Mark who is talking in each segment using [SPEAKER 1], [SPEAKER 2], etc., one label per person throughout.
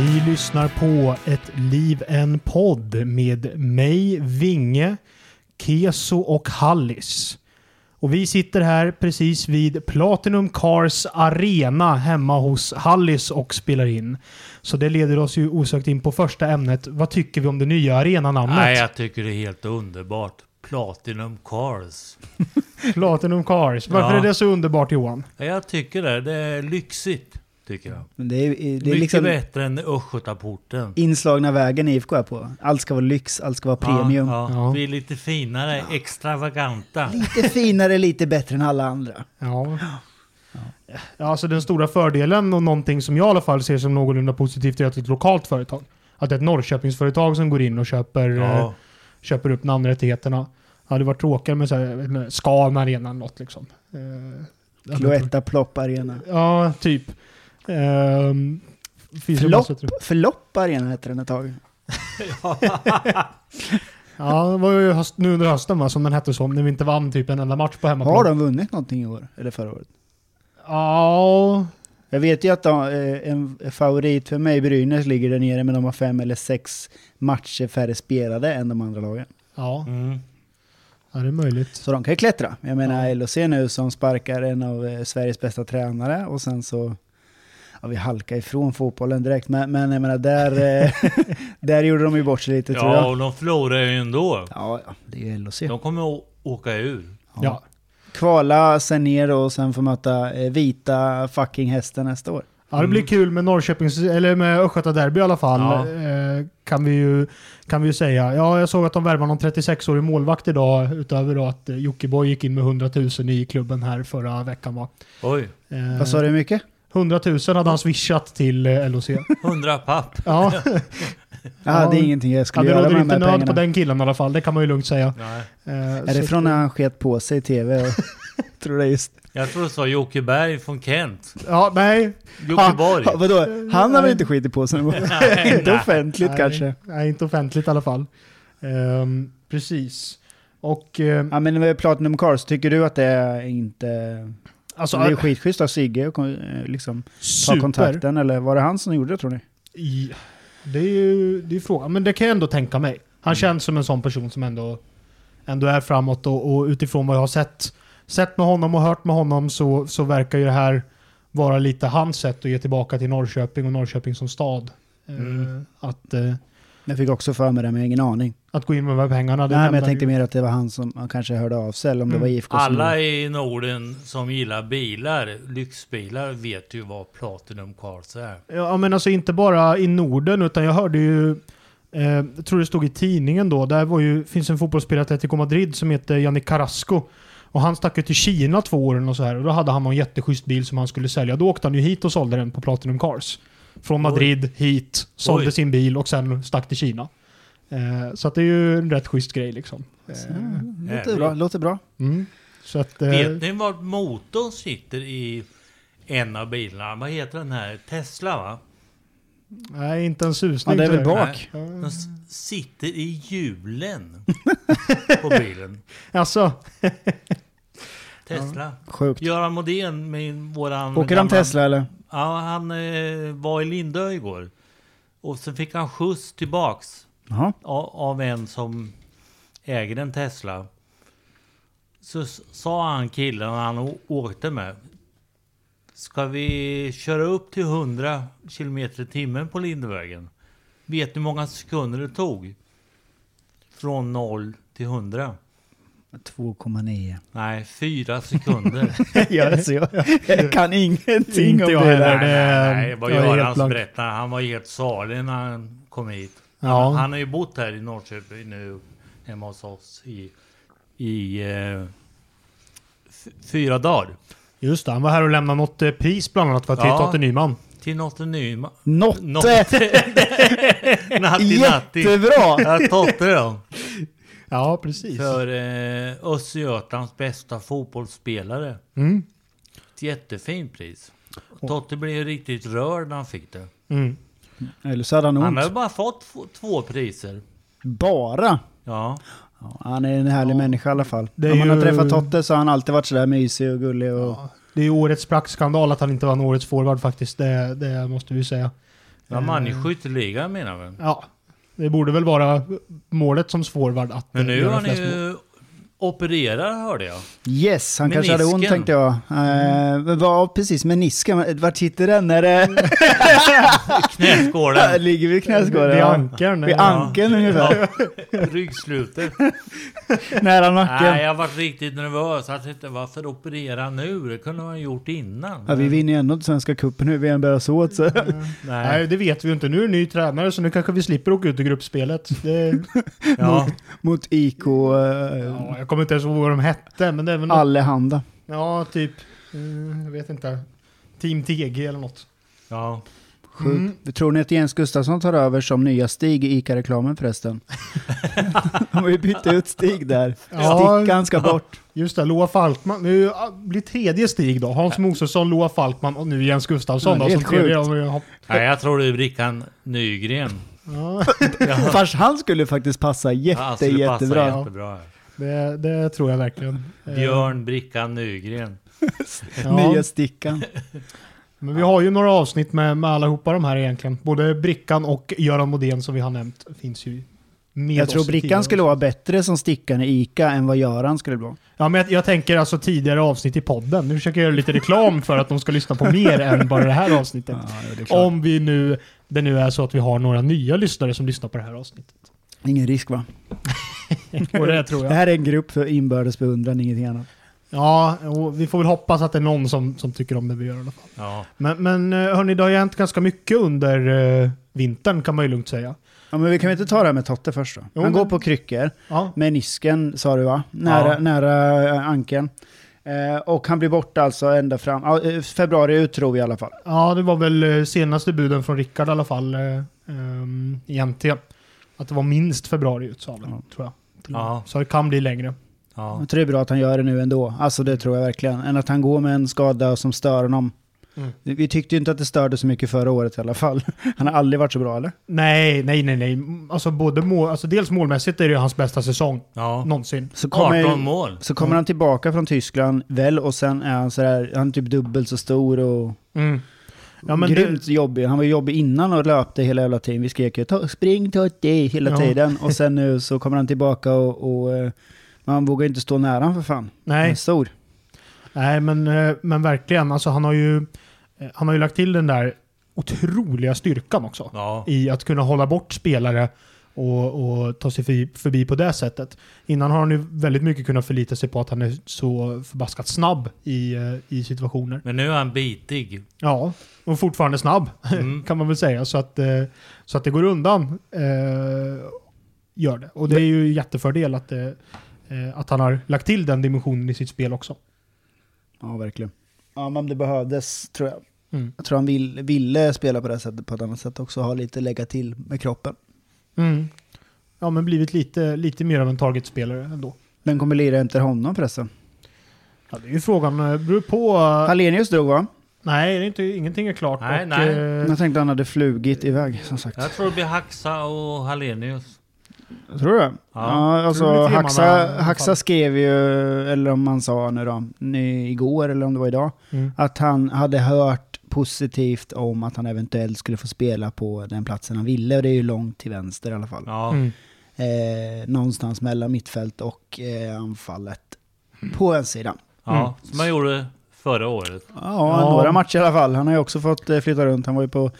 [SPEAKER 1] Ni lyssnar på Ett liv, en podd med mig, Vinge, Keso och Hallis. Och vi sitter här precis vid Platinum Cars Arena hemma hos Hallis och spelar in. Så det leder oss ju osökt in på första ämnet. Vad tycker vi om det nya arenanamnet?
[SPEAKER 2] Nej, jag tycker det är helt underbart. Platinum Cars.
[SPEAKER 1] Platinum Cars. Varför
[SPEAKER 2] Ja.
[SPEAKER 1] är det så underbart Johan?
[SPEAKER 2] Ja, Jag tycker det. Det är lyxigt, tycker jag.
[SPEAKER 3] Men det är, det är
[SPEAKER 2] Mycket
[SPEAKER 3] liksom
[SPEAKER 2] bättre än Östgötaporten.
[SPEAKER 3] inslagna vägen IFK är på. Allt ska vara lyx, allt ska vara premium.
[SPEAKER 2] Ja, ja.
[SPEAKER 1] Ja.
[SPEAKER 2] Vi är lite finare, extravaganta.
[SPEAKER 3] Lite finare, lite bättre än alla andra.
[SPEAKER 1] Ja. Ja, Alltså den stora fördelen och någonting som jag i alla fall ser som någorlunda positivt är att det är ett lokalt företag. Att det är ett Norrköpingsföretag som går in och köper, eh,
[SPEAKER 2] Ja.
[SPEAKER 1] köper upp namnrättigheterna. Det hade varit tråkigare med så här, en Scan Arena eller något liksom. Eh, det hade varit-
[SPEAKER 3] Cloetta Plopp Arena.
[SPEAKER 1] Ja, typ. Ehm, finns det
[SPEAKER 3] Flopp,
[SPEAKER 1] massa tro-
[SPEAKER 3] Flopp Arena hette den ett tag.
[SPEAKER 1] Ja, det var ju höst, nu under hösten va, som den hette så, när vi inte vann typ en enda match på hemmaplan.
[SPEAKER 3] Har de vunnit någonting i år? Eller förra året?
[SPEAKER 1] Ja,
[SPEAKER 3] Jag vet ju att de, eh, en favorit för mig, Brynäs, ligger där nere men de har fem eller sex matcher färre spelade än de andra lagen.
[SPEAKER 1] ja,
[SPEAKER 2] Mm.
[SPEAKER 1] ja, det är möjligt.
[SPEAKER 3] Så de kan ju klättra. Jag menar LHC nu som sparkar en av eh, Sveriges bästa tränare och sen så... Ja, vi halkar ifrån fotbollen direkt, men, men jag menar där... eh, där gjorde de ju bort sig lite tror
[SPEAKER 2] Ja,
[SPEAKER 3] jag.
[SPEAKER 2] och de förlorar ju ändå.
[SPEAKER 3] Ja, ja, det är ju LHC.
[SPEAKER 2] De kommer å- åka ur.
[SPEAKER 1] Ja.
[SPEAKER 3] Kvala, sen ner och sen få möta eh, vita fucking hästen nästa år.
[SPEAKER 1] Ja, det blir
[SPEAKER 3] Mm.
[SPEAKER 1] kul med Norrköpings, eller med Östgötaderby i alla fall.
[SPEAKER 2] Ja.
[SPEAKER 1] Eh, kan, vi ju, kan vi ju säga. Ja, jag såg att de värvade någon 36-årig målvakt idag, utöver då att eh, Jockiboi gick in med 100 000 i klubben här förra veckan. Va?
[SPEAKER 2] Oj,
[SPEAKER 1] Eh,
[SPEAKER 3] Vad sa du hur mycket?
[SPEAKER 1] 100 000 hade han swishat till eh, LHC.
[SPEAKER 2] hundra papp.
[SPEAKER 1] ja,
[SPEAKER 3] Ja,
[SPEAKER 1] Ja,
[SPEAKER 3] det är ingenting jag
[SPEAKER 1] ja,
[SPEAKER 3] skulle
[SPEAKER 1] det
[SPEAKER 3] göra
[SPEAKER 1] råder
[SPEAKER 3] med
[SPEAKER 1] inte
[SPEAKER 3] de här
[SPEAKER 1] nöd på
[SPEAKER 3] pengarna.
[SPEAKER 1] den killen i alla fall, det kan man ju lugnt säga.
[SPEAKER 2] Nej.
[SPEAKER 1] Eh,
[SPEAKER 3] Är det
[SPEAKER 1] så-
[SPEAKER 3] från när han sket på sig i tv? och- tror det just...
[SPEAKER 2] Jag tror du sa Jocke Berg från Kent.
[SPEAKER 1] Ja, nej.
[SPEAKER 2] Jocke Borg.
[SPEAKER 3] Ja, vadå? Han har väl inte skitit på sig?
[SPEAKER 2] Nej,
[SPEAKER 3] inte
[SPEAKER 2] nej.
[SPEAKER 3] offentligt
[SPEAKER 1] nej,
[SPEAKER 3] kanske.
[SPEAKER 1] Nej, inte offentligt i alla fall. Ehm, precis. Och eh,
[SPEAKER 3] Ja men med Platinum Cars, tycker du att det är inte...
[SPEAKER 1] alltså,
[SPEAKER 3] det är ju skitschysst av Sigge att kon- eh, liksom, ta
[SPEAKER 1] super.
[SPEAKER 3] kontakten, eller var det han som gjorde det tror ni?
[SPEAKER 1] I, det är ju det är frågan, men det kan jag ändå tänka mig. Han
[SPEAKER 3] Mm.
[SPEAKER 1] känns som en sån person som ändå, ändå är framåt och, och utifrån vad jag har sett, sett med honom och hört med honom så, så verkar ju det här vara lite hans sätt att ge tillbaka till Norrköping och Norrköping som stad. Eh,
[SPEAKER 2] Mm.
[SPEAKER 1] att, eh,
[SPEAKER 3] Jag fick också för mig det, men jag har ingen aning.
[SPEAKER 1] att gå in med de här pengarna. det
[SPEAKER 3] Nej men
[SPEAKER 1] lämnar
[SPEAKER 3] jag tänkte
[SPEAKER 1] ju-
[SPEAKER 3] mer att det var han som han kanske hörde av sig, eller om det
[SPEAKER 1] Mm.
[SPEAKER 3] var IFK som gjorde
[SPEAKER 2] Alla i Norden som gillar bilar, lyxbilar, vet ju vad Platinum Cars är.
[SPEAKER 1] Ja men alltså inte bara i Norden utan jag hörde ju, eh, jag tror det stod i tidningen då, där var ju, finns en fotbollsspelare i Atletico Madrid som heter Janni Carrasco. Och han stack ju till Kina två år och så här och då hade han någon jätteschysst bil som han skulle sälja. Då åkte han ju hit och sålde den på Platinum Cars. Från Madrid hit, sålde
[SPEAKER 2] Oj.
[SPEAKER 1] sin bil och sen stack till Kina. Eh, så att det är ju en rätt schysst grej liksom. Eh,
[SPEAKER 3] det. Låter bra,
[SPEAKER 2] Jävligt.
[SPEAKER 3] låter bra.
[SPEAKER 1] mm. Så att... eh,
[SPEAKER 2] Vet ni vart motorn sitter i en av bilarna? Vad heter den här? Tesla va?
[SPEAKER 1] nej, inte en
[SPEAKER 3] Ja,
[SPEAKER 1] susning.
[SPEAKER 3] det är väl
[SPEAKER 1] tyvärr.
[SPEAKER 3] bak?
[SPEAKER 2] Den s- sitter i hjulen på bilen.
[SPEAKER 1] Alltså,
[SPEAKER 2] Tesla.
[SPEAKER 3] Sjukt.
[SPEAKER 2] Göran Modén, min, våran...
[SPEAKER 3] Åker han
[SPEAKER 2] gamla-
[SPEAKER 3] Tesla eller?
[SPEAKER 2] Ja, han eh, var i Lindö igår. Och så fick han skjuts tillbaks
[SPEAKER 3] Jaha.
[SPEAKER 2] av, av en som äger en Tesla. Så s- sa han killen han å- åkte med. Ska vi köra upp till 100 km i timmen på Lindvägen? Vet du hur många sekunder det tog? Från 0 till 100?
[SPEAKER 3] 2,9.
[SPEAKER 2] Nej, fyra sekunder.
[SPEAKER 3] jag, alltså, jag, jag kan ingenting
[SPEAKER 1] Inte
[SPEAKER 3] om
[SPEAKER 1] jag
[SPEAKER 3] det
[SPEAKER 1] heller.
[SPEAKER 3] där.
[SPEAKER 2] nej, nej, nej. Vad
[SPEAKER 1] Jag är
[SPEAKER 2] gör
[SPEAKER 1] helt
[SPEAKER 2] hans
[SPEAKER 1] blank.
[SPEAKER 2] berättare? Han var helt salig när han kom hit.
[SPEAKER 1] Ja.
[SPEAKER 2] Han har ju bott här i Norrköping nu, hemma hos oss i, i eh, f- fyra dagar.
[SPEAKER 1] Just det, han var här och lämnade något eh, pris bland annat för att
[SPEAKER 2] Ja.
[SPEAKER 1] till Totte Nyman.
[SPEAKER 2] Till Notte Nyman.
[SPEAKER 3] Notte!
[SPEAKER 2] Notte! Natti Natti.
[SPEAKER 3] Jättebra!
[SPEAKER 2] Ja, Totte då.
[SPEAKER 1] Ja, precis.
[SPEAKER 2] För eh, Östergötlands bästa fotbollsspelare.
[SPEAKER 1] Mm.
[SPEAKER 2] Ett jättefint pris. Totte blev ju riktigt rörd när han fick det.
[SPEAKER 1] Mm.
[SPEAKER 3] Eller så hade han ont.
[SPEAKER 2] Han har ju bara fått f- två priser.
[SPEAKER 3] Bara.
[SPEAKER 2] Ja.
[SPEAKER 3] Ja, han är en härlig människa i alla fall.
[SPEAKER 1] Det är
[SPEAKER 3] Om man har
[SPEAKER 1] ju-
[SPEAKER 3] träffat Totte så har han alltid varit sådär mysig och gullig. Och...
[SPEAKER 1] Ja. Det är ju årets praktskandal att han inte vann årets forward faktiskt. Det, det måste vi ju säga.
[SPEAKER 2] Ja, man i
[SPEAKER 3] Eh.
[SPEAKER 2] skytteligan menar vi.
[SPEAKER 1] Ja, det borde väl vara målet som forward att eh,
[SPEAKER 2] Men nu
[SPEAKER 1] göra
[SPEAKER 2] har ni
[SPEAKER 1] flest mål.
[SPEAKER 2] ju opererat hörde jag.
[SPEAKER 3] Yes, han kanske hade ont
[SPEAKER 2] Menisken.
[SPEAKER 3] tänkte jag. Eh,
[SPEAKER 1] Mm.
[SPEAKER 3] men vad- precis, menisken. Vart sitter den? Är det...
[SPEAKER 2] Knäskålen.
[SPEAKER 3] Ligger vid knäskålen?
[SPEAKER 1] Vid
[SPEAKER 3] ja.
[SPEAKER 1] ankaren,
[SPEAKER 3] Vid
[SPEAKER 1] eller?
[SPEAKER 3] ankeln ungefär.
[SPEAKER 2] Ja, ryggslutet.
[SPEAKER 3] Nära nacken.
[SPEAKER 2] Nej, jag varit riktigt nervös. Alltså, Jag tänkte varför operera nu? Det kunde man ha gjort innan.
[SPEAKER 3] Ja, vi vinner ju ändå inte Svenska cupen hur vi än bär oss åt. Så.
[SPEAKER 2] Nej,
[SPEAKER 1] Eh, Nej, det vet vi ju inte. Nu är det ny tränare så nu kanske vi slipper åka ut i gruppspelet. Det,
[SPEAKER 2] ja.
[SPEAKER 3] Mot IK uh,
[SPEAKER 1] ja, jag kommer inte ens ihåg vad de hette, men det är väl något,
[SPEAKER 3] Allehanda.
[SPEAKER 1] Ja, typ... eh, Jag vet inte. Team TG eller något.
[SPEAKER 2] ja.
[SPEAKER 3] Sjukt.
[SPEAKER 1] Mm.
[SPEAKER 3] Tror ni att Jens Gustafsson tar över som nya Stig i ICA-reklamen förresten? De har ju bytt ut Stig där.
[SPEAKER 1] Ja.
[SPEAKER 3] Stickan ska bort.
[SPEAKER 1] Just det, Loa Falkman. Nu ah, blir tredje stig då. Hans Mosesson, Loa Falkman och nu Jens Gustafsson
[SPEAKER 3] Ja,
[SPEAKER 1] då.
[SPEAKER 3] det är
[SPEAKER 1] Som
[SPEAKER 3] helt
[SPEAKER 1] tredje.
[SPEAKER 3] sjukt.
[SPEAKER 1] om vi har-
[SPEAKER 2] Nej, jag tror det är Brickan Nygren.
[SPEAKER 1] Ja,
[SPEAKER 3] Fast han skulle faktiskt passa jätte,
[SPEAKER 2] Han skulle
[SPEAKER 3] jättebra.
[SPEAKER 2] passa alltså, jättebra.
[SPEAKER 1] det, det tror jag verkligen. Eh,
[SPEAKER 2] Björn Brickan Nygren.
[SPEAKER 3] Nya
[SPEAKER 1] Ja.
[SPEAKER 3] Stickan.
[SPEAKER 1] Men vi har ju några avsnitt med, med allihopa de här egentligen. Både Brickan och Göran Modén som vi har nämnt finns ju med
[SPEAKER 3] Jag
[SPEAKER 1] oss
[SPEAKER 3] tror
[SPEAKER 1] i tidigare
[SPEAKER 3] Brickan skulle vara bättre som Stickan i ICA än vad Göran skulle vara.
[SPEAKER 1] Ja, men jag, jag tänker alltså tidigare avsnitt i podden. Nu försöker jag göra lite reklam för att de ska lyssna på mer än bara det här avsnittet. Om vi nu, det nu är så att vi har några nya lyssnare som lyssnar på det här avsnittet.
[SPEAKER 3] Ingen risk va?
[SPEAKER 1] Och det tror
[SPEAKER 3] Det
[SPEAKER 1] jag.
[SPEAKER 3] här är en grupp för inbördes beundran, ingenting annat.
[SPEAKER 1] Ja, och vi får väl hoppas att det är någon som, som tycker om det vi gör i alla fall.
[SPEAKER 2] Ja.
[SPEAKER 1] Men, men eh, hörni, det har ju hänt ganska mycket under eh, vintern kan man ju lugnt säga.
[SPEAKER 3] Ja, men vi kan väl inte ta det här med Totte först då?
[SPEAKER 1] Jo,
[SPEAKER 3] han
[SPEAKER 1] men-
[SPEAKER 3] går på kryckor.
[SPEAKER 1] Ja,
[SPEAKER 3] menisken sa du va? Nära,
[SPEAKER 2] Ja.
[SPEAKER 3] nära eh, ankeln. Eh, och han blir borta alltså ända fram, ja, eh, februari ut tror vi i alla fall.
[SPEAKER 1] ja det var väl eh, senaste buden från Rickard i alla fall, eh, ehm, egentligen. Att det var minst februari ut, sa han,
[SPEAKER 3] Ja.
[SPEAKER 1] tror jag. Till och med.
[SPEAKER 2] Ja.
[SPEAKER 1] Så det kan bli längre.
[SPEAKER 2] ja.
[SPEAKER 3] Jag tror det är bra att han gör det nu ändå, alltså det tror jag verkligen. Än att han går med en skada som stör honom.
[SPEAKER 1] Mm.
[SPEAKER 3] Vi tyckte ju inte att det störde så mycket förra året i alla fall. Han har aldrig varit så bra eller?
[SPEAKER 1] Nej, nej, nej, nej. Alltså, både mål, alltså dels målmässigt är det ju hans bästa säsong
[SPEAKER 2] ja.
[SPEAKER 1] någonsin.
[SPEAKER 3] Så kommer,
[SPEAKER 2] 18 mål.
[SPEAKER 3] så kommer han tillbaka från Tyskland väl och sen är han sådär, han är typ dubbelt så stor och
[SPEAKER 1] Ja, men det,
[SPEAKER 3] Mm. grymt jobbig. Han var ju jobbig innan och löpte hela jävla tiden. Vi skrek ju "Ta- spring Totti hela
[SPEAKER 1] Ja.
[SPEAKER 3] tiden. Och sen nu så kommer han tillbaka och, och eh, man vågar inte stå nära honom för fan. Han är
[SPEAKER 1] nej,
[SPEAKER 3] stor.
[SPEAKER 1] nej men, eh, men verkligen. Alltså, han, har ju, eh, han har ju lagt till den där otroliga styrkan också.
[SPEAKER 2] Ja.
[SPEAKER 1] I att kunna hålla bort spelare och, och ta sig förbi, förbi på det sättet. Innan har han ju väldigt mycket kunnat förlita sig på att han är så förbaskat snabb i, eh, i situationer.
[SPEAKER 2] Men nu är han bitig.
[SPEAKER 1] Ja, och fortfarande snabb.
[SPEAKER 2] Mm.
[SPEAKER 1] kan man väl säga. Så att, eh, så att det går undan. Eh, gör det. Och det är ju jättefördel att, eh, eh, att han har lagt till den dimensionen i sitt spel också.
[SPEAKER 3] Ja, verkligen. Ja, men det behövdes tror jag.
[SPEAKER 1] Mm.
[SPEAKER 3] Jag tror han vill, ville spela på det här sättet på ett annat sätt också. Ha lite lägga till med kroppen.
[SPEAKER 1] Ja, men blivit lite, lite mer av en targetspelare ändå.
[SPEAKER 3] Den kommer lira efter honom förresten.
[SPEAKER 1] Ja, det är ju frågan. eh, Beror på...
[SPEAKER 3] Hallenius drog va?
[SPEAKER 1] nej, det är inte, ingenting är klart.
[SPEAKER 2] Nej,
[SPEAKER 1] och,
[SPEAKER 2] nej.
[SPEAKER 1] eh,
[SPEAKER 3] Jag tänkte han hade flugit iväg som sagt.
[SPEAKER 2] Jag tror det blir Haxa och Hallenius.
[SPEAKER 3] Tror du? Ja,
[SPEAKER 1] tror det
[SPEAKER 3] alltså
[SPEAKER 1] blir tre
[SPEAKER 3] Haxa,
[SPEAKER 1] manna i alla fall.
[SPEAKER 3] Haxa skrev ju, eller om man sa nu då, ny, igår eller om det var idag,
[SPEAKER 1] mm.
[SPEAKER 3] att han hade hört positivt om att han eventuellt skulle få spela på den platsen han ville. Och det är ju långt till vänster i alla fall.
[SPEAKER 2] Ja.
[SPEAKER 1] Mm.
[SPEAKER 3] Eh, någonstans mellan mittfält och eh, anfallet på en sida.
[SPEAKER 2] ja.
[SPEAKER 3] Mm.
[SPEAKER 2] Som han gjorde förra året.
[SPEAKER 3] Ja,
[SPEAKER 1] Ja.
[SPEAKER 3] några matcher i alla fall. Han har ju också fått eh, flytta runt. Han var ju på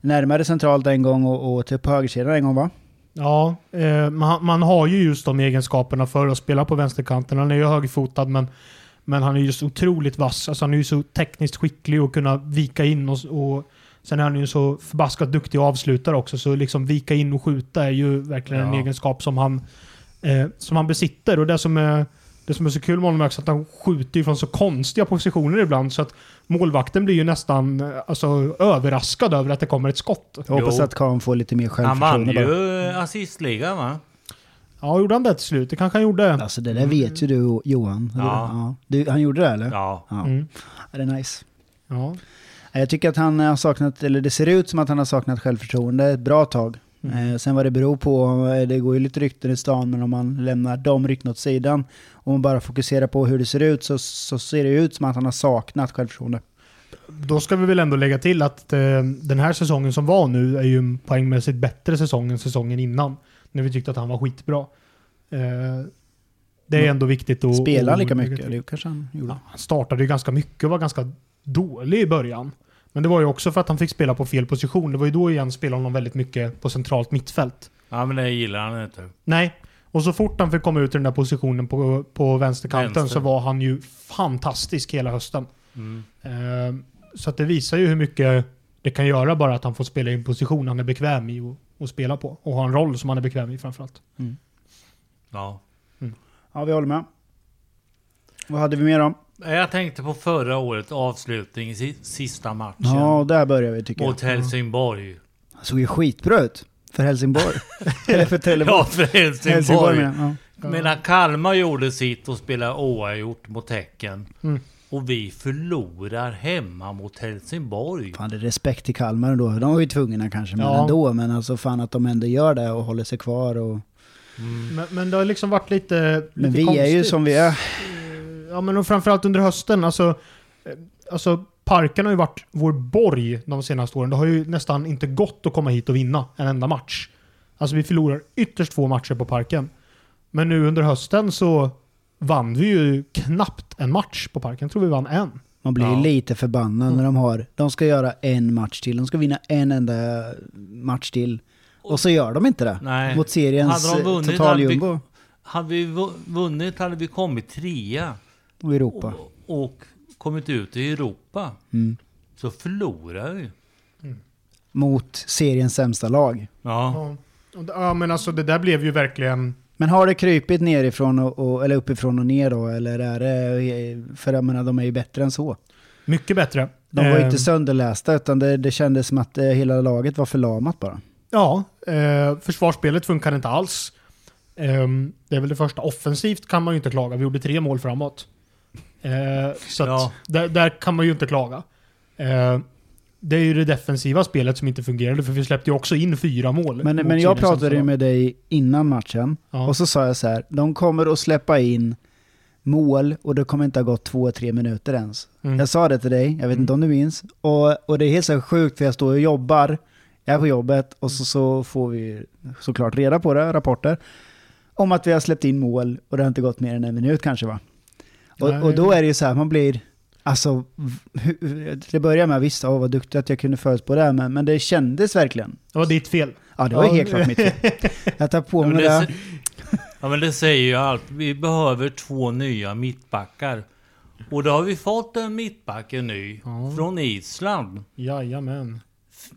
[SPEAKER 3] närmare centralt en gång och, och typ på högersidan en gång va?
[SPEAKER 1] Ja, eh, man, man har ju just de egenskaperna för att spela på vänsterkanten. Han är ju högerfotad men, men han är ju så otroligt vass. Alltså, han är ju så tekniskt skicklig och kunna vika in och, och sen är han ju så förbaskat duktig avslutare också. Så liksom vika in och skjuta är ju verkligen en
[SPEAKER 2] Ja.
[SPEAKER 1] egenskap som han, eh, som han besitter. Och det som är det som är så kul med honom är också att han skjuter ju från så konstiga positioner ibland så att målvakten blir ju nästan eh, alltså, överraskad över att det kommer ett skott.
[SPEAKER 3] Jag hoppas
[SPEAKER 2] Jo.
[SPEAKER 3] att Kahn får lite mer
[SPEAKER 2] Han vann
[SPEAKER 3] självförtroende bara.
[SPEAKER 2] ju eh, assistligan va?
[SPEAKER 1] Ja, gjorde han det till slut? Det kanske han gjorde.
[SPEAKER 3] Alltså det där vet ju du Johan. eller?
[SPEAKER 2] Ja.
[SPEAKER 3] Du, han gjorde det eller?
[SPEAKER 2] Ja.
[SPEAKER 3] Ja.
[SPEAKER 1] Mm.
[SPEAKER 3] Är det nice?
[SPEAKER 1] Ja.
[SPEAKER 3] Nej, Eh, Jag tycker att han har saknat, eller det ser ut som att han har saknat självförtroende ett bra tag. Eh, sen vad det beror på, eh, det går ju lite rykten i stan, men om man lämnar de rykten åt sidan och man bara fokuserar på hur det ser ut så, så ser det ut som att han har saknat självförtroende.
[SPEAKER 1] Då ska vi väl ändå lägga till att eh, den här säsongen som var nu är ju en poängmässigt bättre säsong än säsongen innan. När vi tyckte att han var skitbra. Eh, det är
[SPEAKER 3] Men
[SPEAKER 1] ändå viktigt att...
[SPEAKER 3] Spelar
[SPEAKER 1] att-
[SPEAKER 3] lika mycket, eller kanske han gjorde.
[SPEAKER 1] Ja, han startade ju ganska mycket och var ganska dålig i början. Men det var ju också för att han fick spela på fel position. Det var ju då igen spelade honom väldigt mycket på centralt mittfält.
[SPEAKER 2] Ja men det gillar han inte.
[SPEAKER 1] Nej, och så fort han fick komma ut i den där positionen på, på vänsterkanten
[SPEAKER 2] Vänster.
[SPEAKER 1] så var han ju fantastisk hela hösten.
[SPEAKER 2] Mm.
[SPEAKER 1] Eh, Så att det visar ju hur mycket det kan göra bara att han får spela i en position han är bekväm i och, och spela på. Och ha en roll som han är bekväm i framförallt.
[SPEAKER 2] Ja.
[SPEAKER 3] Ja, vi håller med. Vad hade vi mer om?
[SPEAKER 2] Jag tänkte på förra året avslutning, si- sista matchen.
[SPEAKER 3] Ja, där börjar vi tycker jag.
[SPEAKER 2] Mot Helsingborg.
[SPEAKER 3] Han såg ju skitbra ut för Helsingborg. eller för Trelleborg.
[SPEAKER 2] Ja, för Helsingborg.
[SPEAKER 3] menar jag. ja.
[SPEAKER 2] Medan Kalmar gjorde sitt och spelade oavgjort mot Häcken.
[SPEAKER 1] Mm.
[SPEAKER 2] Och vi förlorar hemma mot Helsingborg.
[SPEAKER 3] Fan, det är respekt till Kalmar ändå. De var ju tvungna kanske, men
[SPEAKER 1] Ja.
[SPEAKER 3] ändå. Men alltså fan att de ändå gör det och håller sig kvar. Och...
[SPEAKER 2] Mm.
[SPEAKER 1] Men, men det har liksom varit lite, lite
[SPEAKER 3] Men vi är ju
[SPEAKER 1] konstigt.
[SPEAKER 3] som vi är.
[SPEAKER 1] Ja men och framförallt under hösten. Alltså, eh, alltså parken har ju varit vår borg de senaste åren. Det har ju nästan inte gått att komma hit och vinna en enda match. Alltså vi förlorar ytterst få matcher på parken. Men nu under hösten så vann vi ju knappt en match på parken. Jag tror vi vann en.
[SPEAKER 3] Man blir ju
[SPEAKER 2] Ja.
[SPEAKER 3] lite förbannad när de har... De ska göra en match till. De ska vinna en enda match till. Och så gör de inte det.
[SPEAKER 2] Nej.
[SPEAKER 3] Mot seriens
[SPEAKER 2] Hade de
[SPEAKER 3] eh,
[SPEAKER 2] vunnit
[SPEAKER 3] totaljumbo
[SPEAKER 2] Hade vi vu- vunnit hade vi kommit trea.
[SPEAKER 3] och Europa. Mm.
[SPEAKER 2] Och, och kommit ut i Europa. Så förlorar vi.
[SPEAKER 3] Mot seriens sämsta lag.
[SPEAKER 2] Ja.
[SPEAKER 1] Ja. Och det- Ja men alltså det där blev ju verkligen...
[SPEAKER 3] Men har det krypit nerifrån och, och, eller uppifrån och ner då? Eller är det... För jag menar, de är ju bättre än så.
[SPEAKER 1] Mycket bättre.
[SPEAKER 3] De var ju
[SPEAKER 1] Eh,
[SPEAKER 3] inte sönderlästa, utan det, det kändes som att eh, hela laget var förlamat bara.
[SPEAKER 1] Ja, eh, försvarsspelet funkar inte alls. Ehm, det är väl det första. Offensivt kan man ju inte klaga. Vi gjorde tre mål framåt. Eh, så att
[SPEAKER 2] Ja.
[SPEAKER 1] där, där kan man ju inte klaga. Eh, det är ju det defensiva spelet som inte fungerade, för vi släppte ju också in fyra mål.
[SPEAKER 3] Men,
[SPEAKER 1] mot
[SPEAKER 3] men jag
[SPEAKER 1] Chiles
[SPEAKER 3] pratade ju
[SPEAKER 1] central.
[SPEAKER 3] med dig innan matchen
[SPEAKER 1] Ja.
[SPEAKER 3] och så sa jag så här, de kommer att släppa in mål och det kommer inte ha gått två, tre minuter ens.
[SPEAKER 1] Mm.
[SPEAKER 3] Jag sa det till dig, jag vet inte om du minns. Och, och det är helt så sjukt för jag står och jobbar, jag är på jobbet och så, så får vi såklart reda på det, rapporter, om att vi har släppt in mål och det har inte gått mer än en minut kanske va?
[SPEAKER 1] Nej.
[SPEAKER 3] Och, och då är det ju så här, man blir... Alltså, hur- hur- till att börja med, visst, åh, vad duktig att jag kunde förutspå det här, men, men det kändes verkligen.
[SPEAKER 1] Det var ditt fel.
[SPEAKER 3] Ja, det var
[SPEAKER 1] Ja.
[SPEAKER 3] helt klart mitt fel. Jag tar på
[SPEAKER 2] Ja, men
[SPEAKER 3] mig
[SPEAKER 2] det,
[SPEAKER 3] det.
[SPEAKER 2] sä- ja men det säger ju allt. Vi behöver två nya mittbackar. Och då har vi fått en mittback, en ny,
[SPEAKER 1] Ja.
[SPEAKER 2] från Island.
[SPEAKER 1] Jajamän.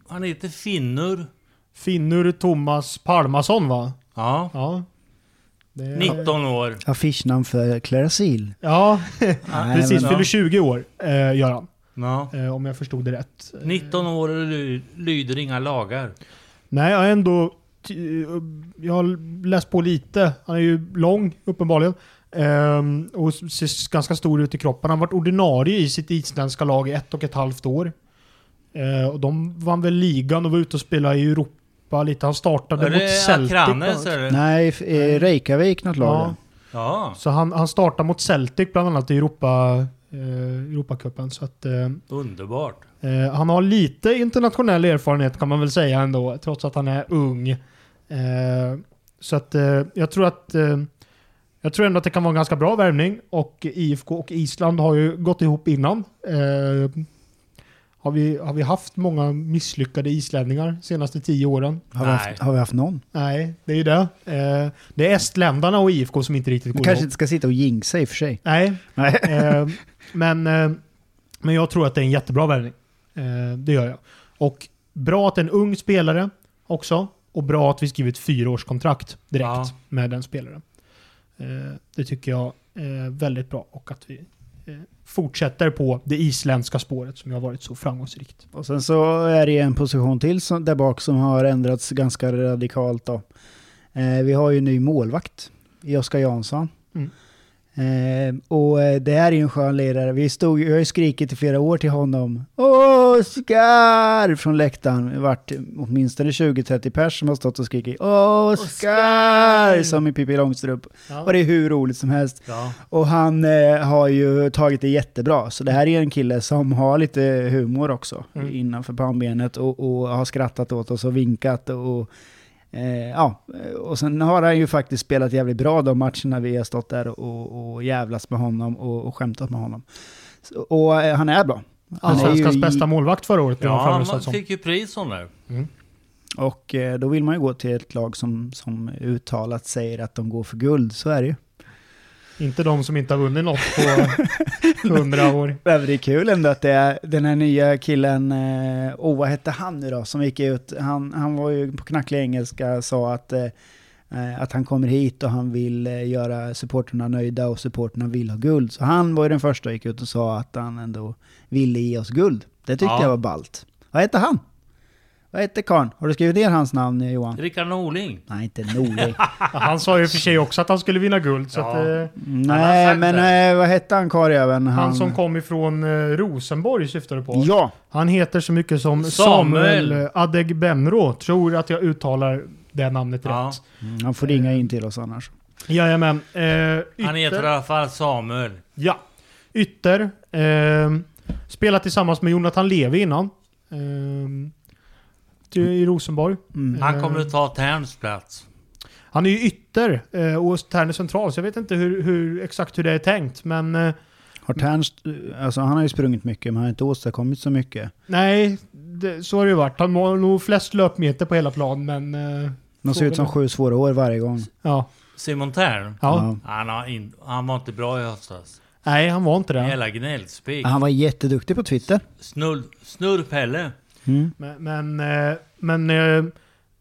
[SPEAKER 2] Han heter Finnur.
[SPEAKER 1] Finnur Thomas Palmason va?
[SPEAKER 2] Ja.
[SPEAKER 1] Ja. Det är-
[SPEAKER 2] 19 år.
[SPEAKER 3] Affischnamn för Clarasil.
[SPEAKER 1] Ja,
[SPEAKER 3] Nej,
[SPEAKER 1] precis.
[SPEAKER 3] men-
[SPEAKER 1] Fyller 20 år, eh, gör han.
[SPEAKER 2] Ja.
[SPEAKER 1] Eh, om jag förstod det rätt.
[SPEAKER 2] 19 år och ly- lyder inga lagar.
[SPEAKER 1] Nej, jag har ändå... Jag har läst på lite. Han är ju lång, uppenbarligen. Ehm, och ser ganska stor ut i kroppen. Han har varit ordinarie i sitt isländska lag i ett och ett halvt år. Eh, och de vann väl ligan och var ute och spelade i Europa lite. Han startade
[SPEAKER 2] Är
[SPEAKER 1] mot
[SPEAKER 2] det
[SPEAKER 1] Celtic.
[SPEAKER 2] Akranes eller?
[SPEAKER 3] Nej, f- eh, Reykjavik något lag.
[SPEAKER 1] Ja,
[SPEAKER 3] där.
[SPEAKER 2] Ja,
[SPEAKER 1] så han, han startade mot Celtic bland annat i Europa, eh, Europacupen. Så att, eh,
[SPEAKER 2] underbart.
[SPEAKER 1] Eh, han har lite internationell erfarenhet kan man väl säga ändå, trots att han är ung. Eh, så att eh, jag tror att eh, jag tror ändå att det kan vara en ganska bra värvning och IFK och Island har ju gått ihop innan. Eh, Har vi, har vi haft många misslyckade islänningar de senaste tio åren?
[SPEAKER 3] Har, vi haft,
[SPEAKER 2] Nej.
[SPEAKER 3] har vi haft någon?
[SPEAKER 1] Nej, det är ju det. Eh, det är estländarna och IFK som inte riktigt
[SPEAKER 3] Man
[SPEAKER 1] går
[SPEAKER 3] kanske
[SPEAKER 1] ihop.
[SPEAKER 3] inte ska sitta och jinxa i och för sig.
[SPEAKER 1] Nej,
[SPEAKER 3] Nej.
[SPEAKER 1] eh, men, eh, men jag tror att det är en jättebra värvning. Eh, det gör jag. Och bra att det är en ung spelare också. Och bra att vi skrivit fyraårskontrakt direkt
[SPEAKER 2] Ja.
[SPEAKER 1] med den spelaren. Eh, det tycker jag är väldigt bra. Och att vi eh, fortsätter på det isländska spåret som har varit så framgångsrikt.
[SPEAKER 3] Och sen så är det ju en position till som, där bak som har ändrats ganska radikalt då. Eh, vi har ju en ny målvakt i Oskar Jansson.
[SPEAKER 1] Mm.
[SPEAKER 3] Eh, och eh, det här är ju en skön lirare. Vi stod, jag har ju skrikit i flera år till honom. Oskar! Från läktaren. Det har varit åtminstone 20-30 pers som har stått och skrikit Oskar!
[SPEAKER 2] Oskar!
[SPEAKER 3] Som i Pippi Långstrump.
[SPEAKER 1] Ja.
[SPEAKER 3] Och det är hur roligt som helst.
[SPEAKER 2] Ja.
[SPEAKER 3] Och han eh, har ju tagit det jättebra. Så det här är en kille som har lite humor också
[SPEAKER 1] Mm.
[SPEAKER 3] innanför pannbenet och, och har skrattat åt oss och vinkat. Och, eh, ja. och sen har han ju faktiskt spelat jävligt bra de matcherna vi har stått där och, och jävlas med honom och, och skämtat med honom. Så, och eh, han är bra. Han är ju
[SPEAKER 1] Allsvenskans
[SPEAKER 3] i-
[SPEAKER 1] bästa målvakt förra året blev han
[SPEAKER 2] Ja,
[SPEAKER 1] framröstad
[SPEAKER 2] man
[SPEAKER 1] som.
[SPEAKER 2] fick ju pris om det.
[SPEAKER 3] Och eh, då vill man ju gå till ett lag som, som uttalat säger att de går för guld. Så är det ju.
[SPEAKER 1] Inte de som inte har vunnit något på hundra år.
[SPEAKER 3] Ja, men Det är kul ändå att det är den här nya killen, eh, oh, vad hette han nu då, som gick ut, han, han var ju på knacklig engelska, sa att, eh, eh, att han kommer hit och han vill eh, göra supporterna nöjda och supporterna vill ha guld. Så han var ju den första som gick ut och sa att han ändå ville ge oss guld. Det tyckte
[SPEAKER 2] Ja.
[SPEAKER 3] jag var ballt. Vad hette han? Vad hette karln? Har du skrivit ner hans namn eh, Johan?
[SPEAKER 2] Rickard Norling.
[SPEAKER 3] Nej, inte Norling.
[SPEAKER 1] Ja, Han sa ju för sig också att han skulle vinna guld. Så
[SPEAKER 2] Ja.
[SPEAKER 1] att, eh,
[SPEAKER 3] Nej,
[SPEAKER 2] sagt det.
[SPEAKER 3] men eh, vad hette han karljäveln?
[SPEAKER 1] han som kom ifrån eh, Rosenborg syftar du på.
[SPEAKER 3] Ja,
[SPEAKER 1] Han heter så mycket som
[SPEAKER 2] Samuel.
[SPEAKER 1] Samuel Adegbenro. Tror att jag uttalar det namnet
[SPEAKER 2] Ja.
[SPEAKER 1] rätt.
[SPEAKER 3] Mm, han får ringa in till oss annars.
[SPEAKER 1] Jajamän. Eh, ytter,
[SPEAKER 2] Han heter i alla fall Samuel.
[SPEAKER 1] Ja. Ytter. Eh, spelat tillsammans med Jonathan Levi innan. Eh, till- I Rosenborg.
[SPEAKER 3] Mm.
[SPEAKER 1] Ja.
[SPEAKER 2] Han kommer att ta Terns plats.
[SPEAKER 1] Han är ju ytter eh, och Terne central, så jag vet inte hur, hur, exakt hur det är tänkt. Men eh,
[SPEAKER 3] Har Ternst, alltså han har ju sprungit mycket men han har inte åstadkommit så mycket.
[SPEAKER 1] nej, det, så har det ju varit. Han har nog flest löpmeter på hela plan, men... Eh,
[SPEAKER 3] De ser ut som
[SPEAKER 1] frågan
[SPEAKER 3] sju svåra år varje gång.
[SPEAKER 1] ja.
[SPEAKER 2] Simon Tern.
[SPEAKER 1] Ja.
[SPEAKER 2] Han, har in, han var inte bra i höstas.
[SPEAKER 1] Nej, han var inte det.
[SPEAKER 2] En jävla gnällspik.
[SPEAKER 3] Ja. Han var jätteduktig på Twitter.
[SPEAKER 2] Snurr, snurrpelle.
[SPEAKER 3] Mm.
[SPEAKER 1] Men, men, eh, men eh,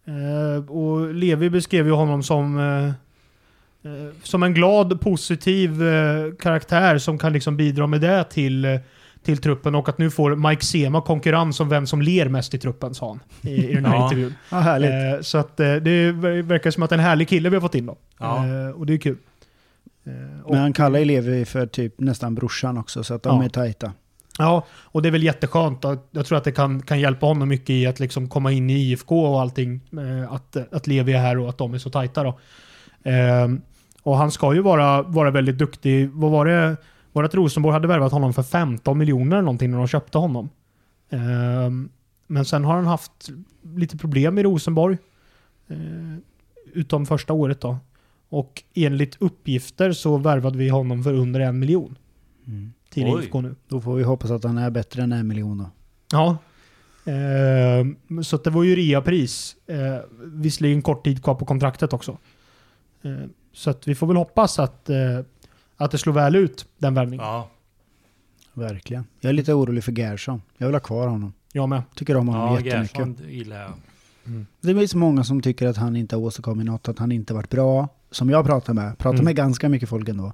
[SPEAKER 1] eh, och Levi beskrev ju honom som, eh, eh, som en glad, positiv eh, karaktär som kan liksom bidra med det till, eh, till truppen och att nu får Mike Sema konkurrens om vem som ler mest i truppen, sa han i, i den här
[SPEAKER 2] Ja.
[SPEAKER 1] intervjun.
[SPEAKER 3] Ja, härligt.
[SPEAKER 1] Eh, så att, eh, det ver- verkar som att det är en härlig kille vi har fått in då.
[SPEAKER 2] Ja.
[SPEAKER 1] Eh, och det är kul. Eh, och,
[SPEAKER 3] men han kallar ju Levi för typ nästan brorsan också så att de
[SPEAKER 1] Ja.
[SPEAKER 3] är tajta.
[SPEAKER 1] Ja, och det är väl jätteskönt. att- Jag tror att det kan, kan hjälpa honom mycket i att liksom komma in i IFK och allting. eh, Att, att Levi är här och att de är så tajta då. Ehm, Och han ska ju vara, vara väldigt duktig. Vad var det? Var det att Rosenborg hade värvat honom för 15 miljoner eller någonting när de köpte honom? Ehm, Men sen har han haft lite problem i Rosenborg. eh, Utom första året då. Och enligt uppgifter så värvade vi honom för under en miljon till
[SPEAKER 2] Oj.
[SPEAKER 1] IFK nu.
[SPEAKER 3] Då får vi hoppas att han är bättre än en miljon då.
[SPEAKER 1] Ja. Ehm, så att det var ju reapris. Eh, visserligen kort tid kvar på kontraktet också. Eh, så att vi får väl hoppas att, eh, att det slår väl ut, den värvningen.
[SPEAKER 2] Ja.
[SPEAKER 3] Verkligen. Jag är lite orolig för Gerson. Jag vill ha kvar honom.
[SPEAKER 1] Jag med.
[SPEAKER 3] Tycker om honom
[SPEAKER 2] Ja,
[SPEAKER 3] jättemycket.
[SPEAKER 2] Gerson gillar jag.
[SPEAKER 3] Det är så många som tycker att han inte har åstadkommit något, att han inte varit bra. Som jag pratar med. Pratar
[SPEAKER 1] Mm.
[SPEAKER 3] med ganska mycket folk ändå.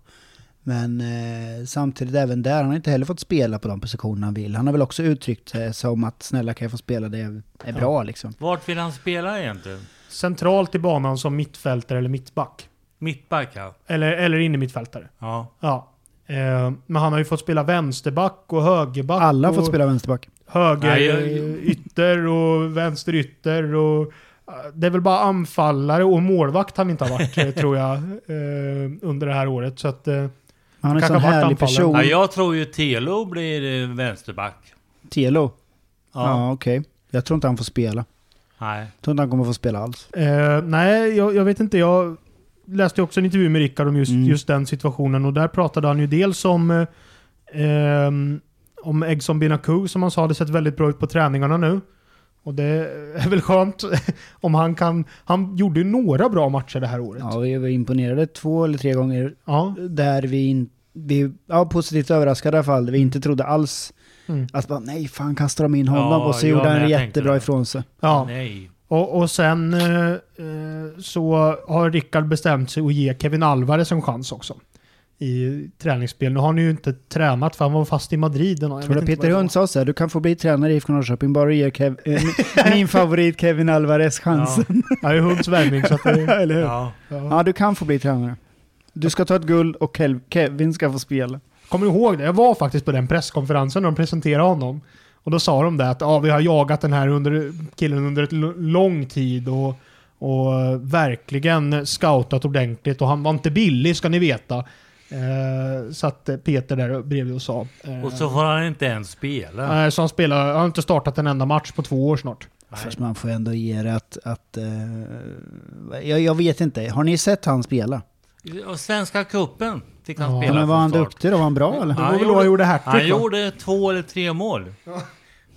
[SPEAKER 3] Men eh, samtidigt även där, han har inte heller fått spela på de positioner han vill. Han har väl också uttryckt eh, sig som att snälla kan jag få spela det jag är bra liksom.
[SPEAKER 2] Vart vill han spela egentligen?
[SPEAKER 1] Centralt i banan som mittfältare eller mittback.
[SPEAKER 2] Mittback ja.
[SPEAKER 1] Eller, eller innermittfältare.
[SPEAKER 2] ja.
[SPEAKER 1] Ja. Ehm, men han har ju fått spela vänsterback och högerback.
[SPEAKER 3] Alla har
[SPEAKER 1] och
[SPEAKER 3] fått spela vänsterback.
[SPEAKER 1] Höger
[SPEAKER 2] Nej, jag-
[SPEAKER 1] eh, ytter och vänster ytter och... eh, Det är väl bara anfallare och målvakt han inte har varit, eh, tror jag, eh, under det här året. Så att... eh,
[SPEAKER 3] Men han är en
[SPEAKER 1] Kanske
[SPEAKER 3] sån
[SPEAKER 1] varit
[SPEAKER 3] härlig
[SPEAKER 1] anfallare.
[SPEAKER 3] person.
[SPEAKER 2] ja jag tror ju Telo blir eh, vänsterback.
[SPEAKER 3] Telo? Ja,
[SPEAKER 2] Ja.
[SPEAKER 3] okej. Jag tror inte han får spela.
[SPEAKER 2] Nej.
[SPEAKER 3] Jag tror inte han kommer få spela alls.
[SPEAKER 1] Eh, nej, jag, jag vet inte. Jag läste ju också en intervju med Rickard om just,
[SPEAKER 3] Mm.
[SPEAKER 1] just den situationen och där pratade han ju dels om eh, ehm, om Egson Binaku som han sa hade sett väldigt bra ut på träningarna nu. Och det är väl skönt om han kan... Han gjorde ju några bra matcher det här året.
[SPEAKER 3] Ja, vi var imponerade två eller tre gånger
[SPEAKER 1] Ja.
[SPEAKER 3] där vi, in, vi ja, positivt överraskade i alla fall. Vi inte trodde alls
[SPEAKER 1] Mm.
[SPEAKER 3] att bara, nej, fan kan strama in honom.
[SPEAKER 2] Ja,
[SPEAKER 3] och så
[SPEAKER 2] ja,
[SPEAKER 3] gjorde
[SPEAKER 2] men
[SPEAKER 3] han
[SPEAKER 2] jag tänkte
[SPEAKER 3] jättebra
[SPEAKER 2] det.
[SPEAKER 3] ifrån sig.
[SPEAKER 1] ja.
[SPEAKER 2] Nej.
[SPEAKER 1] Och, och sen eh, eh, så har Rickard bestämt sig att ge Kevin Alvarez en chans också. I träningsspel. Nu har han ju inte tränat för han var fast i Madrid. eller nåt. Jag
[SPEAKER 3] Tror
[SPEAKER 1] vet
[SPEAKER 3] du
[SPEAKER 1] inte
[SPEAKER 3] Peter
[SPEAKER 1] vad det
[SPEAKER 3] Hund sa så här, du kan få bli tränare i IFK Norrköping bara du ger Kev, eh, min- min favorit Kevin Alvarez chansen.
[SPEAKER 1] var. Ja, det är Hunds värvning så att det,
[SPEAKER 3] Eller hur?
[SPEAKER 2] Ja.
[SPEAKER 1] ja.
[SPEAKER 3] Ja, du kan få bli tränare. Du ska ta ett guld och Kel- Kevin ska få spela.
[SPEAKER 1] Kommer du ihåg det? Jag var faktiskt på den presskonferensen när de presenterade honom. Och då sa de det att ja, vi har jagat den här under, killen under ett l- lång tid och, och eh, verkligen scoutat ordentligt och han var inte billig ska ni veta. Eh, satt Peter där bredvid och sa. eh,
[SPEAKER 2] Och så får han inte ens spela.
[SPEAKER 1] Nej, så han spelar, han har inte startat en enda match på två år snart.
[SPEAKER 2] Nej.
[SPEAKER 3] Fast man får ändå ge det att... att eh, jag, jag vet inte, har ni sett han spela?
[SPEAKER 2] Och Svenska cupen fick han
[SPEAKER 1] Ja,
[SPEAKER 2] spela
[SPEAKER 3] men var
[SPEAKER 2] från
[SPEAKER 3] han
[SPEAKER 2] start.
[SPEAKER 3] duktig då? Var han bra eller?
[SPEAKER 1] Det
[SPEAKER 2] Han
[SPEAKER 1] var väl då
[SPEAKER 2] gjorde-
[SPEAKER 1] han gjorde hattrick
[SPEAKER 2] Han
[SPEAKER 1] va?
[SPEAKER 2] gjorde två eller tre mål.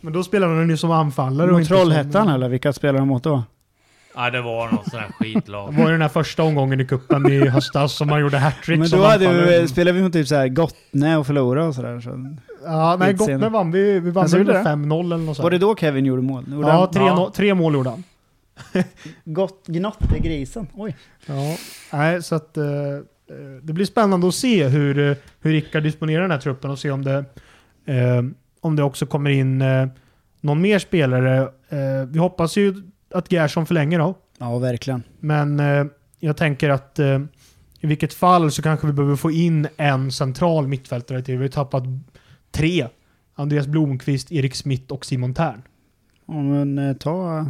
[SPEAKER 1] Men då spelade han ju som anfallare. och
[SPEAKER 3] Mot
[SPEAKER 1] inte
[SPEAKER 3] Trollhättan eller? Vilka spelar de mot då?
[SPEAKER 2] Ja, det var något sånt här
[SPEAKER 1] Som,
[SPEAKER 2] skitlag.
[SPEAKER 1] det var ju den här första omgången i cupen i höstas som han gjorde hattrick
[SPEAKER 3] Men
[SPEAKER 1] som
[SPEAKER 3] då hade
[SPEAKER 1] anfallare. Mm.
[SPEAKER 3] vi, spelade vi mot typ så här Gottne och förlorade och sådär. Så.
[SPEAKER 1] Ja, nej,
[SPEAKER 3] Lite
[SPEAKER 1] Gottne
[SPEAKER 3] senare.
[SPEAKER 1] vann vi. Vi vann
[SPEAKER 3] Alltså,
[SPEAKER 1] väl
[SPEAKER 3] gjorde
[SPEAKER 1] med
[SPEAKER 3] det?
[SPEAKER 1] 5-0 eller något sånt.
[SPEAKER 3] Var det då Kevin gjorde mål? Gjorde
[SPEAKER 1] Ja,
[SPEAKER 3] han-
[SPEAKER 1] tre,
[SPEAKER 2] Ja.
[SPEAKER 1] no- tre mål gjorde han.
[SPEAKER 3] Gott, gnotte grisen. Oj.
[SPEAKER 1] Ja, nej, så att eh, eh, det blir spännande att se hur, eh, hur Rickard disponerar den här truppen och se om det, eh, om det också kommer in eh, någon mer spelare. Eh, vi hoppas ju att Gerson förlänger då.
[SPEAKER 3] Ja, verkligen.
[SPEAKER 1] Men eh, jag tänker att eh, i vilket fall så kanske vi behöver få in en central mittfältare till. Vi har ju tappat tre. Andreas Blomqvist, Erik Smith och Simon Tern.
[SPEAKER 3] Ja, men eh, ta,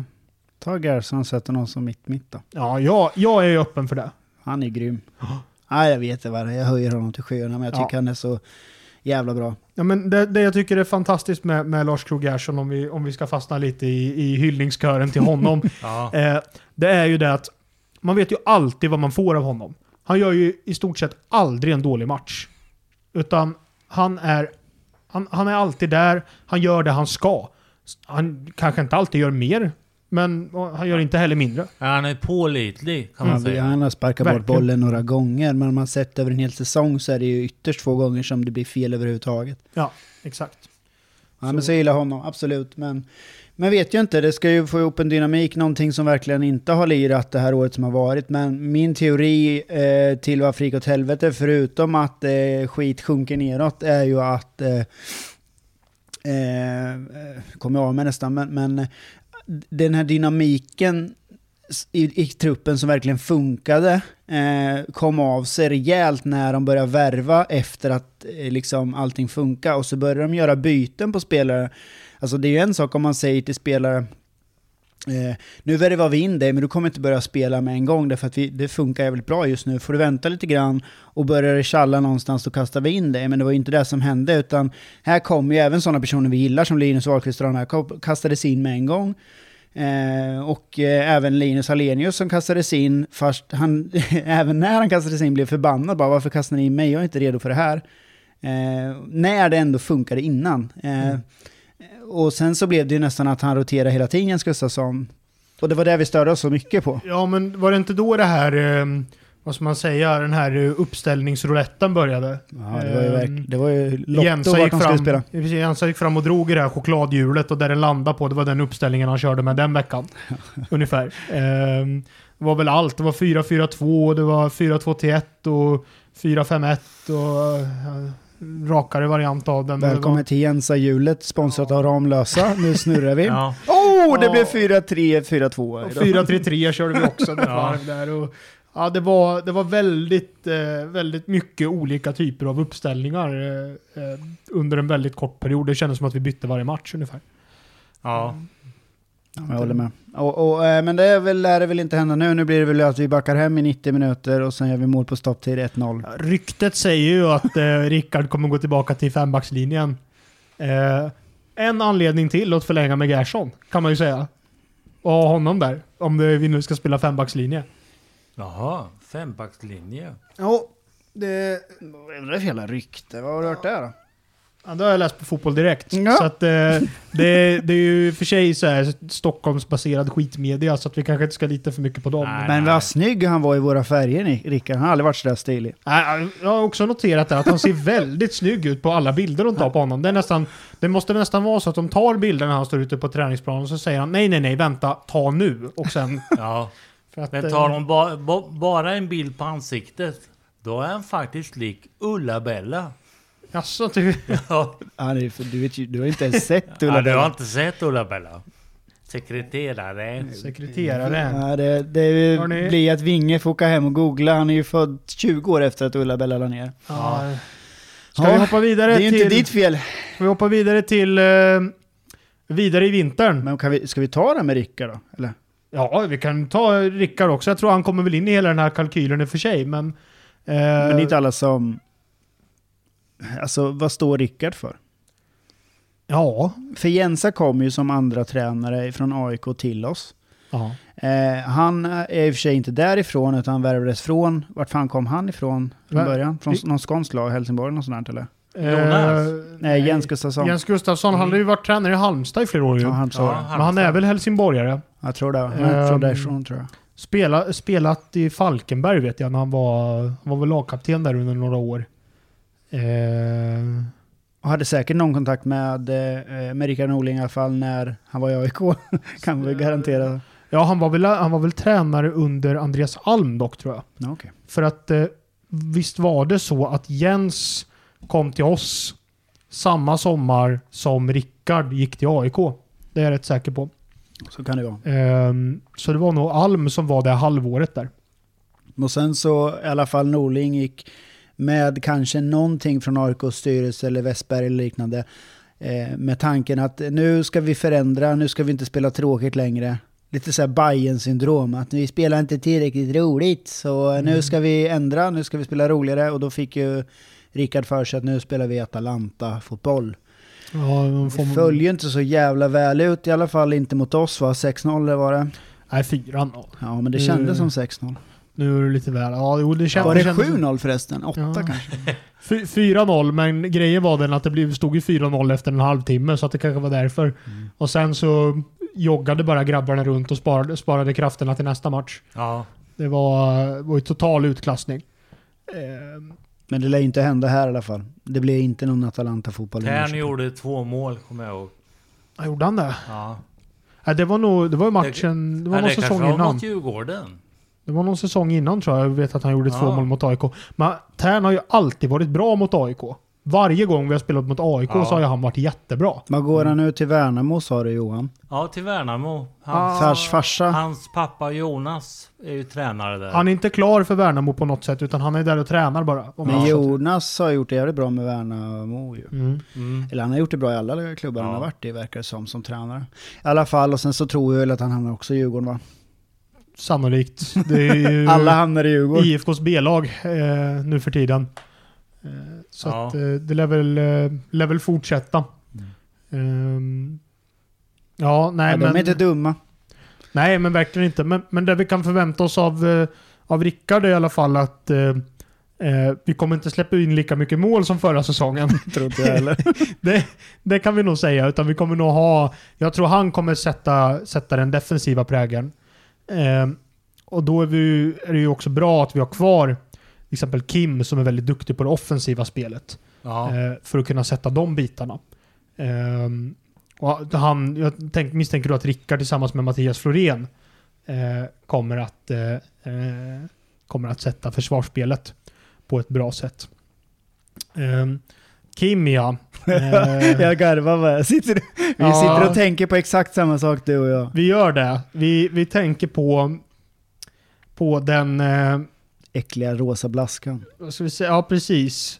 [SPEAKER 3] ta Gerson och sätter någon som mitt mitt då.
[SPEAKER 1] Ja, jag, jag är ju öppen för det.
[SPEAKER 3] Han är grym. Nej, jag vet inte vad det är. Jag höjer honom till skyarna, men jag
[SPEAKER 1] Ja. Mm.
[SPEAKER 3] tycker han är så jävla bra.
[SPEAKER 1] Ja, men det, det jag tycker är fantastiskt med, med Lars Krogh Gerson, om vi, om vi ska fastna lite i, i hyllningskören till honom,
[SPEAKER 2] Ja.
[SPEAKER 1] eh, det är ju det att man vet ju alltid vad man får av honom. Han gör ju i stort sett aldrig en dålig match. Utan han är, han, han är alltid där, han gör det han ska. Han kanske inte alltid gör mer, men han gör inte heller mindre.
[SPEAKER 2] Han är pålitlig kan man
[SPEAKER 3] Han,
[SPEAKER 2] säga.
[SPEAKER 3] han har sparkat bort
[SPEAKER 1] Mm. Verkligen.
[SPEAKER 3] bollen några gånger, men om man sett över en hel säsong så är det ju ytterst få gånger som det blir fel överhuvudtaget.
[SPEAKER 1] Ja, exakt.
[SPEAKER 3] Ja,
[SPEAKER 1] Så-
[SPEAKER 3] men så gillar jag honom, absolut. Men man vet ju inte, det ska ju få ihop en dynamik, någonting som verkligen inte har lirat det här året som har varit. Men min teori eh, till vad frik åt helvete, förutom att eh, skit sjunker neråt, är ju att... Eh, eh, kommer jag av med nästan, men, men eh, den här dynamiken s- i, i truppen som verkligen funkade eh, kom av sig rejält när de började värva efter att eh, liksom allting funkar och så började de göra byten på spelare. Alltså det är ju en sak om man säger till spelare eh, nu värvar vi in dig men du kommer inte börja spela med en gång därför att vi, det funkar jävligt bra just nu. Får du vänta lite grann och börjar det tjalla någonstans så kastar vi in dig. Men det var ju inte det som hände utan här kommer ju även sådana personer vi gillar som Linus Wahlqvist och de här kom- kastades in med en gång. Eh, och eh, även Linus Hallenius som kastades in, fast han, även när han kastades in blev förbannad bara varför kastar ni in mig, jag är inte redo för det här. Eh, när det ändå funkade innan. Eh, Och sen så blev det ju nästan att han roterade hela tiden Jens Gustafsson. Och det var det vi störde oss så mycket på.
[SPEAKER 1] Ja, men var det inte då det här, eh, vad ska man säga, den här eh, uppställningsrouletten började?
[SPEAKER 3] Ja, det var ju, verk-
[SPEAKER 1] Ehm,
[SPEAKER 3] det var ju lotto
[SPEAKER 1] Jensa
[SPEAKER 3] vart
[SPEAKER 1] gick,
[SPEAKER 3] han skulle spela.
[SPEAKER 1] fram, precis, Jensa gick fram och drog i det här chokladhjulet och där den landade på, det var den uppställningen han körde med den veckan. ungefär. Ehm, det var väl allt. Det var 4-4-2, det var 4-2-1 och 4-5-1 och eh, rakare variant av den.
[SPEAKER 3] Välkommen till Jensa-hjulet, sponsrat av Ramlösa. Nu snurrar vi.
[SPEAKER 2] Ja.
[SPEAKER 3] Oh, det
[SPEAKER 1] Ja.
[SPEAKER 3] blev 4-3, 4-2.
[SPEAKER 1] Och
[SPEAKER 3] idag.
[SPEAKER 1] 4-3-3 körde vi också ett
[SPEAKER 2] Ja.
[SPEAKER 1] varv där. Och, ja, det var, det var väldigt, eh, väldigt mycket olika typer av uppställningar eh, eh, under en väldigt kort period. Det kändes som att vi bytte varje match ungefär.
[SPEAKER 2] ja.
[SPEAKER 3] Ja, Jag håller med. Och, och, eh, men det är väl, lär det väl inte hända nu. Nu blir det väl att vi backar hem i 90 minuter och sen gör vi mål på stopptid 1-0.
[SPEAKER 1] Ja, Ryktet säger ju att eh, Rickard kommer gå tillbaka till fembackslinjen. Eh, en anledning till att förlänga med Gerson, kan man ju säga. Och ha honom där, om det, vi nu ska spela fembackslinje.
[SPEAKER 2] Jaha, fembackslinje.
[SPEAKER 3] Ja, det... Det är fel rykte. Vad har du hört där då?
[SPEAKER 1] Ja, det har jag läst på Fotboll Direkt.
[SPEAKER 3] Ja.
[SPEAKER 1] Så att, eh, det, det är ju för sig så här Stockholmsbaserad skitmedia, så att vi kanske inte ska lita för mycket på dem.
[SPEAKER 2] Nej.
[SPEAKER 3] Men vad snygg han var i våra färger, Ni- Rickard. Han har aldrig varit så där stilig.
[SPEAKER 1] Nej, Jag har också noterat det, här, att han ser väldigt snygg ut på alla bilder de tar på honom. Det, är nästan, det måste nästan vara så att de tar bilder när han står ute på träningsplanen och så säger han nej, nej, nej, vänta, ta nu. Och sen...
[SPEAKER 2] Ja.
[SPEAKER 1] För att,
[SPEAKER 2] Men
[SPEAKER 1] eh,
[SPEAKER 2] tar de ba, ba, bara en bild på ansiktet, då är han faktiskt lik Ulla-Bella.
[SPEAKER 1] Jaså, du...
[SPEAKER 2] Ja,
[SPEAKER 3] Han är, ju för, du, vet ju, du har inte ens sett
[SPEAKER 2] ja,
[SPEAKER 3] Ulla
[SPEAKER 2] du har
[SPEAKER 3] Bella.
[SPEAKER 2] inte sett Ulla-Bella?
[SPEAKER 1] Mm,
[SPEAKER 2] Sekreterare.
[SPEAKER 1] Sekreteraren.
[SPEAKER 3] Ja, det, det
[SPEAKER 1] Har ni-
[SPEAKER 3] blir att Vinge får åka hem och googla. Han är ju född 20 år efter att Ulla-Bella la ner.
[SPEAKER 1] Ja. Ska
[SPEAKER 3] Ja,
[SPEAKER 1] vi hoppa vidare
[SPEAKER 3] Det är ju
[SPEAKER 1] till...
[SPEAKER 3] inte ditt fel.
[SPEAKER 1] Ska vi hoppa vidare till... Eh, vidare i vintern?
[SPEAKER 3] Men kan vi, ska vi ta det med Rickard då? Eller?
[SPEAKER 1] Ja, vi kan ta Rickard också. Jag tror han kommer väl in i hela den här kalkylen i och för sig, men... Eh,
[SPEAKER 3] Men det är inte alla som... Alltså vad står Rickard för?
[SPEAKER 1] Ja.
[SPEAKER 3] För Jensa kom ju som andra tränare från AIK till oss.
[SPEAKER 1] ja.
[SPEAKER 3] Eh, han är i och för sig inte därifrån utan värvades från, vart fan kom han ifrån
[SPEAKER 1] Va?
[SPEAKER 3] från början? Från
[SPEAKER 1] Vi-
[SPEAKER 3] någon skånsk lag, Helsingborg något sånt där, eller?
[SPEAKER 2] Jonas?
[SPEAKER 1] Eh,
[SPEAKER 3] Nej, Jens Gustafsson.
[SPEAKER 1] Jens Gustafsson, han har ju varit tränare i Mm. Halmstad i flera år ju.
[SPEAKER 3] ja, han sa
[SPEAKER 2] Ja,
[SPEAKER 3] det.
[SPEAKER 1] Men han är väl helsingborgare.
[SPEAKER 3] Jag tror det. Han är
[SPEAKER 1] Ehm.
[SPEAKER 3] från därifrån tror jag.
[SPEAKER 1] Spela, spelat i Falkenberg vet jag när han var, han var väl lagkapten där under några år. Eh,
[SPEAKER 3] Och hade säkert någon kontakt med, eh, med Rickard Norling i alla fall när han var i AIK. kan
[SPEAKER 1] Eh,
[SPEAKER 3] vi garantera.
[SPEAKER 1] ja, han var, väl, han var väl tränare under Andreas Alm dock tror jag.
[SPEAKER 3] Ja, okej.
[SPEAKER 1] För att eh, visst var det så att Jens kom till oss samma sommar som Rickard gick till AIK. Det är jag rätt säker på.
[SPEAKER 3] Så kan det vara.
[SPEAKER 1] Ehm, så det var nog Alm som var det halvåret där.
[SPEAKER 3] Och sen så i alla fall Norling gick med kanske någonting från AIKs styrelse eller Westberg eller liknande. Eh, med tanken att nu ska vi förändra, nu ska vi inte spela tråkigt längre. Lite så här bayern syndrom att vi spelar inte tillräckligt roligt så nu ska vi ändra, nu ska vi spela roligare. Och då fick ju Rickard för sig att nu spelar vi Atalanta-fotboll.
[SPEAKER 1] Ja, någon
[SPEAKER 3] Det
[SPEAKER 1] form-
[SPEAKER 3] följer ju inte så jävla väl ut, i alla fall inte mot oss va? 6-0 var det.
[SPEAKER 1] Nej, fyran.
[SPEAKER 3] Ja men det kändes
[SPEAKER 1] Mm.
[SPEAKER 3] som 6-0.
[SPEAKER 1] Nu är det lite väl... Ja, jo, det kändes...
[SPEAKER 3] Var det
[SPEAKER 1] kändes-
[SPEAKER 3] 7-0 förresten? 8
[SPEAKER 1] Ja.
[SPEAKER 3] kanske?
[SPEAKER 1] Fy- 4-0, men grejen var den att det blev, stod ju 4-0 efter en halvtimme, så att det kanske var därför.
[SPEAKER 3] Mm.
[SPEAKER 1] Och sen så joggade bara grabbarna runt och sparade, sparade krafterna till nästa match.
[SPEAKER 2] Ja.
[SPEAKER 1] Det var, var ju total utklassning. Ehm,
[SPEAKER 3] Men det lär ju inte hända här i alla fall. Det blir inte någon Atalanta-fotboll. i
[SPEAKER 2] Tern
[SPEAKER 3] Norrköping.
[SPEAKER 2] gjorde två mål, kommer jag ihåg.
[SPEAKER 1] ja, gjorde han det?
[SPEAKER 2] Ja.
[SPEAKER 1] Nej, det var nog det var ju matchen... Det var
[SPEAKER 2] Ja,
[SPEAKER 1] någon
[SPEAKER 2] kanske
[SPEAKER 1] säsong
[SPEAKER 2] var
[SPEAKER 1] innan.
[SPEAKER 2] mot Djurgården.
[SPEAKER 1] Det var någon säsong innan tror jag. Jag vet att han gjorde två
[SPEAKER 2] Ja.
[SPEAKER 1] mål mot AIK. Men Tern har ju alltid varit bra mot AIK. Varje gång vi har spelat mot AIK
[SPEAKER 2] Ja.
[SPEAKER 1] så har ju han varit jättebra.
[SPEAKER 3] Vad går han nu till Värnamo sa du Johan?
[SPEAKER 2] Ja, till Värnamo.
[SPEAKER 3] Ah. Fars farsa.
[SPEAKER 2] Hans pappa Jonas är ju tränare där.
[SPEAKER 1] Han är inte klar för Värnamo på något sätt, utan han är där och tränar bara. Om
[SPEAKER 3] Men
[SPEAKER 1] man-
[SPEAKER 3] Jonas har gjort det jävligt bra med Värnamo ju.
[SPEAKER 1] Mm.
[SPEAKER 2] Mm.
[SPEAKER 3] Eller han har gjort det bra i alla klubbar han
[SPEAKER 2] Ja.
[SPEAKER 3] har varit i verkar det som, som tränare. I alla fall, och sen så tror vi väl att han hamnar också i Djurgården va?
[SPEAKER 1] Sannolikt. Det är ju
[SPEAKER 3] Alla hamnar i Djurgården.
[SPEAKER 1] IFKs B-lag eh, nu för tiden. Eh, så
[SPEAKER 2] Ja.
[SPEAKER 1] att, eh, det lär väl, eh, lär väl fortsätta. Ehm, ja, nej
[SPEAKER 3] Ja, de
[SPEAKER 1] men...
[SPEAKER 3] är inte dumma.
[SPEAKER 1] Nej, men verkligen inte. Men, men det vi kan förvänta oss av, eh, av Rickard är i alla fall att eh, eh, vi kommer inte släppa in lika mycket mål som förra säsongen.
[SPEAKER 3] Tror inte jag heller.
[SPEAKER 1] Det, det kan vi nog säga. Utan vi kommer nog ha... Jag tror han kommer sätta, sätta den defensiva prägeln. Ehm, och då är, vi, ju- är det ju också bra att vi har kvar till exempel Kim som är väldigt duktig på det offensiva spelet.
[SPEAKER 2] Ja.
[SPEAKER 1] Eh, för att kunna sätta de bitarna. Ehm, och han, jag tänk, misstänker då att Rickard tillsammans med Mattias Florén eh, kommer, att, eh, eh, kommer att sätta försvarsspelet på ett bra sätt. Ehm, Kim ja. Eh,
[SPEAKER 3] jag garvar bara. Jag Sitter, vi
[SPEAKER 1] Ja.
[SPEAKER 3] sitter och tänker på exakt samma sak du och jag.
[SPEAKER 1] Vi gör det. Vi, vi tänker på, på den... Eh,
[SPEAKER 3] Äckliga rosa blaskan.
[SPEAKER 1] vad ska vi säga? Ja, precis.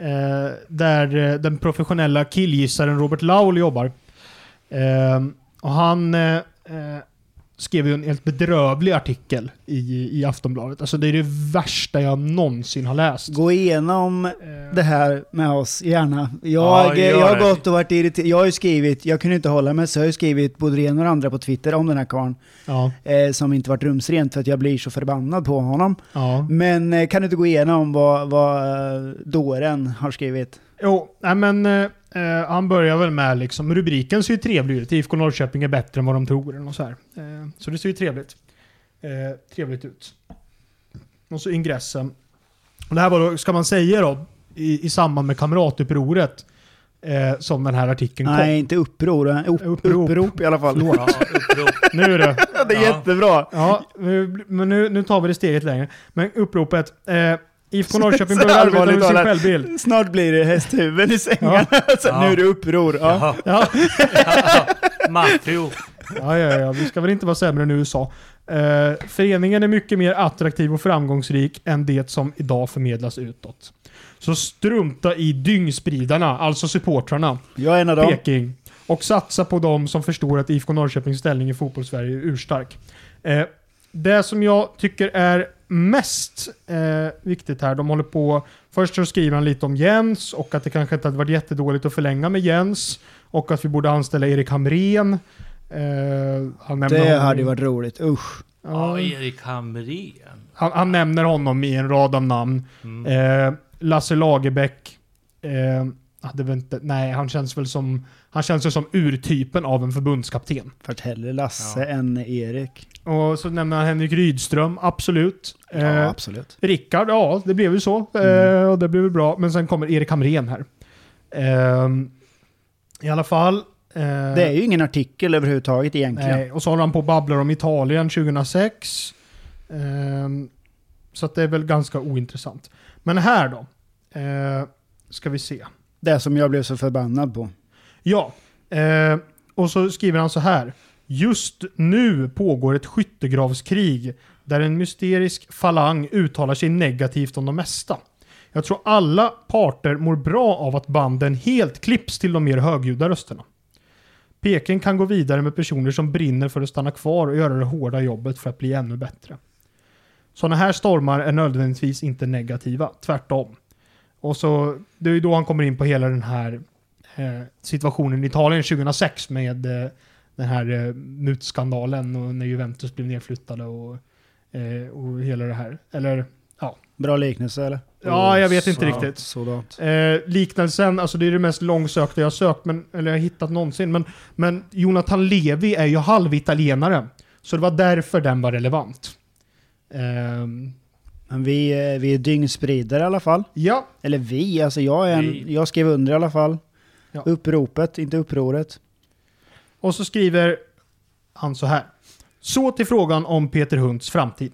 [SPEAKER 1] Eh, där eh, den professionella killgissaren Robert Laul jobbar. Eh, och han eh, eh, skrev ju en helt bedrövlig artikel i, i Aftonbladet. Alltså det är det värsta jag någonsin har läst.
[SPEAKER 3] Gå igenom
[SPEAKER 1] Eh,
[SPEAKER 3] det här med oss, gärna.
[SPEAKER 2] Ja,
[SPEAKER 3] Jag,
[SPEAKER 2] gör
[SPEAKER 3] jag har
[SPEAKER 2] det.
[SPEAKER 3] gått och varit irriterad. Jag har ju skrivit, jag kunde inte hålla mig, så jag har ju skrivit både det ena och det andra på Twitter om den här karln.
[SPEAKER 1] ja,
[SPEAKER 3] Eh, som inte varit rumsrent för att jag blir så förbannad på honom.
[SPEAKER 1] ja.
[SPEAKER 3] Men eh, kan du inte gå igenom vad, vad eh, dåren har skrivit?
[SPEAKER 1] Jo, nej men eh, eh, han börjar väl med liksom, rubriken ser ju trevlig ut. IFK Norrköping är bättre än vad de tror. eller något Så, här. Eh, så det ser ju trevligt, eh, trevligt ut. Och så ingressen. Och det här var då, ska man säga då, i, i samband med kamratupproret eh, som den här artikeln kom.
[SPEAKER 3] Nej, inte uppror. eh, Upp,
[SPEAKER 1] Upprop.
[SPEAKER 3] upprop. i alla fall.
[SPEAKER 1] Förlåt.
[SPEAKER 2] Ja, upprop.
[SPEAKER 1] Nu är det.
[SPEAKER 3] Ja, det är
[SPEAKER 2] Ja.
[SPEAKER 3] jättebra.
[SPEAKER 1] Ja, nu- men nu, nu tar vi det steget längre. Men uppropet. Eh, IFK Norrköping
[SPEAKER 3] Så
[SPEAKER 1] behöver arbeta med
[SPEAKER 3] allvarligt
[SPEAKER 1] sin
[SPEAKER 3] talat.
[SPEAKER 1] självbild.
[SPEAKER 3] Snart blir det hästhuvuden i sängen. Sen,
[SPEAKER 2] Ja.
[SPEAKER 3] Nu är det uppror. Ja.
[SPEAKER 2] Ja.
[SPEAKER 1] Ja.
[SPEAKER 2] Maffio.
[SPEAKER 1] Ja, ja, ja, vi ska väl inte vara sämre än USA. Eh, föreningen är mycket mer attraktiv och framgångsrik än det som idag förmedlas utåt. Så strunta i dyngspridarna, alltså supportrarna,
[SPEAKER 3] Jag är en av dem.
[SPEAKER 1] Peking. Och satsa på dem som förstår att IFK Norrköpings ställning i fotbollssverige är urstark. Eh, det som jag tycker är mest eh, viktigt här, de håller på... Först så skriver han lite om Jens och att det kanske inte hade varit jättedåligt att förlänga med Jens. Och att vi borde anställa Erik Hamrén. Eh, han nämner
[SPEAKER 3] Det
[SPEAKER 1] honom-
[SPEAKER 3] hade ju varit roligt. Usch.
[SPEAKER 1] Ja,
[SPEAKER 2] Ja, Erik Hamrén.
[SPEAKER 1] han, han nämner honom i en rad av namn.
[SPEAKER 2] Mm.
[SPEAKER 1] Eh, Lasse Lagerbäck. Eh, hade väl inte, nej, han känns väl som, han känns väl som urtypen av en förbundskapten.
[SPEAKER 3] Fört hellre Lasse
[SPEAKER 2] Ja.
[SPEAKER 3] än Erik.
[SPEAKER 1] Och så nämner han Henrik Rydström, absolut. Eh,
[SPEAKER 3] Ja, Mm. absolut.
[SPEAKER 1] Rickard, ja det blev ju så. Eh, och det blev väl bra. Men sen kommer Erik Hamrén här. Eh, I alla fall. eh,
[SPEAKER 3] Det är ju ingen artikel överhuvudtaget egentligen.
[SPEAKER 1] Nej, och så håller han på och babblar om Italien 2006. Ehm, så att det är väl ganska ointressant. Men här då. Eh, ska vi se.
[SPEAKER 3] Det som jag blev så förbannad på.
[SPEAKER 1] Ja, eh, och så skriver han så här. Just nu pågår ett skyttegravskrig där en mysterisk falang uttalar sig negativt om de mesta. Jag tror alla parter mår bra av att banden helt klipps till de mer högljudda rösterna. Peking kan gå vidare med personer som brinner för att stanna kvar och göra det hårda jobbet för att bli ännu bättre. Sådana här stormar är nödvändigtvis inte negativa, tvärtom. Och så, det är ju då han kommer in på hela den här eh, situationen i Italien 2006 med eh, den här eh, mutskandalen och när Juventus blev nedflyttade och, eh, och hela det här. Eller
[SPEAKER 3] Bra liknelse eller?
[SPEAKER 1] Ja, jag vet inte
[SPEAKER 3] Så-
[SPEAKER 1] riktigt.
[SPEAKER 3] Sådant.
[SPEAKER 1] eh, liknelsen, alltså det är det mest långsökta jag har sökt, men, eller jag har hittat någonsin. Men, men Jonathan Levi är ju halvitalienare, så det var därför den var relevant. Ehm,
[SPEAKER 3] Men vi, eh, vi är dyngspridare i alla fall.
[SPEAKER 1] ja,
[SPEAKER 3] Eller vi, alltså jag, är en,
[SPEAKER 2] Vi.
[SPEAKER 3] jag skrev under i alla fall.
[SPEAKER 1] Ja.
[SPEAKER 3] Uppropet, inte upproret.
[SPEAKER 1] Och så skriver han så här. Så till frågan om Peter Hunts framtid.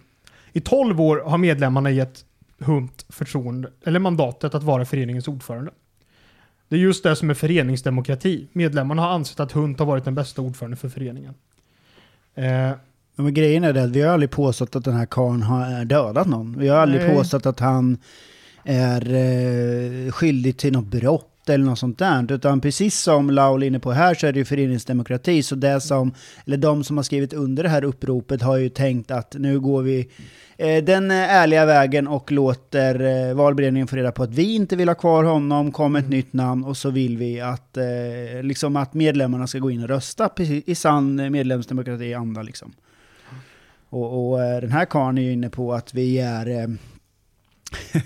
[SPEAKER 1] I 12 år har medlemmarna gett Hunt förtroende, eller mandatet att vara föreningens ordförande. Det är just det som är föreningsdemokrati. Medlemmarna har ansett att Hunt har varit den bästa ordföranden för föreningen. Eh,
[SPEAKER 3] Men grejen är det att vi har aldrig påstått att den här karln har eh, dödat någon. Vi har aldrig
[SPEAKER 1] Nej.
[SPEAKER 3] påstått att han är eh, skyldig till något brott eller något sånt där. Utan precis som Laul är inne på här så är det ju föreningsdemokrati. Så det som, eller de som har skrivit under det här uppropet har ju tänkt att nu går vi eh, den eh, ärliga vägen och låter eh, valberedningen få reda på att vi inte vill ha kvar honom, kom ett nytt namn och så vill vi att, eh, liksom att medlemmarna ska gå in och rösta precis, i sann eh, medlemsdemokrati anda. Liksom. Och, och eh, den här karln är ju inne på att vi är eh,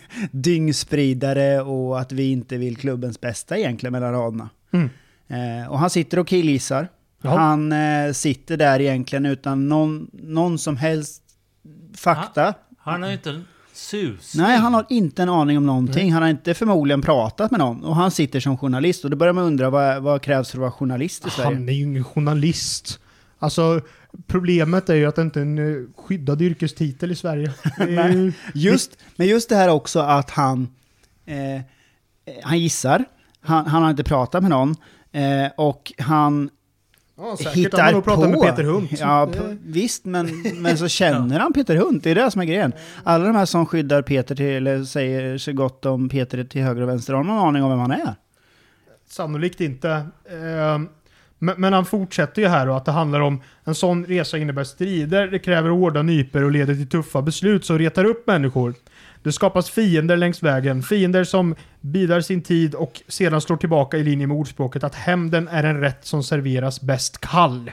[SPEAKER 3] dyngspridare och att vi inte vill klubbens bästa egentligen mellan raderna.
[SPEAKER 1] Mm.
[SPEAKER 3] Eh, och han sitter och killgissar.
[SPEAKER 1] Jaha.
[SPEAKER 3] Han eh, sitter där egentligen utan någon, någon som helst
[SPEAKER 1] Ah,
[SPEAKER 3] fakta.
[SPEAKER 2] Han har ju inte en sus.
[SPEAKER 3] Nej, han har inte en aning om någonting. Han har inte förmodligen pratat med någon. Och han sitter som journalist. Och då börjar man undra vad, vad krävs för att vara journalist i Sverige?
[SPEAKER 1] han är ju ingen journalist. Alltså, problemet är ju att det inte är en eh, skyddad yrkestitel i Sverige. Det är ju-
[SPEAKER 3] Just, men just det här också att han, eh, eh, han gissar, han, han har inte pratat med någon eh, och han
[SPEAKER 1] ja, säkert.
[SPEAKER 3] hittar
[SPEAKER 1] Han har nog pratat
[SPEAKER 3] på.
[SPEAKER 1] med Peter Hunt.
[SPEAKER 3] Ja, p- visst, men, men så känner han Peter Hunt, det är det som är grejen. Alla de här som skyddar Peter, till, eller säger så gott om Peter till höger och vänster, har någon aning om vem han är?
[SPEAKER 1] Sannolikt inte. Ehm, Men, men han fortsätter ju här då att det handlar om en sån resa innebär strider, det kräver hårda nyper och leder till tuffa beslut som retar upp människor. Det skapas fiender längs vägen, fiender som bidar sin tid och sedan slår tillbaka i linje med ordspråket att hämnden är en rätt som serveras bäst kall.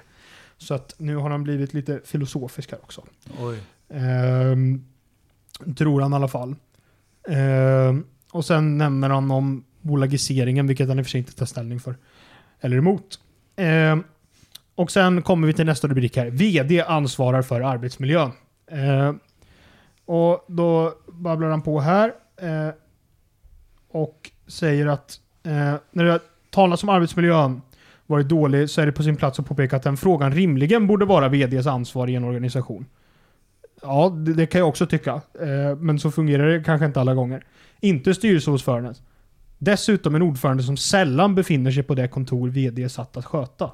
[SPEAKER 1] Så att nu har han blivit lite filosofisk här också.
[SPEAKER 2] Oj.
[SPEAKER 1] Ehm, tror han i alla fall. Ehm, och sen nämner han om bolagiseringen, vilket han i och för sig inte tar ställning för. Eller emot. Eh, och sen kommer vi till nästa rubrik här. VD ansvarar för arbetsmiljön. Eh, och då babblar han på här eh, och säger att eh, när det talas om arbetsmiljön varit dålig så är det på sin plats att påpeka att den frågan rimligen borde vara VDs ansvar i en organisation. Ja, det, det kan jag också tycka. Eh, men så fungerar det kanske inte alla gånger. Inte styrelseordföranden. Dessutom en ordförande som sällan befinner sig på det kontor VD är satt att sköta.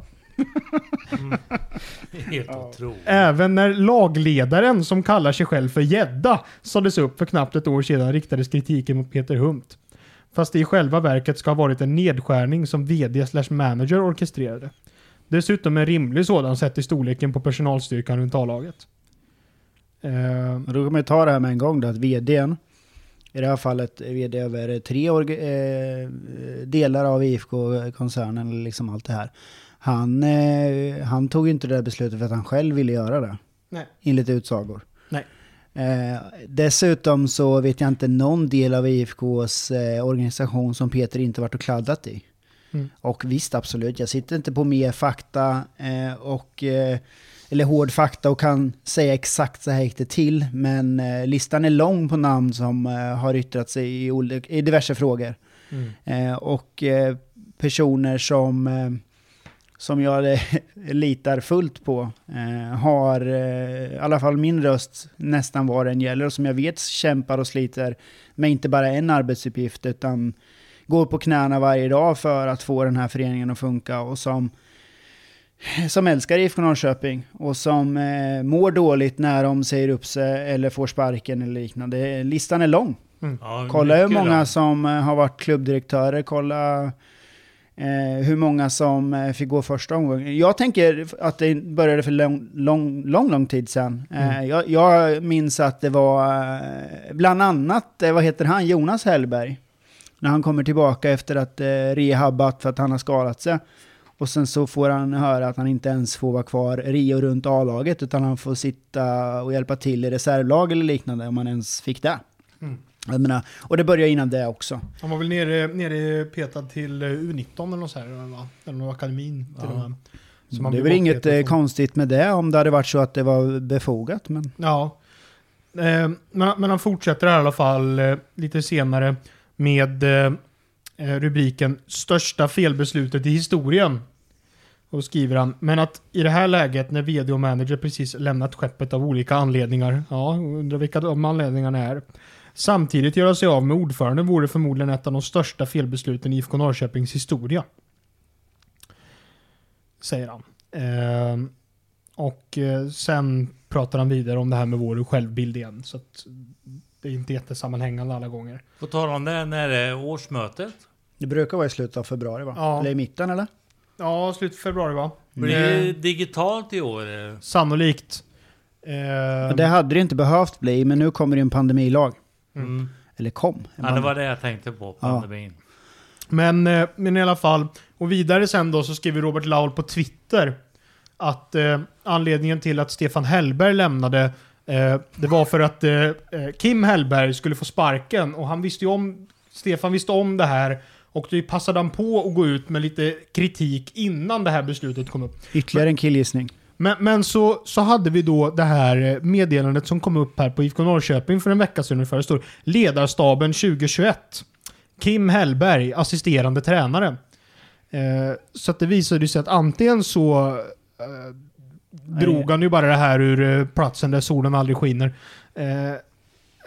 [SPEAKER 2] Helt otroligt.
[SPEAKER 1] Även när lagledaren som kallar sig själv för gädda sades upp för knappt ett år sedan riktades kritiken mot Peter Humt. Fast det i själva verket ska ha varit en nedskärning som VD slash manager orkestrerade. Dessutom en rimlig sådan sett i storleken på personalstyrkan runt A-laget. Eh,
[SPEAKER 3] Men Då kan man ju ta det här med en gång då, att vdn, i det här fallet är vd över tre org- eh, delar av IFK-koncernen, eller liksom allt det här. Han, eh, han tog ju inte det där beslutet för att han själv ville göra det,
[SPEAKER 1] Nej.
[SPEAKER 3] enligt utsagor.
[SPEAKER 1] Nej.
[SPEAKER 3] Eh, dessutom så vet jag inte någon del av IFKs eh, organisation som Peter inte varit och kladdat i.
[SPEAKER 1] Mm.
[SPEAKER 3] Och visst, absolut, jag sitter inte på mer fakta eh, och eh, eller hård fakta och kan säga exakt så här gick det till. Men eh, listan är lång på namn som eh, har yttrat sig i, olika, i diverse frågor. Eh, och eh, personer som, eh, som jag eh, litar fullt på eh, har, eh, i alla fall min röst, nästan vad den gäller. Och som jag vet kämpar och sliter med inte bara en arbetsuppgift utan går på knäna varje dag för att få den här föreningen att funka. Och som som älskar IFK Norrköping och som eh, mår dåligt när de säger upp sig eller får sparken eller liknande. Listan är lång.
[SPEAKER 2] Ja,
[SPEAKER 3] Kolla hur
[SPEAKER 2] mycket
[SPEAKER 3] många
[SPEAKER 2] långt.
[SPEAKER 3] som eh, har varit klubbdirektörer, kolla eh, hur många som eh, fick gå första omgången. Jag tänker att det började för lång, lång, lång, lång tid sedan. Eh,
[SPEAKER 2] Mm.
[SPEAKER 3] jag, jag minns att det var eh, bland annat, eh, vad heter han, Jonas Hellberg. När han kommer tillbaka efter att eh, rehabbat för att han har skadat sig. Och sen så får han höra att han inte ens får vara kvar Rio runt A-laget utan han får sitta och hjälpa till i reservlag eller liknande om han ens fick det.
[SPEAKER 1] Mm.
[SPEAKER 3] Jag menar, och det börjar innan det också.
[SPEAKER 1] Han var väl nere, nere petad till eh, U19 eller något så här, eller vad? Eller någon akademin till
[SPEAKER 2] Ja.
[SPEAKER 1] och med. Så man
[SPEAKER 3] det är
[SPEAKER 1] blev
[SPEAKER 3] väl inget
[SPEAKER 1] bortpetad
[SPEAKER 3] eh,
[SPEAKER 1] från-
[SPEAKER 3] konstigt med det om det hade varit så att det var befogat. Men
[SPEAKER 1] Ja. Eh, men, men han fortsätter i alla fall eh, lite senare med eh, eh, rubriken “Största felbeslutet i historien”. Och då skriver han, men att i det här läget när vd och manager precis lämnat skeppet av olika anledningar, ja, undrar vilka de anledningarna är. Samtidigt göra sig av med ordföranden vore förmodligen ett av de största felbesluten i IFK Norrköpings historia. Säger han. Ehm, och eh, sen pratar han vidare om det här med vår självbild igen. Så att det är inte jättesammanhängande alla gånger.
[SPEAKER 2] På tal om det, när är årsmötet?
[SPEAKER 3] det brukar vara i slutet av februari va?
[SPEAKER 1] Ja.
[SPEAKER 3] Eller i mitten eller?
[SPEAKER 1] Ja, slut februari va?
[SPEAKER 2] Blir det
[SPEAKER 1] Eh,
[SPEAKER 2] digitalt i år? eh?
[SPEAKER 1] sannolikt. Eh,
[SPEAKER 3] Och det hade det inte behövt bli, men nu kommer det en pandemilag.
[SPEAKER 2] Mm.
[SPEAKER 3] Eller kom. en
[SPEAKER 2] Ja, det
[SPEAKER 3] pand-
[SPEAKER 2] var det jag tänkte på, pandemin.
[SPEAKER 1] Men, eh, men i alla fall. Och vidare sen då så skriver Robert Laul på Twitter att eh, anledningen till att Stefan Hellberg lämnade eh, det var för att eh, eh, Kim Hellberg skulle få sparken och han visste ju om, Stefan visste om det här och då passade han på att gå ut med lite kritik innan det här beslutet kom upp.
[SPEAKER 3] Ytterligare en killgissning.
[SPEAKER 1] Men, men så, så hade vi då det här eh, meddelandet som kom upp här på IFK Norrköping för en vecka sedan ungefär. Det står ledarstaben 2021. Kim Hellberg, assisterande tränare. Eh, så att det visade sig att antingen så eh, drog han ju bara det här ur eh, platsen där solen aldrig skiner. Eh,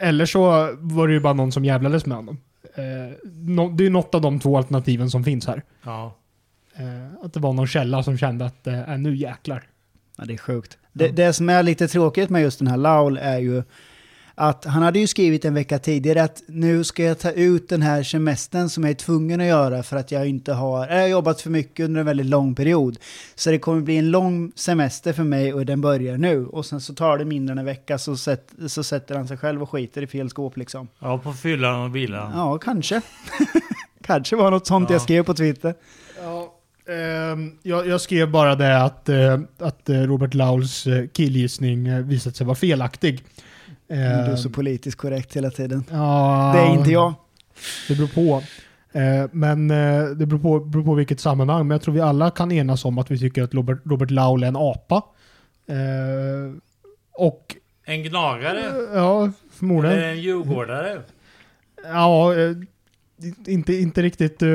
[SPEAKER 1] eller så var det ju bara någon som jävlades med honom. Eh, nå- det är ju något av de två alternativen som finns här.
[SPEAKER 2] Ja.
[SPEAKER 1] Eh, att det var någon källa som kände att eh, äh, nu jäklar.
[SPEAKER 3] Ja, det är sjukt. Det, det som är lite tråkigt med just den här Laul är ju att han hade ju skrivit en vecka tidigare att nu ska jag ta ut den här semestern som jag är tvungen att göra för att jag inte har, jag har jobbat för mycket under en väldigt lång period. Så det kommer bli en lång semester för mig och den börjar nu. Och sen så tar det mindre än en vecka så, sätt, så sätter han sig själv och skiter i fel skåp liksom.
[SPEAKER 2] ja, på fyllan och bilan.
[SPEAKER 3] Ja, kanske. kanske var något sånt
[SPEAKER 2] Ja.
[SPEAKER 3] jag skrev på Twitter.
[SPEAKER 1] Ja, ehm, jag, jag skrev bara det att, eh, att eh, Robert Lauls eh, killgissning eh, visat sig vara felaktig.
[SPEAKER 3] Du Mm, är
[SPEAKER 1] Ehm,
[SPEAKER 3] så politiskt korrekt hela tiden.
[SPEAKER 1] ja,
[SPEAKER 3] Det är inte jag.
[SPEAKER 1] Det beror på. Eh, Men eh, det beror på, beror på vilket sammanhang. Men jag tror vi alla kan enas om att vi tycker att Robert, Robert Laul är en apa. Eh, Och eh,
[SPEAKER 2] En gnagare?
[SPEAKER 1] ja, förmodligen.
[SPEAKER 2] Eller en djurgårdare?
[SPEAKER 1] Ja, eh, inte, inte riktigt. eh,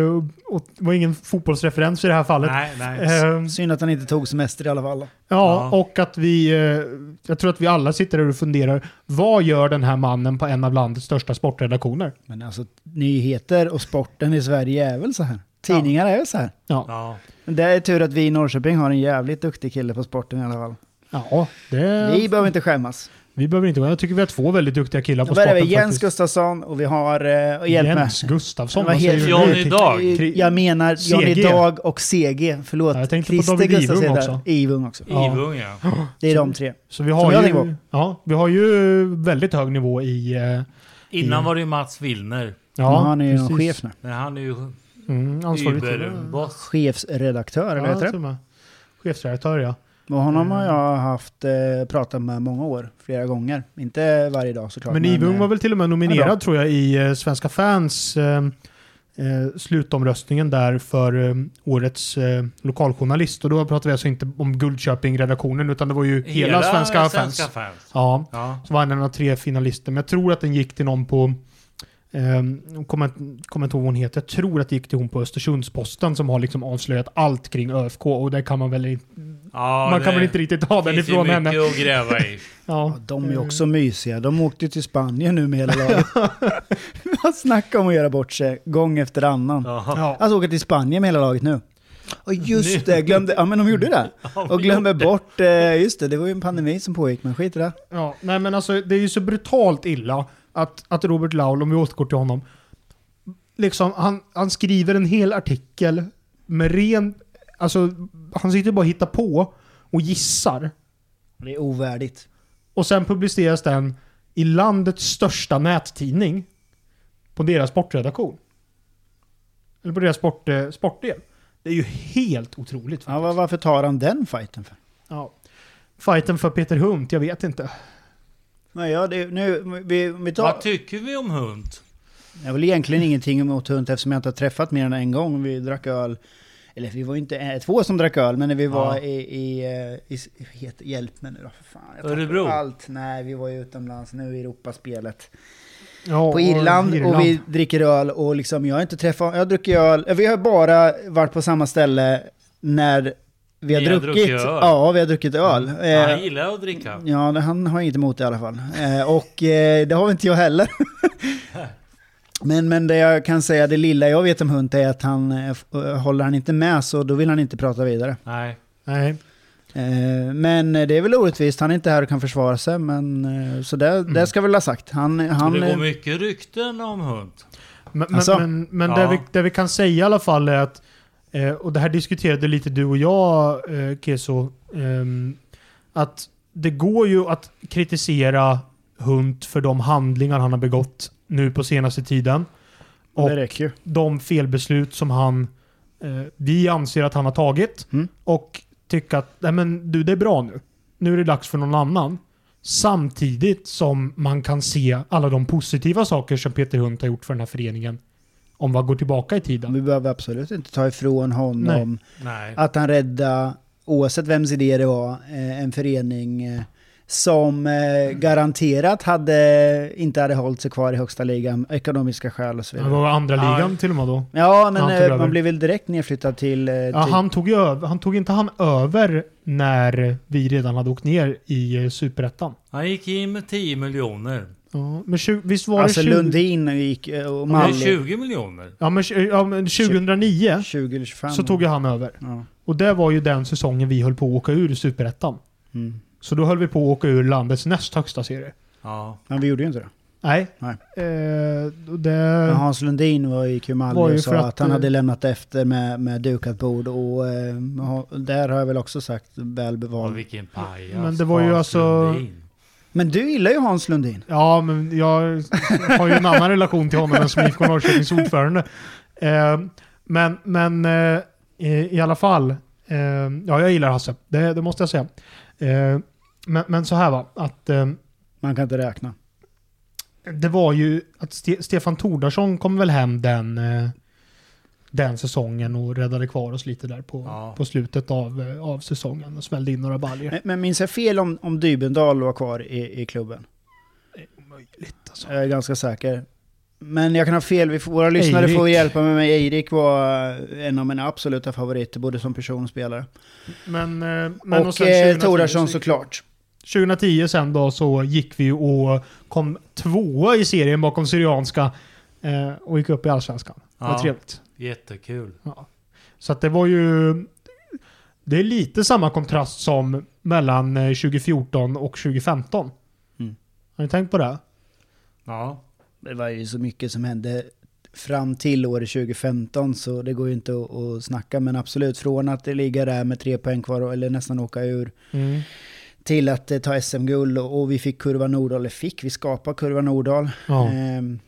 [SPEAKER 1] och- Det var ingen fotbollsreferens i det här fallet.
[SPEAKER 2] Nej, nej.
[SPEAKER 1] Eh,
[SPEAKER 3] Synd att han inte tog semester i alla fall.
[SPEAKER 1] Ja,
[SPEAKER 2] Ja.
[SPEAKER 1] och att vi... eh, Jag tror att vi alla sitter där och funderar. Vad gör den här mannen på en av landets största sportredaktioner?
[SPEAKER 3] Men alltså nyheter och sporten i Sverige är väl så här. Tidningar är väl så här.
[SPEAKER 1] Ja,
[SPEAKER 2] Ja.
[SPEAKER 3] Det är tur att vi i Norrköping har en jävligt duktig kille på sporten i alla fall.
[SPEAKER 1] ja det,
[SPEAKER 3] Vi
[SPEAKER 1] vi,
[SPEAKER 3] behöver inte skämmas.
[SPEAKER 1] behöver inte... Jag tycker vi har två väldigt duktiga killar på
[SPEAKER 3] Då börjar
[SPEAKER 1] sporten
[SPEAKER 3] vi Jens
[SPEAKER 1] faktiskt.
[SPEAKER 3] Gustafsson och vi har... eh, Och hjälp mig.
[SPEAKER 1] Jens Gustafsson.
[SPEAKER 3] Vad
[SPEAKER 1] vad säger
[SPEAKER 3] heter
[SPEAKER 1] du
[SPEAKER 2] Johnny
[SPEAKER 1] nu?
[SPEAKER 2] Dag?
[SPEAKER 1] Kri-
[SPEAKER 3] Jag menar Johnny
[SPEAKER 1] CG.
[SPEAKER 3] Dag och CG. Förlåt.
[SPEAKER 1] Ja, jag tänkte på David
[SPEAKER 3] Gustafsson
[SPEAKER 1] Ivung
[SPEAKER 3] där.
[SPEAKER 1] också.
[SPEAKER 3] Ivung också.
[SPEAKER 1] Ja.
[SPEAKER 2] Ivung ja.
[SPEAKER 3] Det är de tre.
[SPEAKER 1] Så vi
[SPEAKER 3] Som jag
[SPEAKER 1] har,
[SPEAKER 3] tänker
[SPEAKER 1] ju, ja, vi har ju väldigt hög nivå i... eh,
[SPEAKER 2] Innan var det ju Mats Willner.
[SPEAKER 3] Ja,
[SPEAKER 1] Ja,
[SPEAKER 3] han är ju
[SPEAKER 1] precis.
[SPEAKER 3] chef nu.
[SPEAKER 2] Men han är ju
[SPEAKER 1] Mm, ansvarig utgivare.
[SPEAKER 2] Uber-boss.
[SPEAKER 3] Chefsredaktör, eller
[SPEAKER 1] Ja,
[SPEAKER 3] heter
[SPEAKER 1] till
[SPEAKER 3] det?
[SPEAKER 1] och med. Chefsredaktör, ja.
[SPEAKER 3] Och honom har jag haft eh, pratat med många år, flera gånger. Inte varje dag såklart.
[SPEAKER 1] Men Ivung var
[SPEAKER 3] eh,
[SPEAKER 1] väl till och med
[SPEAKER 3] ja, bra.
[SPEAKER 1] nominerad tror jag i eh, Svenska fans eh, eh, slutomröstningen där för eh, årets eh, lokaljournalist. Och då pratar vi alltså inte om Guldköping-redaktionen utan det var ju hela, Svenska, fans. Ja,
[SPEAKER 2] Ja.
[SPEAKER 1] så var han en av tre finalister. Men jag tror att den gick till någon på ehm, jag Kommer inte- kommer inte ihåg vad hon heter. Jag tror att det gick till hon på Östersundsposten som har liksom avslöjat allt kring ÖFK och det kan man väl inte,
[SPEAKER 2] Ja,
[SPEAKER 1] man
[SPEAKER 2] det
[SPEAKER 1] kan väl inte riktigt ta den
[SPEAKER 2] finns ju
[SPEAKER 1] ifrån henne.
[SPEAKER 2] mycket att gräva i.
[SPEAKER 1] Ja.
[SPEAKER 3] Ja, de är ju också mysiga. De åkte ju till Spanien nu med hela laget. Snacka om att göra bort sig gång efter annan.
[SPEAKER 2] Ja.
[SPEAKER 1] Ja.
[SPEAKER 3] Alltså åka till Spanien med hela laget nu. Och just det, glömde, ja men de gjorde det.
[SPEAKER 2] de
[SPEAKER 3] Och glömde bort, eh, just det, det var ju en pandemi som pågick, men skit i det.
[SPEAKER 1] Ja, nej men alltså det är ju så brutalt illa att, att Robert Laul, om vi återgår till honom, liksom han, han skriver en hel artikel med ren, alltså han sitter bara och hittar på och gissar.
[SPEAKER 3] Det är ovärdigt.
[SPEAKER 1] Och sen publiceras den i landets största nättidning på deras sportredaktion. Eller på deras sport, eh, sportdel. Det är ju helt otroligt.
[SPEAKER 3] Ja, var, varför tar han den fighten för?
[SPEAKER 1] Ja. Fighten för Peter Hunt, jag vet inte.
[SPEAKER 3] Nej, ja, det, nu, vi, vi tar...
[SPEAKER 2] Vad tycker vi om hund?
[SPEAKER 3] Jag har väl egentligen ingenting emot hund eftersom jag inte har träffat mer än en gång. Vi drack öl, eller vi var ju inte eh, två som drack öl, men när vi var
[SPEAKER 2] Ja.
[SPEAKER 3] i, i, eh, i, s- het, hjälp mig nu då för fan. jag tappar
[SPEAKER 2] Örebro.
[SPEAKER 3] Allt, nej vi var ju utomlands nu i Europaspelet.
[SPEAKER 1] Ja,
[SPEAKER 3] På Irland, och vi dricker öl och liksom jag har inte träffat, jag har druckit öl, vi har bara varit på samma ställe när vi har,
[SPEAKER 2] Ni har
[SPEAKER 3] druckit,
[SPEAKER 2] druckit öl. Mm.
[SPEAKER 3] Ja, vi har druckit öl. Eh,
[SPEAKER 2] Han gillar att dricka.
[SPEAKER 3] Ja, det- han har inget emot det i alla fall. Eh, och eh, det har inte jag heller. men, men det jag kan säga, det lilla jag vet om hund är att han eh, f- eh, håller han inte med så då vill han inte prata vidare.
[SPEAKER 2] Nej.
[SPEAKER 1] Nej.
[SPEAKER 3] Eh, men eh, det är väl orättvist, han är inte här och kan försvara sig. Men, eh, så det, det ska väl ha sagt. Han, han,
[SPEAKER 2] det
[SPEAKER 3] eh,
[SPEAKER 2] går mycket rykten om hund.
[SPEAKER 1] Men,
[SPEAKER 3] Alltså?
[SPEAKER 1] men, men, men
[SPEAKER 2] Ja.
[SPEAKER 1] det, vi, det vi kan säga i alla fall är att, eh, och det här diskuterade lite du och jag eh, Keso, ehm, att det går ju att kritisera Hunt för de handlingar han har begått nu på senaste tiden. Och
[SPEAKER 3] det räcker ju.
[SPEAKER 1] de felbeslut som han, eh, vi anser att han har tagit.
[SPEAKER 3] Mm.
[SPEAKER 1] Och tycka att, nej men du det är bra nu. Nu är det dags för någon annan. Samtidigt som man kan se alla de positiva saker som Peter Hunt har gjort för den här föreningen. Om man går tillbaka i tiden.
[SPEAKER 3] Vi behöver absolut inte ta ifrån honom
[SPEAKER 1] Nej.
[SPEAKER 2] Nej.
[SPEAKER 3] att han räddade, oavsett vems idé det var, eh, en förening eh, som eh, garanterat hade, inte hade hållit sig kvar i högsta ligan, ekonomiska skäl och så
[SPEAKER 1] Det
[SPEAKER 3] vidare.
[SPEAKER 1] var andra
[SPEAKER 2] Ja.
[SPEAKER 1] ligan till och med då.
[SPEAKER 3] Ja, men
[SPEAKER 1] Han tog
[SPEAKER 3] eh,
[SPEAKER 1] över.
[SPEAKER 3] man blev väl direkt nedflyttad till... eh,
[SPEAKER 1] Ja,
[SPEAKER 3] till
[SPEAKER 1] han, tog ju över, han tog inte han över när vi redan hade åkt ner i eh, superettan.
[SPEAKER 2] Han gick in med 10 miljoner.
[SPEAKER 1] Ja, men tju- visst var
[SPEAKER 3] alltså
[SPEAKER 1] det 20,
[SPEAKER 3] Lundin gick, eh, och
[SPEAKER 2] Nej,
[SPEAKER 3] Malli.
[SPEAKER 2] 20 miljoner.
[SPEAKER 1] ja, men, tju- ja, men 2009
[SPEAKER 3] 20 eller 25.
[SPEAKER 1] så tog ju han över.
[SPEAKER 3] Ja.
[SPEAKER 1] Och det var ju den säsongen vi höll på att åka ur superettan.
[SPEAKER 3] Mm.
[SPEAKER 1] Så då höll vi på att åka ur landets näst högsta serie.
[SPEAKER 2] Ja.
[SPEAKER 3] Men vi gjorde ju inte det.
[SPEAKER 1] Nej.
[SPEAKER 3] Nej.
[SPEAKER 1] Eh, och
[SPEAKER 3] Men
[SPEAKER 1] det,
[SPEAKER 3] Hans Lundin var, gick ju Malmö
[SPEAKER 1] Var ju
[SPEAKER 3] och sa
[SPEAKER 1] för
[SPEAKER 3] att,
[SPEAKER 1] att,
[SPEAKER 3] han
[SPEAKER 1] eh,
[SPEAKER 3] hade lämnat efter med, med dukat bord. Och eh, ha- där har jag väl också sagt väl
[SPEAKER 2] ja,
[SPEAKER 3] bevald.
[SPEAKER 2] vilken pajas.
[SPEAKER 1] Men det var ju
[SPEAKER 2] Hans
[SPEAKER 1] alltså-
[SPEAKER 2] Lundin.
[SPEAKER 3] Men du gillar ju Hans Lundin.
[SPEAKER 1] ja, men jag har ju en annan relation till honom än som IFK Norrköpings ordförande. Eh, men men eh, i, i alla fall. Eh, ja, jag gillar Hasse. Det, det måste jag säga. Eh, men, men så här va, att eh,
[SPEAKER 3] Man kan inte räkna.
[SPEAKER 1] det var ju att Ste Stefan Tordarsson kom väl hem den eh, den säsongen och räddade kvar oss lite där på,
[SPEAKER 2] Ja.
[SPEAKER 1] på slutet av, eh, av säsongen och smällde in några baljor.
[SPEAKER 3] Men, men minns jag fel om, om Dybendal var kvar i, i klubben?
[SPEAKER 1] Omöjligt alltså.
[SPEAKER 3] Jag är ganska säker. Men jag kan ha fel, vi får, våra lyssnare
[SPEAKER 1] Eirik.
[SPEAKER 3] får hjälpa mig. Men Eirik var eh, en av mina absoluta favoriter, både som person och spelare.
[SPEAKER 1] Men, eh, men
[SPEAKER 3] och
[SPEAKER 1] sen
[SPEAKER 3] eh,
[SPEAKER 1] 2010
[SPEAKER 3] Thorarsson
[SPEAKER 1] så-
[SPEAKER 3] såklart.
[SPEAKER 1] 2010 sen då så gick vi och kom tvåa i serien bakom Syrianska eh, och gick upp i Allsvenskan. Det var
[SPEAKER 2] Ja.
[SPEAKER 1] trevligt.
[SPEAKER 2] Jättekul.
[SPEAKER 1] Så att det var ju... Det är lite samma kontrast som mellan eh, 2014 och 2015.
[SPEAKER 3] Mm.
[SPEAKER 1] Har ni tänkt på det?
[SPEAKER 2] Ja.
[SPEAKER 3] Det var ju så mycket som hände fram till året 2015 så det går ju inte att, att snacka. Men absolut, från att det ligger där med tre poäng kvar eller nästan åka ur
[SPEAKER 1] Mm.
[SPEAKER 3] till att eh, ta SM-guld och, och vi fick kurva Nordahl, eller fick, vi skapade kurva Nordahl.
[SPEAKER 1] Ja.
[SPEAKER 3] Ehm,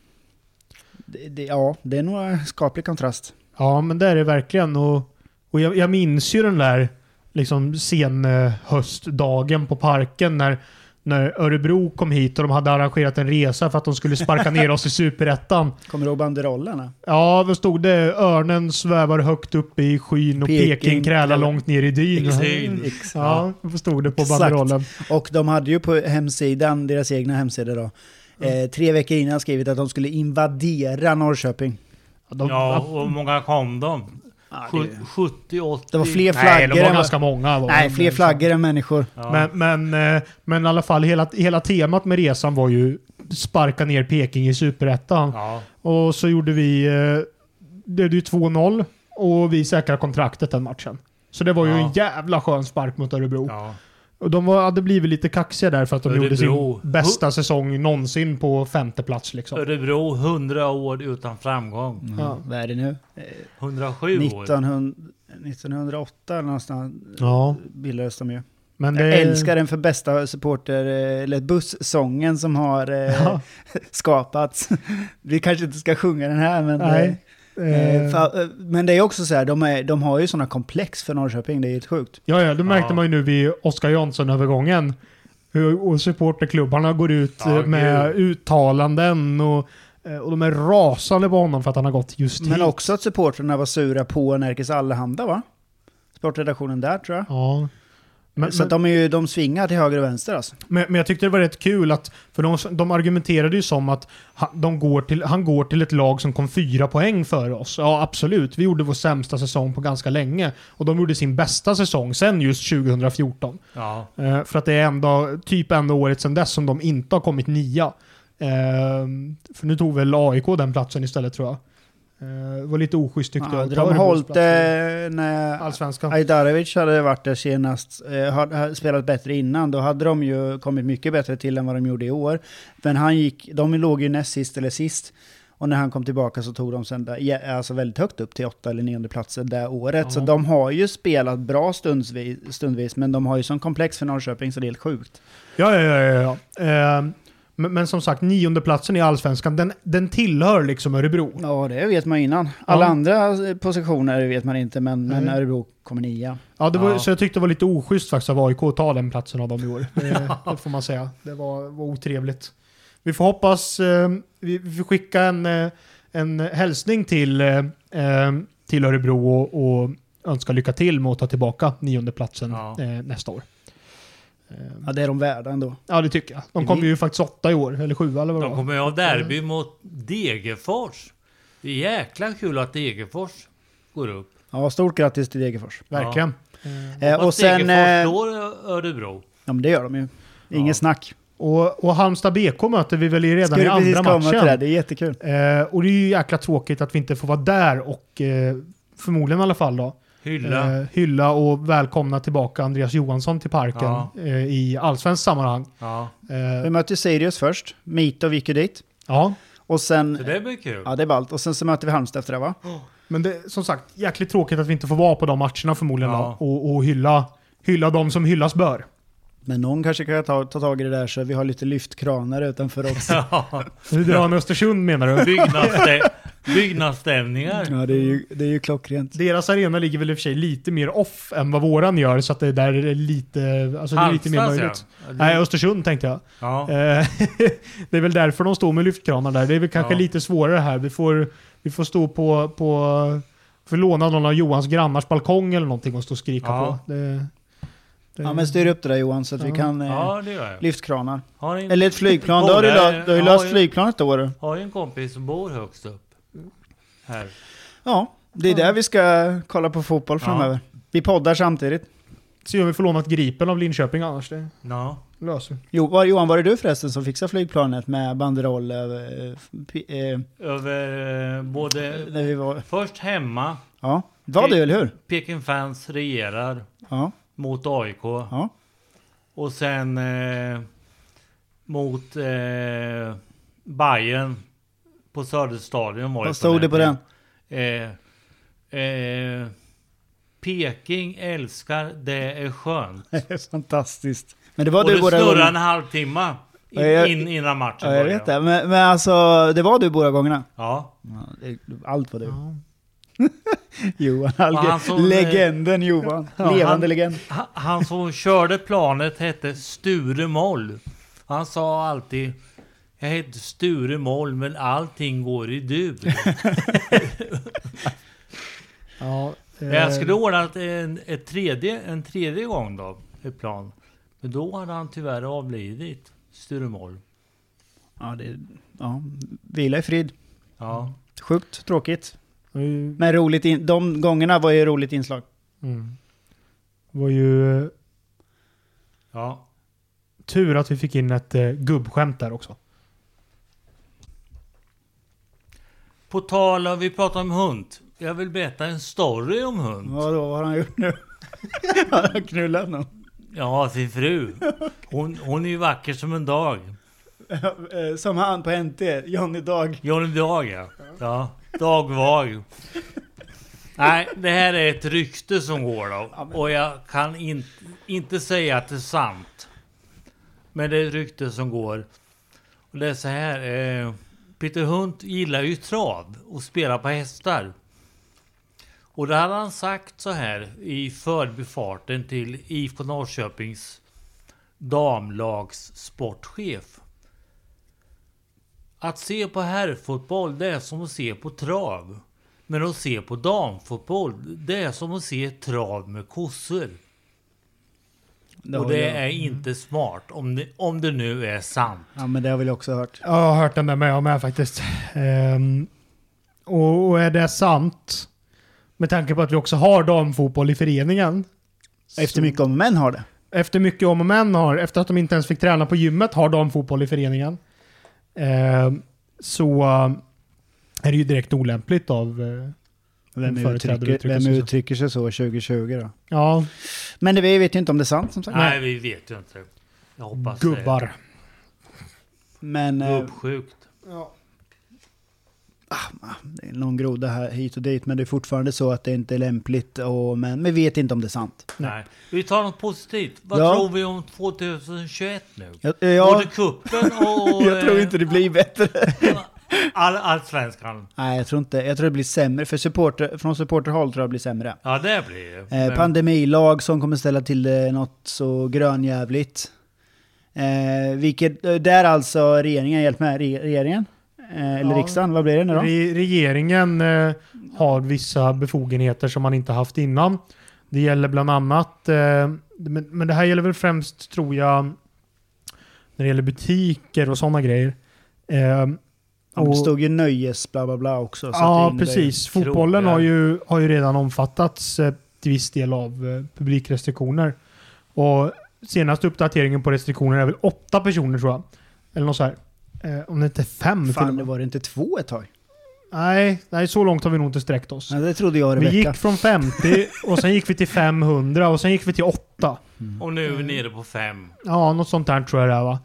[SPEAKER 3] det, det, ja, det är nog en skaplig kontrast.
[SPEAKER 1] ja, men det är det verkligen. Och, och jag, jag minns ju den där liksom sen eh, höstdagen på parken när, när Örebro kom hit och de hade arrangerat en resa för att de skulle sparka ner oss i superettan.
[SPEAKER 3] Kommer du ihåg banderollerna?
[SPEAKER 1] Ja, vad stod det? Örnen svävar högt upp i skyn och Peking,
[SPEAKER 3] Peking
[SPEAKER 1] krälar
[SPEAKER 3] krälar-
[SPEAKER 1] långt ner i dyn.
[SPEAKER 2] I dyn.
[SPEAKER 1] Ja, vad stod det på
[SPEAKER 3] Exakt.
[SPEAKER 1] banderollen?
[SPEAKER 3] Och de hade ju på hemsidan, deras egna hemsida då,
[SPEAKER 1] Mm.
[SPEAKER 3] eh, tre veckor innan skrivit att de skulle invadera Norrköping.
[SPEAKER 1] Ja, de,
[SPEAKER 2] Ja, och hur många kom de?
[SPEAKER 3] det,
[SPEAKER 2] Sju- 70, 80?
[SPEAKER 3] var fler
[SPEAKER 1] nej,
[SPEAKER 3] flaggor,
[SPEAKER 1] de var
[SPEAKER 3] än,
[SPEAKER 1] ganska många. Var
[SPEAKER 3] nej,
[SPEAKER 1] de. liksom.
[SPEAKER 3] fler flaggor än människor.
[SPEAKER 2] Ja.
[SPEAKER 1] Men, men, eh, men i alla fall, hela, hela temat med resan var ju sparka ner Peking i superettan.
[SPEAKER 2] ja.
[SPEAKER 1] Och så gjorde vi... eh, Det blev ju 2-0 och vi säkrade kontraktet den matchen. Så det var ju
[SPEAKER 2] Ja.
[SPEAKER 1] en jävla skön spark mot Örebro.
[SPEAKER 2] ja.
[SPEAKER 1] Och de var, hade blivit lite kaxiga där för att de gjorde
[SPEAKER 2] Örebro.
[SPEAKER 1] sin bästa säsong någonsin på femte plats liksom.
[SPEAKER 2] Örebro 100 år utan framgång.
[SPEAKER 1] Ja.
[SPEAKER 3] Vad är det nu? Eh,
[SPEAKER 2] 107 år.
[SPEAKER 3] 1900, 1908 någonstans
[SPEAKER 1] Ja,
[SPEAKER 3] bildades de ju.
[SPEAKER 1] men det...
[SPEAKER 3] Jag älskar den för bästa supporter, eh, eller bussången som har eh,
[SPEAKER 1] Ja,
[SPEAKER 3] skapats. Vi kanske inte ska sjunga den här, men...
[SPEAKER 1] Nej.
[SPEAKER 3] eh,
[SPEAKER 1] eh,
[SPEAKER 3] Eh, fa- eh, Men det är också så här, de, är, de har ju sådana komplex för Norrköping, det är helt sjukt.
[SPEAKER 1] ja, ja, det märkte
[SPEAKER 2] Ja.
[SPEAKER 1] man ju nu vid Oskar Jansson-övergången. Hur och supporterklubbarna går ut
[SPEAKER 2] Ja,
[SPEAKER 1] eh, med
[SPEAKER 2] gud.
[SPEAKER 1] uttalanden och, eh, och de är rasande på honom för att han har gått just hit.
[SPEAKER 3] Men också att supportrarna var sura på Närkes Allehanda va? Sportredaktionen där tror jag.
[SPEAKER 1] Ja. Men,
[SPEAKER 3] så
[SPEAKER 1] men,
[SPEAKER 3] att de, är ju, de svingar till höger och vänster alltså.
[SPEAKER 1] men, men jag tyckte det var rätt kul att, för de, de argumenterade ju som att han, de går till, han går till ett lag som kom fyra poäng för oss. Ja, absolut. Vi gjorde vår sämsta säsong på ganska länge. Och de gjorde sin bästa säsong sen just 2014.
[SPEAKER 2] Ja.
[SPEAKER 1] Eh, för att det är ändå, typ enda året sedan dess som de inte har kommit nia. Eh, för nu tog väl AIK den platsen istället tror jag. Eh, det var lite oschysst tyckte
[SPEAKER 3] Ja,
[SPEAKER 1] jag.
[SPEAKER 3] hade
[SPEAKER 1] Ta
[SPEAKER 3] de
[SPEAKER 1] Örebros
[SPEAKER 3] hållit eh,
[SPEAKER 1] plats i
[SPEAKER 3] när
[SPEAKER 1] Allsvenskan.
[SPEAKER 3] Ajdarevic hade varit där senast, eh, hade, hade spelat bättre innan, då hade de ju kommit mycket bättre till än vad de gjorde i år. Men han gick, de låg ju näst sist eller sist. Och när han kom tillbaka så tog de sen där, ja, alltså väldigt högt upp till åtta eller nionde platser det året. Så
[SPEAKER 1] Ja.
[SPEAKER 3] de har ju spelat bra stundvis, stundvis, men de har ju sån komplex för Norrköping så det är helt sjukt.
[SPEAKER 1] Ja, ja, ja. ja, ja. Eh, men, men som sagt, niondeplatsen i Allsvenskan, den, den tillhör liksom Örebro.
[SPEAKER 3] Ja, det vet man innan. Alla
[SPEAKER 1] Ja.
[SPEAKER 3] andra eh, positioner vet man inte, men, men
[SPEAKER 1] Nej.
[SPEAKER 3] Örebro kommer nia.
[SPEAKER 1] Ja, det var,
[SPEAKER 2] Ja.
[SPEAKER 1] Så jag tyckte det var lite oschysst faktiskt av AIK att ta den platsen av dem i år. Det, det får man säga. Det var, var otrevligt. Vi får hoppas, eh, vi, vi får skicka en, eh, en hälsning till, eh, eh, till Örebro och, och önska lycka till med att ta tillbaka niondeplatsen
[SPEAKER 2] Ja.
[SPEAKER 1] eh, nästa år. Eh,
[SPEAKER 3] Ja, det är de värda ändå.
[SPEAKER 1] Ja, det tycker jag. De kommer ju faktiskt åtta i år, eller sju eller vad det
[SPEAKER 2] De
[SPEAKER 1] var.
[SPEAKER 2] kommer ju ha derby
[SPEAKER 3] Mm.
[SPEAKER 2] mot Degerfors. Det är jäkla kul att Degerfors går upp.
[SPEAKER 3] Ja, stort grattis till Degerfors.
[SPEAKER 1] Verkligen.
[SPEAKER 3] Eh, och
[SPEAKER 2] Fast
[SPEAKER 3] sen...
[SPEAKER 2] Degerfors
[SPEAKER 3] eh,
[SPEAKER 2] slår Örebro.
[SPEAKER 3] Ja, men det gör de ju. Inget
[SPEAKER 2] Ja.
[SPEAKER 3] snack.
[SPEAKER 1] Och, och Halmstad BK möter vi väl i redan i
[SPEAKER 3] Skulle precis
[SPEAKER 1] andra
[SPEAKER 3] komma till det, här,
[SPEAKER 1] matchen.
[SPEAKER 3] det är jättekul.
[SPEAKER 1] Eh, och det är ju jäkla tråkigt att vi inte får vara där och eh, förmodligen i alla fall då,
[SPEAKER 2] Hylla.
[SPEAKER 1] eh, hylla och välkomna tillbaka Andreas Johansson till parken
[SPEAKER 2] Ja.
[SPEAKER 1] eh, i allsvenskt sammanhang.
[SPEAKER 2] Ja,
[SPEAKER 3] Vi
[SPEAKER 1] Eh,
[SPEAKER 3] möter Sirius först, Mito gick ju dit.
[SPEAKER 1] ja,
[SPEAKER 3] Och
[SPEAKER 2] så
[SPEAKER 3] sen...
[SPEAKER 2] det blir kul.
[SPEAKER 3] Ja, det är ballt. Och sen så möter vi Halmstad efter det va?
[SPEAKER 1] men det, som sagt, jäkligt tråkigt att vi inte får vara på de matcherna förmodligen
[SPEAKER 2] Ja.
[SPEAKER 1] då, och, och hylla, hylla de som hyllas bör.
[SPEAKER 3] Men någon kanske kan ta, ta tag i det där så vi har lite lyftkranar utanför också.
[SPEAKER 2] Ja,
[SPEAKER 1] Du drar en Östersund menar du?
[SPEAKER 2] byggnadsstä- byggnadsstämningar.
[SPEAKER 3] Ja, det är ju, det är ju klockrent.
[SPEAKER 1] Deras arena ligger väl i och för sig lite mer off än vad våran gör, så att det där är lite, alltså det är lite mer
[SPEAKER 2] Halmstad, säger
[SPEAKER 1] möjligt.
[SPEAKER 2] jag.
[SPEAKER 1] Nej, Östersund tänkte jag.
[SPEAKER 2] Ja.
[SPEAKER 1] Eh, det är väl därför de står med lyftkranar där. Det är väl kanske
[SPEAKER 2] Ja.
[SPEAKER 1] lite svårare här. Vi får, vi får stå på, på Får låna någon av Johans grannars balkong eller någonting och stå och skrika
[SPEAKER 2] Ja.
[SPEAKER 1] på. Det, det,
[SPEAKER 3] Ja men styr upp det där Johan så att
[SPEAKER 1] Ja.
[SPEAKER 3] vi kan... Eh,
[SPEAKER 2] Ja, det gör jag.
[SPEAKER 3] Lyftkranar.
[SPEAKER 2] Har en,
[SPEAKER 3] Eller ett flygplan. Då har du, lö- du har ju
[SPEAKER 2] Ja,
[SPEAKER 3] löst
[SPEAKER 2] ja.
[SPEAKER 3] flygplanet då. du.
[SPEAKER 2] har ju en kompis som bor högst upp. Här.
[SPEAKER 3] Ja, det är där vi ska kolla på fotboll
[SPEAKER 2] Ja.
[SPEAKER 3] framöver. Vi poddar samtidigt.
[SPEAKER 1] Se om vi får lånat Gripen av Linköping annars. Det
[SPEAKER 2] Ja.
[SPEAKER 1] löser vi.
[SPEAKER 3] Jo, var, Johan, var det du förresten som fixade flygplanet med banderoll över... eh, pi- Eh,
[SPEAKER 2] Över eh, både...
[SPEAKER 3] när vi var...
[SPEAKER 2] Först hemma.
[SPEAKER 3] Ja, det var du eller hur?
[SPEAKER 2] Peking fans regerar
[SPEAKER 3] Ja,
[SPEAKER 2] mot AIK.
[SPEAKER 3] ja.
[SPEAKER 2] Och sen eh, mot eh, Bayern på Söderstadion var
[SPEAKER 3] Vad stod det på den?
[SPEAKER 2] tiden. Eh, eh, Peking älskar, det är skönt.
[SPEAKER 3] Fantastiskt. Men det var
[SPEAKER 2] och
[SPEAKER 3] du
[SPEAKER 2] det
[SPEAKER 3] båda
[SPEAKER 2] snurrar en
[SPEAKER 3] gångerna.
[SPEAKER 2] halvtimme in,
[SPEAKER 3] Ja, jag-
[SPEAKER 2] in, innan matchen
[SPEAKER 3] Ja, jag
[SPEAKER 2] börjar.
[SPEAKER 3] vet det. Men, men alltså, det var du båda gångerna?
[SPEAKER 2] Ja.
[SPEAKER 3] Ja, det, allt var du.
[SPEAKER 1] Ja.
[SPEAKER 3] Johan Hallgren.
[SPEAKER 2] han som, eh,
[SPEAKER 3] Legenden Johan.
[SPEAKER 2] Ja,
[SPEAKER 3] Levande
[SPEAKER 2] han-
[SPEAKER 3] legend.
[SPEAKER 2] Ha- Han som körde planet hette Sture Moll. Han sa alltid jag heter Sture Moll men allting går i dur.
[SPEAKER 1] Ja, eh,
[SPEAKER 2] Jag skulle ordna ett, en, ett tredje, en tredje gång då, ett plan. Men då hade han tyvärr avlidit, Sture Moll.
[SPEAKER 3] Ja, det, ja. Vila i frid.
[SPEAKER 2] Ja.
[SPEAKER 3] Sjukt tråkigt.
[SPEAKER 1] det var ju-
[SPEAKER 3] Men roligt in, de gångerna var ju roligt inslag.
[SPEAKER 1] Mm. Det var ju eh,
[SPEAKER 2] ja.
[SPEAKER 1] tur att vi fick in ett eh, gubbskämt där också.
[SPEAKER 2] På tal om, vi pratar om hund. Jag vill berätta en story om hund.
[SPEAKER 3] Vadå, vad har han gjort nu? Har han knullat någon?
[SPEAKER 2] Ja, sin fru. Hon, hon är ju vacker som en dag.
[SPEAKER 3] Eh, Som han på NT, Johnny Dag.
[SPEAKER 2] Johnny Dag ja. ja. Dag Vag. Nej, det här är ett rykte som går då. Och jag kan in, inte säga att det är sant. Men det är ett rykte som går. Och det är så här. Eh, Peter Hunt gillar ju trav och spela på hästar. Och det hade han sagt så här i förbifarten till IFK Norrköpings damlags sportchef. Att se på herrfotboll det är som att se på trav. Men att se på damfotboll det är som att se trav med kossor. Och det är
[SPEAKER 3] Mm.
[SPEAKER 2] inte smart om det, om det nu är sant.
[SPEAKER 3] Ja men det har vi också hört.
[SPEAKER 1] Ja, Jag har hört den där med jag med faktiskt. Ehm, och, och är det sant, med tanke på att vi också har damfotboll i föreningen.
[SPEAKER 3] Efter mycket om män har det.
[SPEAKER 1] Efter mycket om och men har, efter att de inte ens fick träna på gymmet, har damfotboll i föreningen. Ehm, så eh, är det ju direkt olämpligt av... eh,
[SPEAKER 3] Vem
[SPEAKER 1] Företrädare
[SPEAKER 3] uttrycker,
[SPEAKER 1] uttrycker
[SPEAKER 3] vem
[SPEAKER 1] sig så.
[SPEAKER 3] uttrycker sig så 2020 då?
[SPEAKER 1] ja,
[SPEAKER 3] Men det, vi vet ju inte om det är sant som sagt.
[SPEAKER 2] Nej, vi vet ju inte. Jag hoppas
[SPEAKER 1] gubbar.
[SPEAKER 3] Men
[SPEAKER 2] det.
[SPEAKER 3] eh,
[SPEAKER 2] är Gubbsjukt.
[SPEAKER 3] det är någon groda här hit och dit. Men det är fortfarande så att det inte är lämpligt. Och, men vi vet inte om det är sant.
[SPEAKER 2] Nej. Vi tar något positivt. Vad
[SPEAKER 3] Ja.
[SPEAKER 2] tror vi om 2021 nu?
[SPEAKER 3] Jag, jag,
[SPEAKER 2] Både kuppen och...
[SPEAKER 3] jag tror
[SPEAKER 2] eh,
[SPEAKER 3] inte det blir bättre.
[SPEAKER 2] All, allsvenskan.
[SPEAKER 3] Nej, jag tror inte. Jag tror det blir sämre. För supporter, från supporterhåll tror jag det blir sämre.
[SPEAKER 2] Ja, det blir det.
[SPEAKER 3] Eh,
[SPEAKER 2] Men-
[SPEAKER 3] pandemilag som kommer ställa till det något så grönjävligt. Eh, vilket, eh, där alltså regeringen hjälpt med. Re, regeringen? Eh, eller
[SPEAKER 1] Ja.
[SPEAKER 3] riksdagen? Vad blir det nu då?
[SPEAKER 1] Re- regeringen eh, har vissa befogenheter som man inte haft innan. Det gäller bland annat, eh, men, men det här gäller väl främst tror jag när det gäller butiker och sådana grejer. Eh,
[SPEAKER 3] Ja, men
[SPEAKER 1] och-
[SPEAKER 3] det stod ju nöjes bla bla bla också. så att det
[SPEAKER 1] ja,
[SPEAKER 3] innebär ju-
[SPEAKER 1] precis. Fotbollen
[SPEAKER 2] krogar.
[SPEAKER 1] har ju, har ju redan omfattats eh, till viss del av eh, publikrestriktioner. Och senaste uppdateringen på restriktioner är väl åtta personer tror jag. Eller något så här. Eh, om det inte är fem till och
[SPEAKER 3] Fan, det
[SPEAKER 1] med.
[SPEAKER 3] var det inte två ett tag?
[SPEAKER 1] Nej, nej, så långt har vi nog inte sträckt oss.
[SPEAKER 3] Ja, det trodde jag
[SPEAKER 1] Vi
[SPEAKER 3] Rebecka.
[SPEAKER 1] gick från 50 och sen gick vi till 500 och sen gick vi till 8.
[SPEAKER 2] Och nu är vi nere på fem.
[SPEAKER 1] Ja, något sånt där tror jag det är va.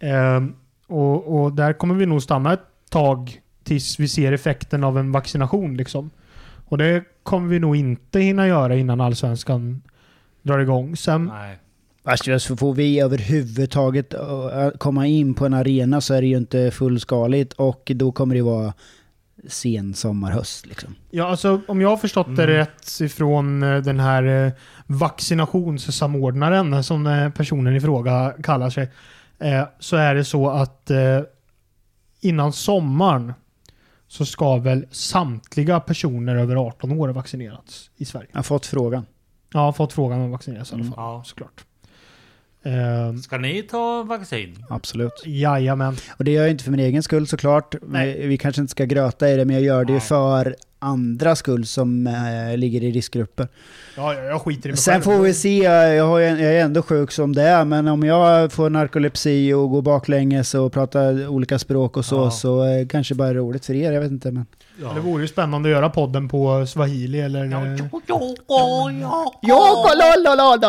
[SPEAKER 1] Ehm, och, och där kommer vi nog stanna ett tag tills vi ser effekten av en vaccination liksom. Och det kommer vi nog inte hinna göra innan allsvenskan drar igång. Sen,
[SPEAKER 2] Nej.
[SPEAKER 3] Värst är så får vi överhuvudtaget eh, komma in på en arena så är det ju inte fullskaligt och då kommer det vara sen sommar, höst liksom.
[SPEAKER 1] ja, alltså, om jag har förstått det rätt ifrån eh, den här eh, vaccinationssamordnaren som eh, personen i fråga kallar sig. Eh, så är det så att eh, innan sommaren så ska väl samtliga personer över 18 år ha vaccinerats i Sverige.
[SPEAKER 3] Jag har fått frågan.
[SPEAKER 1] Ja, har fått frågan om att vaccineras i alla fall.
[SPEAKER 2] Ja.
[SPEAKER 1] Såklart. Ehm,
[SPEAKER 2] Ska ni ta vaccin?
[SPEAKER 3] Absolut.
[SPEAKER 1] jajamän.
[SPEAKER 3] Och det gör jag inte för min egen skull såklart.
[SPEAKER 1] Nej.
[SPEAKER 3] Vi kanske inte ska gröta i det, men jag gör det ju
[SPEAKER 2] Nej.
[SPEAKER 3] för andra skull som eh, ligger i riskgrupper.
[SPEAKER 1] Ja, ja, jag skiter i mig
[SPEAKER 3] Sen
[SPEAKER 1] själv.
[SPEAKER 3] får vi se, jag, har, ju- jag är ändå sjuk som det är, men om jag får narkolepsi och går baklänges och pratar olika språk och så,
[SPEAKER 2] Ja.
[SPEAKER 3] så eh, kanske bara är roligt för er, jag vet inte. Men.
[SPEAKER 2] Ja.
[SPEAKER 1] Det vore ju spännande att göra podden på swahili eller... eh,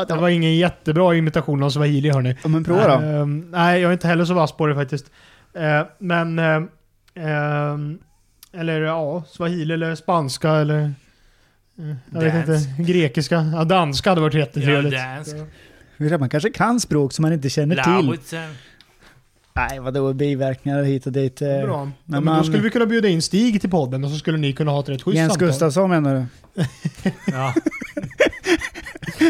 [SPEAKER 1] Det var ingen jättebra imitation av swahili hörni.
[SPEAKER 3] Ja, men prova då.
[SPEAKER 1] Ehm, nej, jag är inte heller så vass på det faktiskt. Eh, men... ehm, ehm, eller ja, swahili eller spanska eller... eh, jag vet
[SPEAKER 2] Dansk.
[SPEAKER 1] inte. Grekiska. Ja, danska hade varit jättetrevligt.
[SPEAKER 2] Ja, dansk.
[SPEAKER 3] Vet du, eh, Man kanske kan språk som man inte känner till.
[SPEAKER 2] Lauritsen.
[SPEAKER 3] Nej, vadå biverkningar hit och dit. eh.
[SPEAKER 1] Bra. Ja, men
[SPEAKER 3] man-
[SPEAKER 1] då skulle vi kunna bjuda in Stig till podden och så skulle ni kunna ha ett rätt schysst
[SPEAKER 3] Jens
[SPEAKER 1] samtal.
[SPEAKER 3] Gustafsson menar du?
[SPEAKER 2] Ja,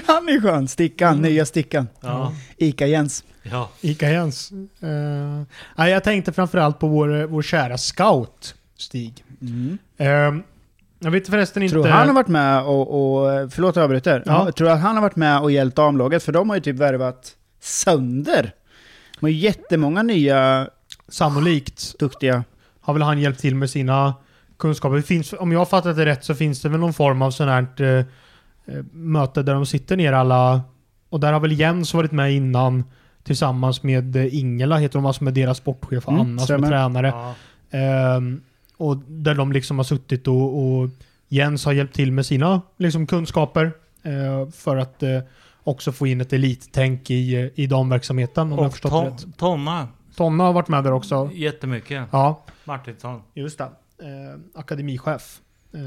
[SPEAKER 3] Han är skön, Stickan,
[SPEAKER 1] Mm.
[SPEAKER 3] nya Stickan.
[SPEAKER 2] ja,
[SPEAKER 3] Ica-Jens.
[SPEAKER 2] ja.
[SPEAKER 1] Ica Jens. Eh, nej, jag tänkte framförallt på vår, eh, vår kära scout, Stig. Eh, jag vet förresten inte...
[SPEAKER 3] Tror han har varit med och, och förlåt att jag avbryter,
[SPEAKER 1] Ja.
[SPEAKER 3] ja. tror att han har varit med och hjälpt damlaget? För de har ju typ värvat sönder. De har ju jättemånga nya
[SPEAKER 1] Sannolikt
[SPEAKER 3] duktiga.
[SPEAKER 1] har väl han hjälpt till med sina kunskaper. Det finns, om jag har fattat det rätt så finns det väl någon form av sån här eh, eh, möte där de sitter ner alla. Och där har väl Jens varit med innan tillsammans med eh, Ingela, heter hon va, som är deras sportchef, och
[SPEAKER 3] Mm,
[SPEAKER 1] Anna som är
[SPEAKER 3] stämmer.
[SPEAKER 1] tränare.
[SPEAKER 2] ja.
[SPEAKER 1] Ehm, och där de liksom har suttit och, och Jens har hjälpt till med sina liksom, kunskaper eh, för att eh, också få in ett elittänk i, eh, i damverksamheten om jag har
[SPEAKER 2] Och
[SPEAKER 1] förstått det rätt.
[SPEAKER 2] ton, Tonna.
[SPEAKER 1] Tonna har varit med där också.
[SPEAKER 2] Jättemycket.
[SPEAKER 1] Ja,
[SPEAKER 2] Martinsson.
[SPEAKER 1] just det. Eh, akademichef. Eh,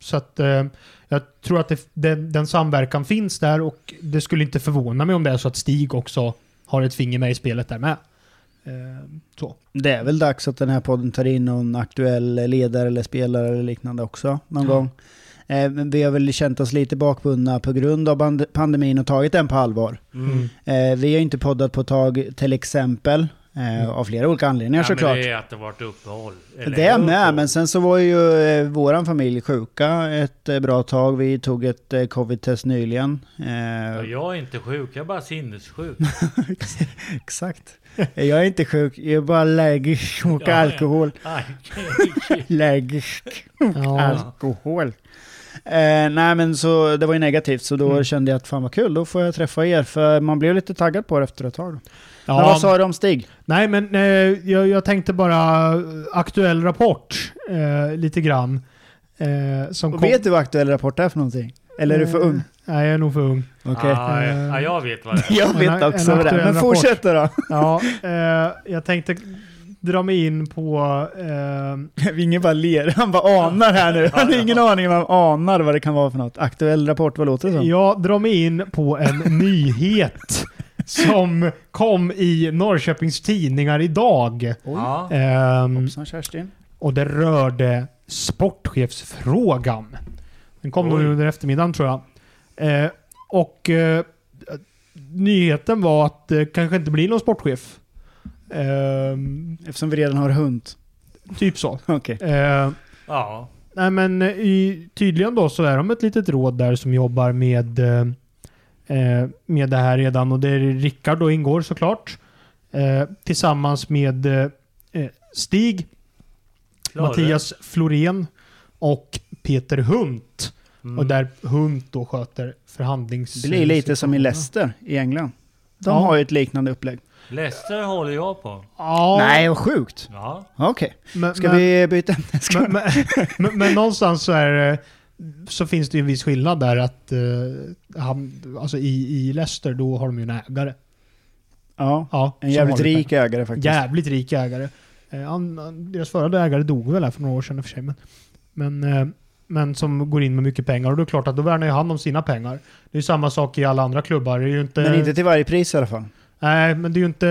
[SPEAKER 1] så att eh, jag tror att det, den, den samverkan finns där och det skulle inte förvåna mig om det är så att Stig också har ett finger med i spelet där med. Eh, så.
[SPEAKER 3] Det är väl dags att den här podden tar in någon aktuell ledare eller spelare eller liknande också någon gång. Eh, men vi har väl känt oss lite bakbundna på grund av band- pandemin och tagit den på allvar.
[SPEAKER 2] Mm.
[SPEAKER 3] Eh, vi har ju inte poddat på ett tag till exempel, eh, av flera olika anledningar
[SPEAKER 2] men
[SPEAKER 3] såklart.
[SPEAKER 2] det är att det varit uppehåll. Eller
[SPEAKER 3] Det är
[SPEAKER 2] uppehåll.
[SPEAKER 3] med, men sen så var ju eh, våran familj sjuka ett eh, bra tag. Vi tog ett eh, covid-test nyligen.
[SPEAKER 2] Ja,
[SPEAKER 3] Eh,
[SPEAKER 2] Jag är inte sjuk, jag är bara sinnessjuk.
[SPEAKER 3] Exakt. Eh, Jag är inte sjuk, jag är bara allergisk mot
[SPEAKER 2] Ja, ja.
[SPEAKER 3] alkohol.
[SPEAKER 2] Nej.
[SPEAKER 3] Allergisk mot
[SPEAKER 1] Ja.
[SPEAKER 3] alkohol. Eh, nej men så det var ju negativt, så
[SPEAKER 2] Mm.
[SPEAKER 3] då kände jag att fan vad kul, då får jag träffa er. För man blev lite taggad på det efter ett tag. Då. Men vad sa du om Stig?
[SPEAKER 1] Nej, men eh, jag, jag tänkte bara eh, aktuell rapport eh, lite grann. Eh, som
[SPEAKER 3] Och
[SPEAKER 1] kom-
[SPEAKER 3] vet du vad aktuell rapport är för någonting? Eller är du för
[SPEAKER 1] Eh,
[SPEAKER 3] ung?
[SPEAKER 1] Nej, jag är nog för ung.
[SPEAKER 3] Okej.
[SPEAKER 2] Ja, ja, ja, jag vet vad det är.
[SPEAKER 3] Jag
[SPEAKER 1] En-
[SPEAKER 3] vet
[SPEAKER 1] en
[SPEAKER 3] också vad det är,
[SPEAKER 1] aktuell
[SPEAKER 3] men
[SPEAKER 1] rapport.
[SPEAKER 3] fortsätt då.
[SPEAKER 1] Ja, eh, jag tänkte dra mig in på... Eh,
[SPEAKER 3] Vinge bara ler, han bara anar här nu. Han har ingen aning om han anar vad det kan vara för något. Aktuell rapport, vad låter det som?
[SPEAKER 1] jag drar mig in på en nyhet som kom i Norrköpings tidningar idag.
[SPEAKER 2] Ja.
[SPEAKER 1] Ehm,
[SPEAKER 3] Som Kerstin.
[SPEAKER 1] och det rörde sportchefsfrågan. Den kom nog
[SPEAKER 2] Oj.
[SPEAKER 1] under eftermiddagen tror jag. Eh, och eh, nyheten var att det kanske inte blir någon sportchef. Eh,
[SPEAKER 3] Eftersom vi redan har hund.
[SPEAKER 1] typ så.
[SPEAKER 3] Okej.
[SPEAKER 1] Eh,
[SPEAKER 2] ja.
[SPEAKER 1] nej men eh, i, tydligen då så är de ett litet råd där som jobbar med, eh, eh, med det här redan och det är Rickard då ingår såklart. Eh, tillsammans med eh, eh, Stig
[SPEAKER 2] Klara.
[SPEAKER 1] Mattias Florén och Peter Hunt.
[SPEAKER 2] Mm.
[SPEAKER 1] Och där Hunt då sköter förhandlings...
[SPEAKER 3] Det blir lite som i Leicester i England. De
[SPEAKER 1] Ja.
[SPEAKER 3] har ju ett liknande upplägg.
[SPEAKER 2] Leicester håller jag på.
[SPEAKER 1] Ja,
[SPEAKER 3] Nej, vad sjukt!
[SPEAKER 2] Ja.
[SPEAKER 3] Okej,
[SPEAKER 1] men,
[SPEAKER 3] ska
[SPEAKER 1] men,
[SPEAKER 3] vi byta ämne? Ska-
[SPEAKER 1] men, men, men, men någonstans så är det- så finns det ju en viss skillnad där att eh, han, alltså i, i Leicester då har de ju en ägare.
[SPEAKER 3] Ja,
[SPEAKER 1] Ja,
[SPEAKER 3] en
[SPEAKER 1] som
[SPEAKER 3] jävligt
[SPEAKER 1] har det.
[SPEAKER 3] rik ägare faktiskt.
[SPEAKER 1] Jävligt rik ägare. Eh, han, han, deras förra ägare dog väl här för några år sedan i och för sig. Men, men, eh, men som går in med mycket pengar. Och då är det klart att då värnar ju han om sina pengar. Det är ju samma sak i alla andra klubbar. Det är ju inte,
[SPEAKER 3] Men inte till varje pris i alla fall.
[SPEAKER 1] Nej, men det är ju inte,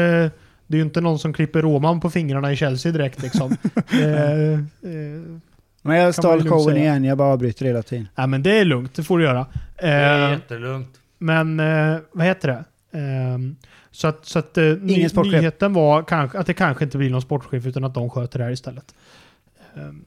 [SPEAKER 1] det är ju inte någon som klipper Roman på fingrarna i Chelsea direkt liksom. eh, eh,
[SPEAKER 3] Men jag
[SPEAKER 1] man ju
[SPEAKER 3] stal
[SPEAKER 1] lugnt
[SPEAKER 3] showen
[SPEAKER 1] säga.
[SPEAKER 3] igen, jag bara avbryter hela tiden.
[SPEAKER 1] nej, men det är lugnt. Det får du göra.
[SPEAKER 2] Det är
[SPEAKER 1] Eh,
[SPEAKER 2] jättelugnt.
[SPEAKER 1] men eh, vad heter det? Ehm, så att, så att eh, ny,
[SPEAKER 3] Ingen sportchef.
[SPEAKER 1] nyheten var kanske, att det kanske inte blir någon sportchef utan att de sköter det här istället. Ehm,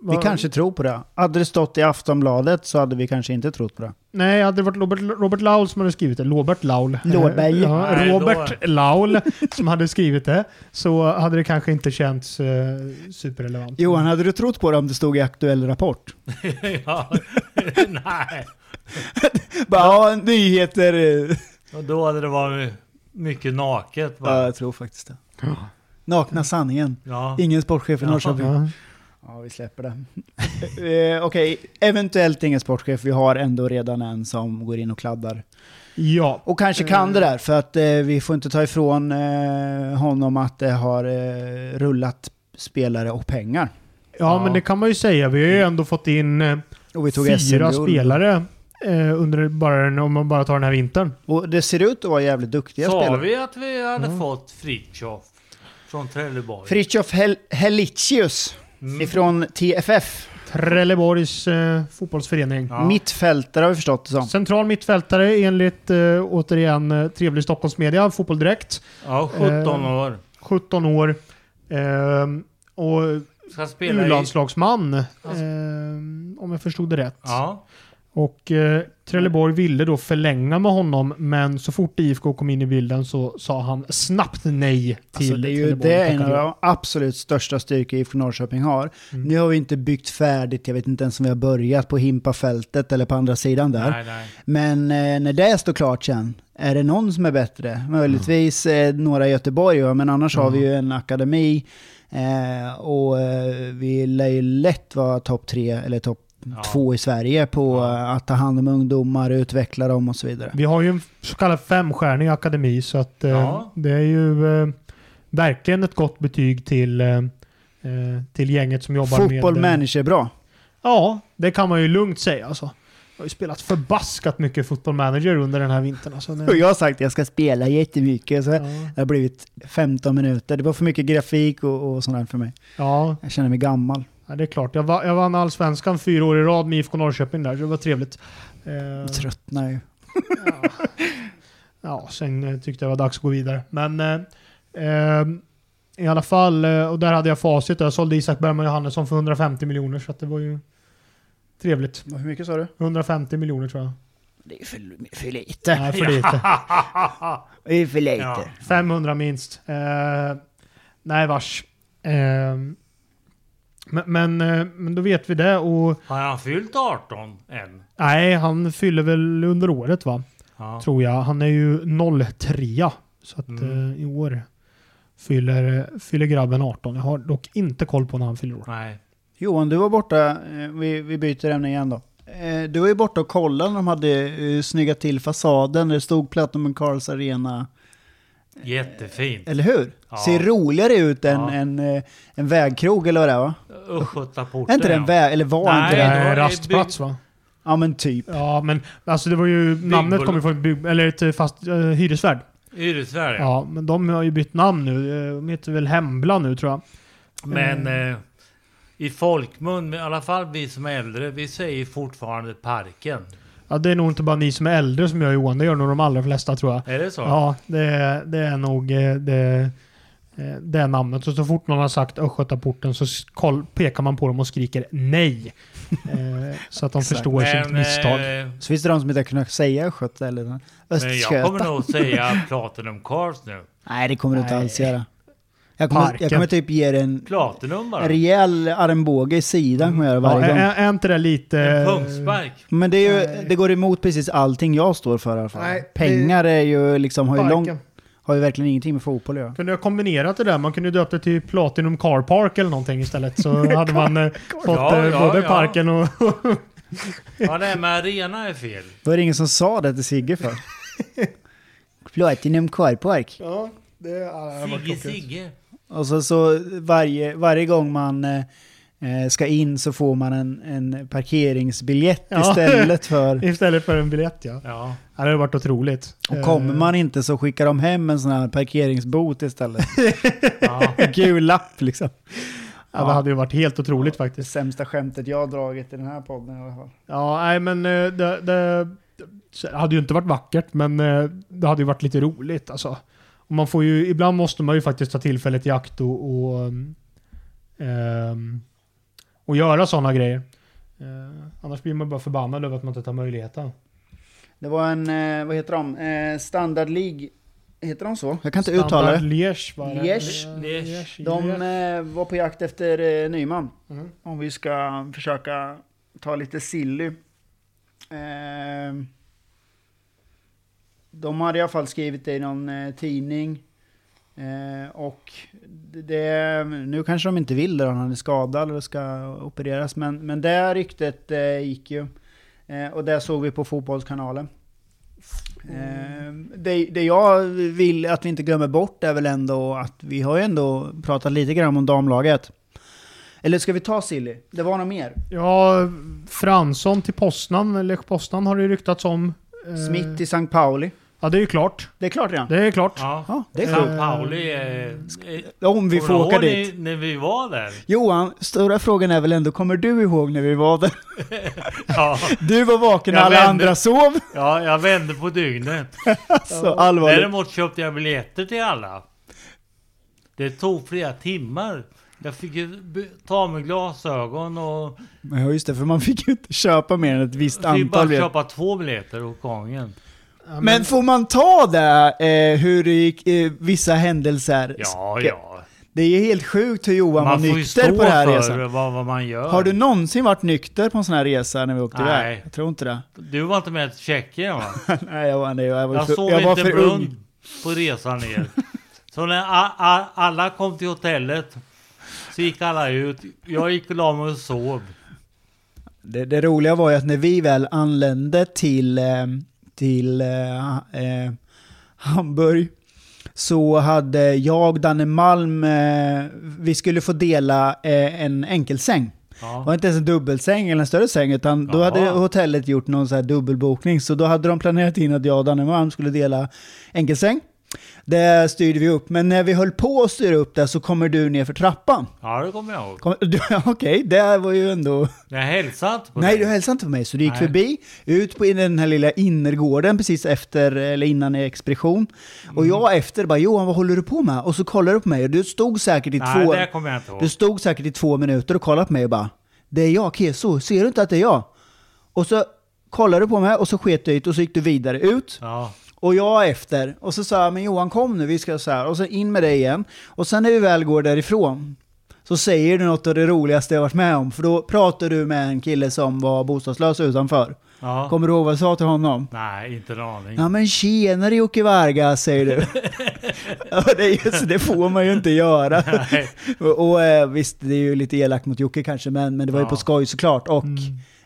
[SPEAKER 3] Vi
[SPEAKER 1] Vad-
[SPEAKER 3] kanske tror på det. Hade det stått i Aftonbladet så hade vi kanske inte trott på det.
[SPEAKER 1] Nej, hade det varit Robert, Robert Laul som hade skrivit det, Robert Laul. Eh,
[SPEAKER 3] Låberg.
[SPEAKER 1] Ja,
[SPEAKER 2] Nej, då-
[SPEAKER 1] Robert Laul som hade skrivit det, så hade det kanske inte känts eh, superrelevant.
[SPEAKER 3] Johan, hade du trott på det om det stod i Aktuell Rapport?
[SPEAKER 2] ja, nej.
[SPEAKER 3] Bara, ja, nyheter. eh,
[SPEAKER 2] Och då hade det varit mycket naket.
[SPEAKER 3] Ja,
[SPEAKER 2] Va?
[SPEAKER 3] jag tror faktiskt det. Nakna sanningen.
[SPEAKER 2] Ja.
[SPEAKER 3] Ingen sportchef i
[SPEAKER 2] Ja.
[SPEAKER 3] Norrköping.
[SPEAKER 1] Ja.
[SPEAKER 3] Ja, vi släpper det. eh, Okej, eventuellt ingen sportchef. Vi har ändå redan en som går in och kladdar.
[SPEAKER 1] ja.
[SPEAKER 3] Och kanske kan det där, för att eh, vi får inte ta ifrån eh, honom att det har eh, rullat spelare och pengar.
[SPEAKER 1] Ja,
[SPEAKER 2] Ja.
[SPEAKER 1] men det kan man ju säga. Vi har ju ändå fått in eh,
[SPEAKER 3] Och vi tog
[SPEAKER 1] fyra
[SPEAKER 3] SM-guld.
[SPEAKER 1] spelare eh, under bara, den- om man bara tar den här vintern.
[SPEAKER 3] Och det ser ut att vara jävligt duktiga
[SPEAKER 2] Sa
[SPEAKER 3] spelare.
[SPEAKER 2] vi att vi hade fått Fritiof från Trelleborg? Mm.
[SPEAKER 3] Fritiof Hel- Helitius ifrån TFF.
[SPEAKER 1] Trelleborgs eh, fotbollsförening.
[SPEAKER 2] Ja.
[SPEAKER 3] Mittfältare har vi förstått det som.
[SPEAKER 1] Central mittfältare enligt eh, återigen eh, trevlig Stockholmsmedia, Fotboll Direkt.
[SPEAKER 2] Ja, 17
[SPEAKER 1] Eh,
[SPEAKER 2] år.
[SPEAKER 1] 17 år. Ehm, och
[SPEAKER 2] Ska spela i... Alltså-
[SPEAKER 1] U-landslagsman, ehm, om jag förstod det rätt.
[SPEAKER 2] Ja.
[SPEAKER 1] Och eh, Trelleborg ville då förlänga med honom, men så fort IFK kom in i bilden så sa han snabbt nej till
[SPEAKER 3] Alltså, det är ju
[SPEAKER 1] Trelleborg.
[SPEAKER 3] det är en av
[SPEAKER 1] Tackade
[SPEAKER 3] de absolut största styrkor IFK Norrköping har.
[SPEAKER 1] Mm.
[SPEAKER 3] Nu har vi inte byggt färdigt, jag vet inte ens om vi har börjat på Himpafältet eller på andra sidan där.
[SPEAKER 2] Nej, nej.
[SPEAKER 3] Men eh, när det står klart sen, är det någon som är bättre? Möjligtvis eh, några i Göteborg, va? men annars har vi ju en akademi. Eh, och eh, vi lär ju lätt vara topp tre eller topp
[SPEAKER 2] Ja.
[SPEAKER 3] två i Sverige på eh, att ta hand om ungdomar, utveckla dem och så vidare.
[SPEAKER 1] Vi har ju en så kallad femstjärnig akademi så att eh,
[SPEAKER 2] Ja.
[SPEAKER 1] det är ju eh, verkligen ett gott betyg till, eh, eh, till gänget som jobbar med... eh,
[SPEAKER 3] Fotboll manager bra.
[SPEAKER 1] Ja, det kan man ju lugnt säga alltså. Jag har ju spelat förbaskat mycket Football Manager under den här vintern. Alltså,
[SPEAKER 3] Och
[SPEAKER 1] nu,
[SPEAKER 3] jag har sagt att jag ska spela jättemycket. Så
[SPEAKER 1] ja,
[SPEAKER 3] Det har blivit 15 minuter. Det var för mycket grafik och, och sånt där för mig.
[SPEAKER 1] ja,
[SPEAKER 3] Jag känner mig gammal.
[SPEAKER 1] ja, det är klart. Jag, va, jag vann Allsvenskan fyra år i rad med IFK Norrköping där, så det var trevligt.
[SPEAKER 2] Mm.
[SPEAKER 3] Jag
[SPEAKER 1] Eh,
[SPEAKER 3] tröttnar ju.
[SPEAKER 1] ja. ja, sen eh, tyckte jag det var dags att gå vidare. Men eh, eh, i alla fall, eh, och där hade jag facit. Jag sålde Isak Bergman Johannesson för 150 miljoner, så att det var ju trevligt.
[SPEAKER 3] Hur mycket sa du?
[SPEAKER 1] 150 miljoner tror jag.
[SPEAKER 3] Det är för, för lite.
[SPEAKER 1] Nej, för lite.
[SPEAKER 3] Det är för lite.
[SPEAKER 2] Ja.
[SPEAKER 1] 500 minst. Eh, nej, vars. Eh, men, men, eh, men då vet vi det och
[SPEAKER 2] Har han fyllt 18 än?
[SPEAKER 1] nej, han fyller väl under året va?
[SPEAKER 2] Ja.
[SPEAKER 1] Tror jag. Han är ju 03 så att
[SPEAKER 2] Mm.
[SPEAKER 1] eh, i år fyller, fyller grabben 18. Jag har dock inte koll på när han fyller år.
[SPEAKER 2] Nej.
[SPEAKER 3] Johan, du var borta, eh, vi, vi byter ämne igen då. Eh, Du var ju borta och kollade när de hade eh, snyggat till fasaden, det stod Platinum Cars Arena,
[SPEAKER 2] Jättefint.
[SPEAKER 3] eller hur?
[SPEAKER 2] Ja.
[SPEAKER 3] Ser roligare ut än
[SPEAKER 2] Ja.
[SPEAKER 3] en, eh, en vägkrog eller vad det är va?
[SPEAKER 2] Östgötaporten.
[SPEAKER 3] Är inte det en väg, eller var
[SPEAKER 2] Nej.
[SPEAKER 3] inte
[SPEAKER 1] det
[SPEAKER 3] det?
[SPEAKER 2] då är
[SPEAKER 1] är
[SPEAKER 2] det
[SPEAKER 1] rastplats va?
[SPEAKER 3] Ja men typ.
[SPEAKER 1] Ja, men alltså det var ju... Namnet kommer ju från ett bygg, eller ett eh, fast eh, hyresvärd.
[SPEAKER 2] Hyresvärd, ja.
[SPEAKER 1] Ja, men de har ju bytt namn nu. Eh, De heter väl Hembla nu tror jag.
[SPEAKER 2] Men eh, i folkmun, i alla fall vi som är äldre, vi säger fortfarande parken.
[SPEAKER 1] Ja, det är nog inte bara ni som är äldre som gör Johan, det gör nog de allra flesta tror jag.
[SPEAKER 2] Är det så?
[SPEAKER 1] Ja, det, är- det är nog eh, det, eh, det är namnet. Så, så fort någon har sagt Östgötaporten så s- koll, pekar man på dem och skriker nej. Eh, så att de
[SPEAKER 3] Exakt.
[SPEAKER 1] förstår sitt misstag.
[SPEAKER 2] eh,
[SPEAKER 3] Så finns det de som inte har kunnat säga Östgöta eller
[SPEAKER 2] men jag kommer
[SPEAKER 3] Östgöta.
[SPEAKER 2] nog säga Platinum Cars nu.
[SPEAKER 3] Nej det kommer du inte
[SPEAKER 1] Nej.
[SPEAKER 3] alls göra. Jag kommer,
[SPEAKER 1] Parken.
[SPEAKER 3] jag kommer typ ge dig en
[SPEAKER 2] Platinum bara.
[SPEAKER 3] en rejäl armbåge i sidan kommer jag göra
[SPEAKER 1] Ja,
[SPEAKER 3] varje
[SPEAKER 1] är,
[SPEAKER 3] gång.
[SPEAKER 1] är är inte det lite... eh,
[SPEAKER 2] En punktspark.
[SPEAKER 3] Men det, är ju,
[SPEAKER 1] Nej.
[SPEAKER 3] det går emot precis allting jag står för i alla fall.
[SPEAKER 1] Nej,
[SPEAKER 3] Pengar är ju liksom, har ju,
[SPEAKER 1] Parken.
[SPEAKER 3] lång, har ju verkligen ingenting med fotboll att göra.
[SPEAKER 1] Kunde jag kombinerat det där? Man kunde ju döpt det till Platinum Car Park eller någonting istället. Så hade man eh, fått
[SPEAKER 2] Ja,
[SPEAKER 1] eh,
[SPEAKER 2] ja,
[SPEAKER 1] både
[SPEAKER 2] ja.
[SPEAKER 1] parken och...
[SPEAKER 2] Ja, det här med arena är fel.
[SPEAKER 3] Var det ingen som sa det till Sigge för? Platinum Carpark.
[SPEAKER 1] ja, det,
[SPEAKER 2] Sigge, Sigge.
[SPEAKER 3] Och så, så varje, varje gång man eh, eh, ska in så får man en, en parkeringsbiljett
[SPEAKER 1] Ja.
[SPEAKER 3] istället för...
[SPEAKER 1] Istället för en biljett ja.
[SPEAKER 2] Ja.
[SPEAKER 1] Ja, det hade varit otroligt.
[SPEAKER 3] Och kommer
[SPEAKER 1] Eh,
[SPEAKER 3] man inte så skickar de hem en sån här parkeringsbot istället.
[SPEAKER 2] ja.
[SPEAKER 3] Gul lapp liksom.
[SPEAKER 1] Eh, Ja, det hade ju varit helt otroligt
[SPEAKER 3] Det
[SPEAKER 1] faktiskt.
[SPEAKER 3] sämsta skämtet jag har dragit i den här podden i alla fall.
[SPEAKER 1] Ja, nej men eh, det, det, det hade ju inte varit vackert, men eh, det hade ju varit lite roligt alltså. Och man får ju, ibland måste man ju faktiskt ta tillfället i akt och, och, ehm, och göra sådana grejer. Eh, annars blir man bara förbannad över att man inte tar möjligheten.
[SPEAKER 3] Det var en, eh, vad heter de? Eh, Standard League. Heter de så? Jag kan inte uttala
[SPEAKER 1] Standard
[SPEAKER 3] det.
[SPEAKER 1] Liège var det.
[SPEAKER 3] Liège.
[SPEAKER 1] Eh,
[SPEAKER 2] Liège.
[SPEAKER 3] De eh, var på jakt efter eh, Nyman.
[SPEAKER 1] Mm.
[SPEAKER 3] Om vi ska försöka ta lite silly. Eh, de hade i alla fall skrivit det i någon eh, tidning. Eh, och det, nu kanske de inte vill det, han är skadad och ska opereras. Men, men det ryktet eh, gick ju. Eh, och det såg vi på Fotbollskanalen. Eh, det, det jag vill att vi inte glömmer bort är väl ändå att vi har ju ändå pratat lite grann om damlaget. Eller ska vi ta Silly? Det var något mer.
[SPEAKER 1] Ja, Fransson till Poznan, Lech Poznan har det ju ryktats om. Eh,
[SPEAKER 3] Smith till St. Pauli.
[SPEAKER 1] Ja, det är ju klart.
[SPEAKER 3] Ehm. Det är klart redan.
[SPEAKER 1] Det är klart.
[SPEAKER 2] Ja.
[SPEAKER 3] Ja, det är sjukt.
[SPEAKER 2] San Pauli är... är-
[SPEAKER 3] Om vi får
[SPEAKER 2] Kommer du
[SPEAKER 3] åka
[SPEAKER 2] ihåg
[SPEAKER 3] dit.
[SPEAKER 2] När, när vi var där.
[SPEAKER 3] Johan, stora frågan är väl ändå, kommer du ihåg när vi var där?
[SPEAKER 2] Ja,
[SPEAKER 3] Du var vaken när
[SPEAKER 2] Jag
[SPEAKER 3] alla
[SPEAKER 2] vände.
[SPEAKER 3] andra sov.
[SPEAKER 2] ja jag vände på dygnet.
[SPEAKER 3] Så allvarligt.
[SPEAKER 2] Däremot köpte jag biljetter till alla. Det tog flera timmar. Jag fick ju b- ta med glasögon och
[SPEAKER 3] Ja just det, för man fick ju inte köpa mer än ett visst
[SPEAKER 2] fick bara
[SPEAKER 3] antal. vet.
[SPEAKER 2] köpa två biljetter åt gången.
[SPEAKER 1] Ja,
[SPEAKER 3] Men får man ta det, eh, hur det gick, eh, vissa händelser?
[SPEAKER 2] Ja, ja.
[SPEAKER 3] Det är ju helt sjukt hur Johan
[SPEAKER 2] Man
[SPEAKER 3] var
[SPEAKER 2] får ju stå
[SPEAKER 3] nykter på den här
[SPEAKER 2] för
[SPEAKER 3] resan.
[SPEAKER 2] vad, vad man gör.
[SPEAKER 3] Har du någonsin varit nykter på en sån här resa när vi åkte
[SPEAKER 2] Nej.
[SPEAKER 3] iväg? Jag tror inte det.
[SPEAKER 2] Du var inte med till Tjeckien va?
[SPEAKER 3] Nej, jag var, nej, jag var,
[SPEAKER 2] Jag
[SPEAKER 3] för,
[SPEAKER 2] sov
[SPEAKER 3] jag var
[SPEAKER 2] inte
[SPEAKER 3] för ung.
[SPEAKER 2] blund på resan ner. Så när a- a- alla kom till hotellet så gick alla ut. Jag gick och la mig och sov.
[SPEAKER 3] Det, det roliga var ju att när vi väl anlände till, eh, till eh, eh, Hamburg så hade jag, Danne Malm, eh, vi skulle få dela eh, en enkelsäng. Det var
[SPEAKER 2] Ja.
[SPEAKER 3] inte ens en dubbelsäng eller en större säng, utan då
[SPEAKER 2] Jaha.
[SPEAKER 3] hade hotellet gjort någon så här dubbelbokning. Så då hade de planerat in att jag och Danne Malm skulle dela enkelsäng. Det styrde vi upp, men när vi höll på att styra upp det så kommer du ner för trappan.
[SPEAKER 2] ja, det kommer jag ihåg.
[SPEAKER 3] Kom, du, okej, det var ju ändå...
[SPEAKER 2] Jag hälsade inte på
[SPEAKER 3] Nej,
[SPEAKER 2] dig.
[SPEAKER 3] du hälsade inte på mig. Så du gick
[SPEAKER 2] Nej.
[SPEAKER 3] förbi, ut på den här lilla innergården precis efter, eller innan expedition. Och
[SPEAKER 2] Mm.
[SPEAKER 3] jag efter bara, Johan vad håller du på med? Och så kollade du på mig och du stod säkert i
[SPEAKER 2] Nej,
[SPEAKER 3] två...
[SPEAKER 2] det kommer jag inte ihåg.
[SPEAKER 3] Du stod säkert i två minuter och kollade på mig och bara Det är jag, Keso. Ser du inte att det är jag? Och så kollade du på mig och så sket du ut och så gick du vidare ut.
[SPEAKER 2] Ja.
[SPEAKER 3] Och jag efter. Och så sa jag, men Johan kom nu, vi ska så här. Och så in med dig igen. Och sen när vi väl går därifrån så säger du något av det roligaste jag varit med om. För då pratar du med en kille som var bostadslös utanför.
[SPEAKER 2] ja.
[SPEAKER 3] Kommer du ihåg vad jag sa till honom?
[SPEAKER 2] Nej, inte en aning.
[SPEAKER 3] Ja men tjenare Jocke Varga, säger du. ja, det, är ju, så det får man ju inte göra.
[SPEAKER 2] Nej.
[SPEAKER 3] och, och eh, visst, det är ju lite elakt mot Jocke kanske, men, men det var ju
[SPEAKER 2] Ja. Mm.
[SPEAKER 3] på skoj såklart. Och,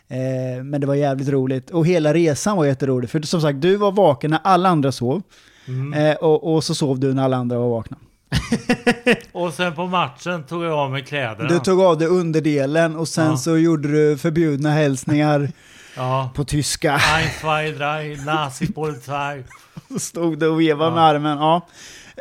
[SPEAKER 3] eh, men det var jävligt roligt. Och hela resan var jätterolig. För som sagt, du var vaken när alla andra sov.
[SPEAKER 2] Mm.
[SPEAKER 3] Eh, och, och så sov du när alla andra var vakna.
[SPEAKER 2] Och sen på matchen tog jag av mig kläderna.
[SPEAKER 3] Du tog av dig underdelen och sen
[SPEAKER 2] Ja.
[SPEAKER 3] så gjorde du förbjudna hälsningar
[SPEAKER 2] Ja.
[SPEAKER 3] på tyska.
[SPEAKER 2] Ein, zwei, drei, Nazi-polizei.
[SPEAKER 3] Så stod det och vevade med armen. Ja.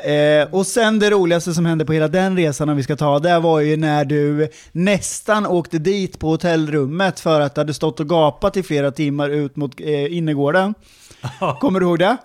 [SPEAKER 3] Eh, och sen det roligaste som hände på hela den resan, om vi ska ta det, var ju när du nästan åkte dit på hotellrummet för att du hade stått och gapat i flera timmar ut mot eh, innergården. Kommer du ihåg det?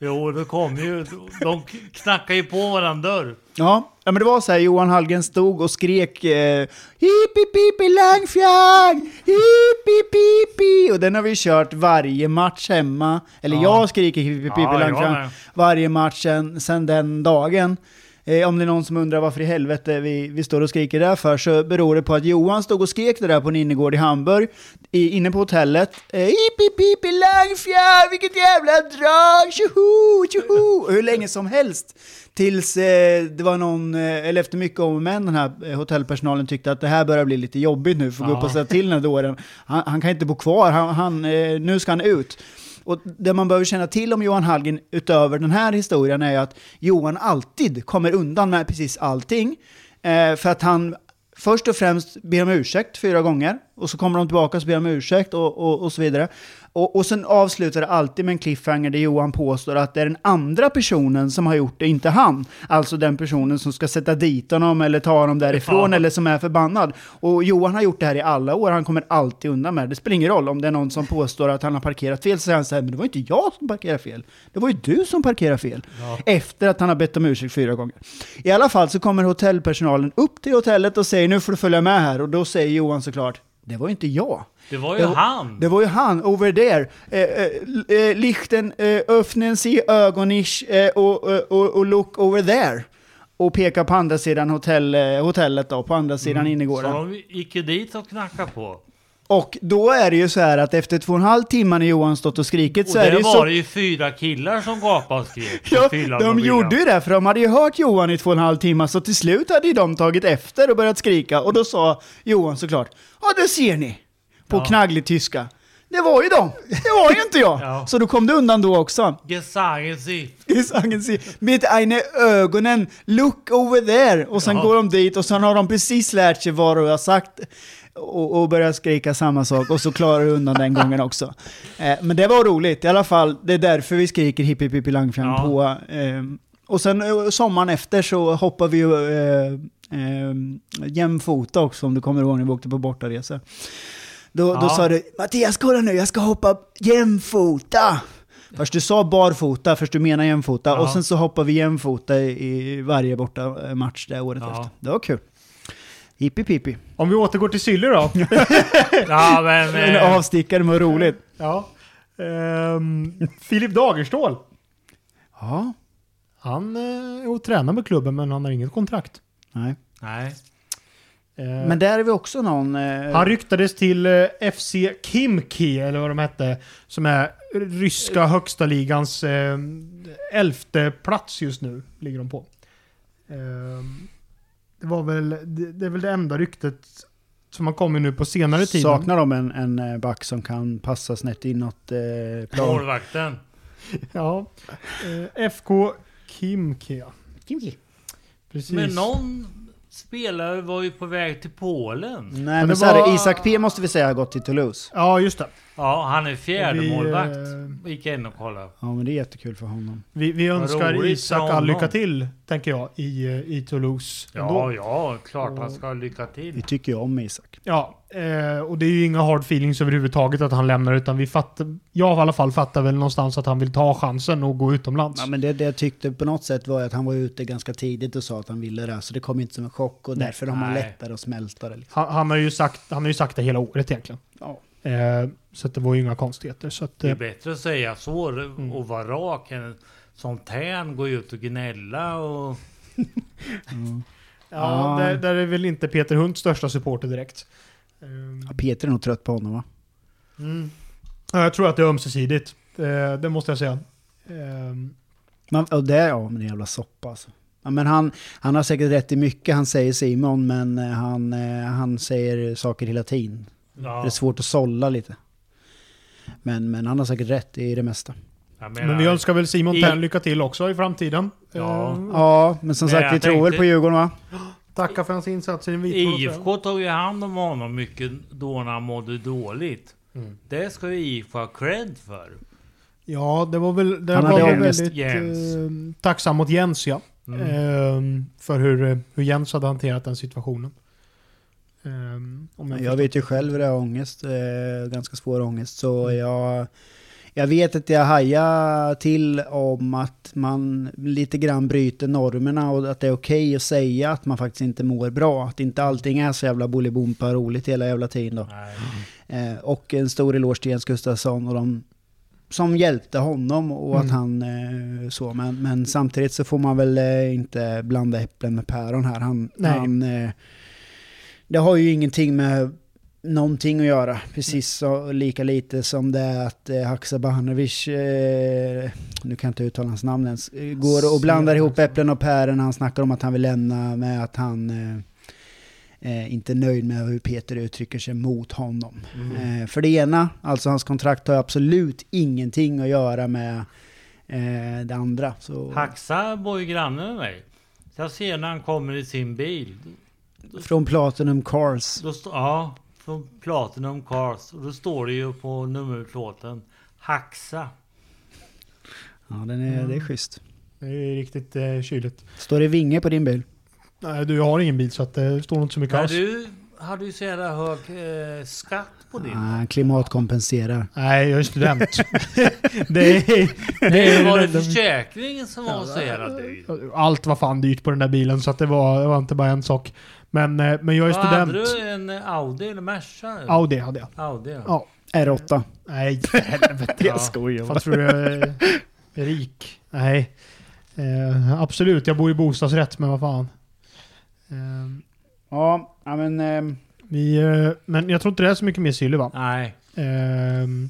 [SPEAKER 2] Jo, då kom ju... De knackade ju på våran dörr.
[SPEAKER 3] Ja, ja men det var så här, Johan Hallgren stod och skrek eh, hipp hipp hipp i Langfjärd! Hipp hipp hipp hipp! Och den har vi kört varje match hemma. Eller
[SPEAKER 2] Ja.
[SPEAKER 3] jag skriker hipp hipp hipp
[SPEAKER 2] Ja, jag
[SPEAKER 3] i Langfjärd
[SPEAKER 2] med.
[SPEAKER 3] varje match sen, sen den dagen. Eh, om det är någon som undrar varför i helvete vi, vi står och skriker där för så beror det på att Johan stod och skrek det där på en innergård i Hamburg, i, inne på hotellet. Eh, hipp hipp hipp i Langfjärd! Vilket jävla drag! Tjoho! Tjoho! Och Hur länge som helst. Tills eh, det var någon, eh, eller efter mycket om och men, den här eh, hotellpersonalen tyckte att det här börjar bli lite jobbigt nu, får gå upp och säga till den här dåren. Han, han kan inte bo kvar, han, han, eh, nu ska han ut. Och det man behöver känna till om Johan Hallgren utöver den här historien är ju att Johan alltid kommer undan med precis allting. Eh, för att han först och främst ber om ursäkt fyra gånger Och så kommer de tillbaka och så ber om ursäkt och, och, och så vidare. Och, och sen avslutar det alltid med en cliffhanger där Johan påstår att det är den andra personen som har gjort det, inte han. Alltså den personen som ska sätta dit honom eller ta honom därifrån
[SPEAKER 2] Ja.
[SPEAKER 3] eller som är förbannad. Och Johan har gjort det här i alla år, han kommer alltid undan med det. Det spelar ingen roll om det är någon som påstår att han har parkerat fel, så säger han så här, men det var inte jag som parkerade fel. Det var ju du som parkerade fel. Efter att han har bett om ursäkt fyra gånger. I alla fall så kommer hotellpersonalen upp till hotellet och säger nu får du följa med här. Och då säger Johan såklart, det var ju inte jag.
[SPEAKER 2] Det var ju
[SPEAKER 3] Det var-
[SPEAKER 2] han.
[SPEAKER 3] Det var ju han, over there. Eh, eh, eh, lichten, eh, öffnen se ögonisch eh, och, och- och, och look over there. Och pekar på andra sidan hotell, eh, hotellet då, på andra sidan
[SPEAKER 2] Mm. Så
[SPEAKER 3] innergården.
[SPEAKER 2] de gick ju dit och knackade på.
[SPEAKER 3] Och då är det ju så här att efter två och en halv timme när Johan stått och skrikit
[SPEAKER 2] Och
[SPEAKER 3] så är det
[SPEAKER 2] där
[SPEAKER 3] ju
[SPEAKER 2] var
[SPEAKER 3] så...
[SPEAKER 2] det ju fyra killar som gapade och skrek.
[SPEAKER 3] Ja,
[SPEAKER 2] Fyllan och
[SPEAKER 3] de
[SPEAKER 2] William.
[SPEAKER 3] gjorde ju det, för de hade ju hört Johan i två och en halv timme, så till slut hade ju de tagit efter och börjat skrika. Och då sa Johan såklart, ja det ser ni, på
[SPEAKER 2] Ja.
[SPEAKER 3] knagglig tyska. Det var ju de, det var ju inte jag.
[SPEAKER 2] Ja.
[SPEAKER 3] Så då kom det undan då också.
[SPEAKER 2] Gesangen sitt.
[SPEAKER 3] I sangen säger mitt eine ögonen, look over there. Och sen
[SPEAKER 2] Ja.
[SPEAKER 3] går de dit och sen har de precis lärt sig vad du har sagt. Och, och börjar skrika samma sak och så klarar du undan den gången också. Eh, men det var roligt i alla fall. Det är därför vi skriker hipp hipp hipp langfjärn
[SPEAKER 2] Ja.
[SPEAKER 3] på. Eh, och sen eh, sommaren efter så hoppar vi ju eh, eh, jämfota också om du kommer ihåg när vi åkte på bortaresa. Då, då
[SPEAKER 2] Ja.
[SPEAKER 3] sa du Mattias kolla nu, jag ska hoppa jämfota. Först du sa barfota, först du menar jämfota
[SPEAKER 2] Ja.
[SPEAKER 3] och sen så hoppar vi jämfota i i varje borta eh, match det året
[SPEAKER 2] Ja.
[SPEAKER 3] efter. Det var kul. Jippi pippi.
[SPEAKER 1] Om vi återgår till Sylle då.
[SPEAKER 2] Ja, men...
[SPEAKER 3] En
[SPEAKER 2] Eh,
[SPEAKER 3] avstickare, men vad roligt.
[SPEAKER 1] ja. Ehm, Filip Dagerstål.
[SPEAKER 3] Ja,
[SPEAKER 1] Han eh, är och tränar med klubben men han har inget kontrakt.
[SPEAKER 3] nej.
[SPEAKER 2] nej.
[SPEAKER 1] Eh,
[SPEAKER 3] Men där är vi också någon... Eh,
[SPEAKER 1] han ryktades till eh, FC Kimki, eller vad de hette, som är ryska högsta ligans eh, elfte plats just nu, ligger de på. Ehm, det, var väl, det, det är väl det enda ryktet som har kommit nu på senare tid.
[SPEAKER 3] saknar de en, en eh, back som kan passa snett inåt eh, plan?
[SPEAKER 2] Målvakten.
[SPEAKER 1] Ja. Eh, FK Kimki. Precis.
[SPEAKER 2] Men någon spelare var ju på väg till Polen.
[SPEAKER 3] Nej,
[SPEAKER 1] det
[SPEAKER 3] men så här,
[SPEAKER 1] var-
[SPEAKER 3] Isak P måste vi säga har gått till Toulouse.
[SPEAKER 1] Ja, just det.
[SPEAKER 2] Ja, han är
[SPEAKER 1] Och vi,
[SPEAKER 2] fjärde målvakt.
[SPEAKER 1] eh,
[SPEAKER 2] Gick jag in och kollade.
[SPEAKER 3] Ja, men det är jättekul för honom.
[SPEAKER 1] Vi, vi
[SPEAKER 2] Vad
[SPEAKER 1] önskar
[SPEAKER 2] roligt
[SPEAKER 1] Isak
[SPEAKER 2] för
[SPEAKER 1] all
[SPEAKER 2] honom.
[SPEAKER 1] lycka till, tänker jag, i, eh, i Toulouse.
[SPEAKER 2] Ja,
[SPEAKER 1] ändå.
[SPEAKER 2] ja, klart han ska ha lycka till.
[SPEAKER 3] Vi tycker ju om Isak.
[SPEAKER 1] Ja, eh, och det är ju inga hard feelings överhuvudtaget att han lämnar, utan vi fattar, jag i alla fall fattar väl någonstans att han vill ta chansen och gå utomlands.
[SPEAKER 3] Ja, men det, det jag tyckte på något sätt var ju att han var ute ganska tidigt och sa att han ville det, så det kom inte som en chock och därför har man
[SPEAKER 2] Nej.
[SPEAKER 3] lättare att smälta det. Liksom.
[SPEAKER 1] han, han, har ju sagt, han har ju sagt det hela året egentligen.
[SPEAKER 3] Ja.
[SPEAKER 1] Eh, så att det var ju inga konstigheter. Så att,
[SPEAKER 2] Det är
[SPEAKER 1] eh,
[SPEAKER 2] bättre att säga så
[SPEAKER 3] Mm.
[SPEAKER 2] och vara rak än som tän gå ut och gnälla och...
[SPEAKER 1] ja, där, där är väl inte Peter Hunts största supporter direkt. Ehm,
[SPEAKER 3] Ja, Peter är nog trött på honom va?
[SPEAKER 1] mm. ja, jag tror att det är ömsesidigt, eh, det måste jag säga. Ehm,
[SPEAKER 3] Man, och det, ja men jävla soppa alltså. Ja, men han, han har säkert rätt i mycket han säger Simon, men eh, han, eh, han säger saker i latin.
[SPEAKER 2] Ja,
[SPEAKER 3] Det är svårt att sålla lite. Men, men han har säkert rätt i det mesta.
[SPEAKER 2] jag menar,
[SPEAKER 1] men vi önskar väl Simon
[SPEAKER 2] i-
[SPEAKER 1] Tern lycka till också i framtiden.
[SPEAKER 2] Ja.
[SPEAKER 1] Ehm,
[SPEAKER 3] Ja, men som
[SPEAKER 2] Men
[SPEAKER 3] sagt
[SPEAKER 2] jag
[SPEAKER 3] vi tror väl
[SPEAKER 2] tänkte-
[SPEAKER 3] på Djurgården va?
[SPEAKER 1] Tacka för hans insats i den
[SPEAKER 2] IFK tog ju hand om honom mycket då när han mådde dåligt.
[SPEAKER 1] Mm.
[SPEAKER 2] Det ska ju IFK ha cred för.
[SPEAKER 1] Ja, det var väl... Det
[SPEAKER 3] Han
[SPEAKER 1] var
[SPEAKER 3] hade
[SPEAKER 1] väl
[SPEAKER 3] ångest.
[SPEAKER 1] väldigt
[SPEAKER 2] Jens.
[SPEAKER 1] eh, tacksam mot Jens, ja.
[SPEAKER 2] Mm.
[SPEAKER 1] Ehm, för hur, eh, hur Jens hade hanterat den situationen. Ehm, om jag
[SPEAKER 3] Men Jag
[SPEAKER 1] förstår-
[SPEAKER 3] vet ju själv hur det är ångest, eh, ganska svår ångest. Så
[SPEAKER 1] Mm.
[SPEAKER 3] jag, jag vet att jag hajar till om att man lite grann bryter normerna och att det är okej att säga att man faktiskt inte mår bra. Att inte allting är så jävla bolibompa roligt hela jävla tiden då.
[SPEAKER 2] Nej.
[SPEAKER 3] Eh, och en stor eloge till Jens Gustafsson och de som hjälpte honom och att
[SPEAKER 1] Mm.
[SPEAKER 3] han eh, så. Men, men samtidigt så får man väl eh, inte blanda äpplen med päron här. Han,
[SPEAKER 1] Nej.
[SPEAKER 3] han, eh, det har ju ingenting med någonting att göra. Precis så, lika lite som det är att eh, Haksabanovic, eh, nu kan jag inte uttala hans namn ens, eh, går och blandar ihop äpplen och päron. Han snackar om att han vill lämna med att han eh, eh, inte är nöjd med hur Peter uttrycker sig mot honom.
[SPEAKER 2] Mm.
[SPEAKER 3] Eh, för det ena, alltså hans kontrakt har absolut ingenting att göra med eh, det andra. Så
[SPEAKER 2] Haxa bor ju granne med mig. Så jag ser när han kommer i sin bil.
[SPEAKER 3] från Platinum Cars.
[SPEAKER 2] Då stå, ja, från Platinum Cars. Och då står det ju på nummerplåten Haxa.
[SPEAKER 3] Ja, den är,
[SPEAKER 2] Mm.
[SPEAKER 3] det är schysst.
[SPEAKER 1] Det är riktigt eh, kyligt.
[SPEAKER 3] Står det vinge på din bil?
[SPEAKER 1] Nej, du har ingen bil så att eh, det står inte så mycket
[SPEAKER 2] Men
[SPEAKER 1] alls.
[SPEAKER 2] du hade ju så jävla hög eh, skatt på din.
[SPEAKER 3] Ah, klimatkompenserar.
[SPEAKER 1] Nej, jag är student. det är,
[SPEAKER 2] Nej, var det
[SPEAKER 1] den-
[SPEAKER 2] försäkringen som var så jävla dyr?
[SPEAKER 1] Allt var fan dyrt på den där bilen så att det var, det var inte bara en sak. Men, eh, men jag är
[SPEAKER 2] Vad hade
[SPEAKER 1] student.
[SPEAKER 2] du? En Audi eller Merca? nu?
[SPEAKER 1] Audi hade jag.
[SPEAKER 2] Audi ja.
[SPEAKER 1] Ja.
[SPEAKER 3] R8.
[SPEAKER 1] Nej, för helvete.
[SPEAKER 2] Ja.
[SPEAKER 3] skojar
[SPEAKER 1] Fan tror du jag är rik? Nej. Eh, absolut, jag bor i bostadsrätt men vad fan. Eh,
[SPEAKER 3] Ja, ja, men... ehm,
[SPEAKER 1] vi, eh, men jag tror inte det är så mycket mer Sylve va?
[SPEAKER 2] Nej,
[SPEAKER 1] Ehm,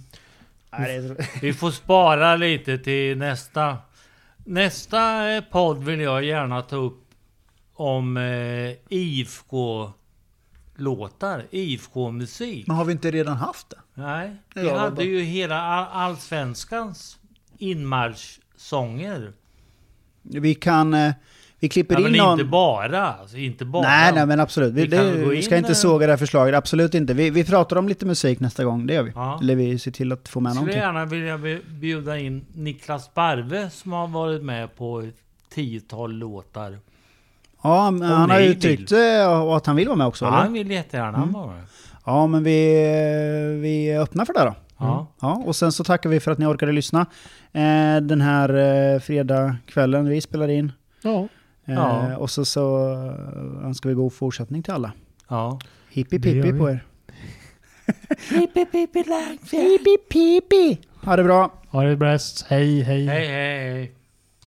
[SPEAKER 3] nej, det är-
[SPEAKER 2] vi får spara lite till nästa. Nästa eh, podd vill jag gärna ta upp om eh, IFK-låtar, IFK-musik.
[SPEAKER 4] Men har vi inte redan haft det?
[SPEAKER 2] Nej, vi
[SPEAKER 4] Ja,
[SPEAKER 2] hade
[SPEAKER 4] bara-
[SPEAKER 2] ju hela all- allsvenskans inmarschsånger.
[SPEAKER 3] vi kan... eh, Vi klipper
[SPEAKER 2] Ja, men
[SPEAKER 3] in någon...
[SPEAKER 2] inte bara. Alltså, inte bara.
[SPEAKER 3] Nej, nej, men absolut. Vi,
[SPEAKER 2] Vi kan väl
[SPEAKER 3] det,
[SPEAKER 2] gå
[SPEAKER 3] vi ska
[SPEAKER 2] in eh,
[SPEAKER 3] inte
[SPEAKER 2] där.
[SPEAKER 3] såga det här förslaget. Absolut inte. Vi, vi pratar om lite musik nästa gång, det gör vi.
[SPEAKER 2] Ja.
[SPEAKER 3] Eller vi ser till att få med
[SPEAKER 2] skulle
[SPEAKER 3] någonting.
[SPEAKER 2] gärna vilja be- bjuda in Niklas Barve som har varit med på ett tiotal låtar.
[SPEAKER 3] Ja, men han
[SPEAKER 2] ni
[SPEAKER 3] har
[SPEAKER 2] vill.
[SPEAKER 3] uttryckt eh, att han vill vara med också,
[SPEAKER 2] Ja,
[SPEAKER 3] eller?
[SPEAKER 2] han vill jättegärna
[SPEAKER 3] Mm.
[SPEAKER 2] vara med.
[SPEAKER 3] Ja, men vi, eh, vi öppnar för det då.
[SPEAKER 2] Ja.
[SPEAKER 3] Ja, och sen så tackar vi för att ni orkade lyssna eh, den här eh, fredagskvällen vi spelar in.
[SPEAKER 1] ja.
[SPEAKER 3] Eh,
[SPEAKER 2] Ja.
[SPEAKER 3] Och så, så eh, önskar vi god fortsättning till alla.
[SPEAKER 2] Ja.
[SPEAKER 3] Hippi
[SPEAKER 1] Det gör
[SPEAKER 3] pippi
[SPEAKER 1] vi.
[SPEAKER 3] på er. Hippi pippi Hippi pippi. Ha det bra.
[SPEAKER 1] Ha det bäst. Hej, hej.
[SPEAKER 2] Hej, hej, hej.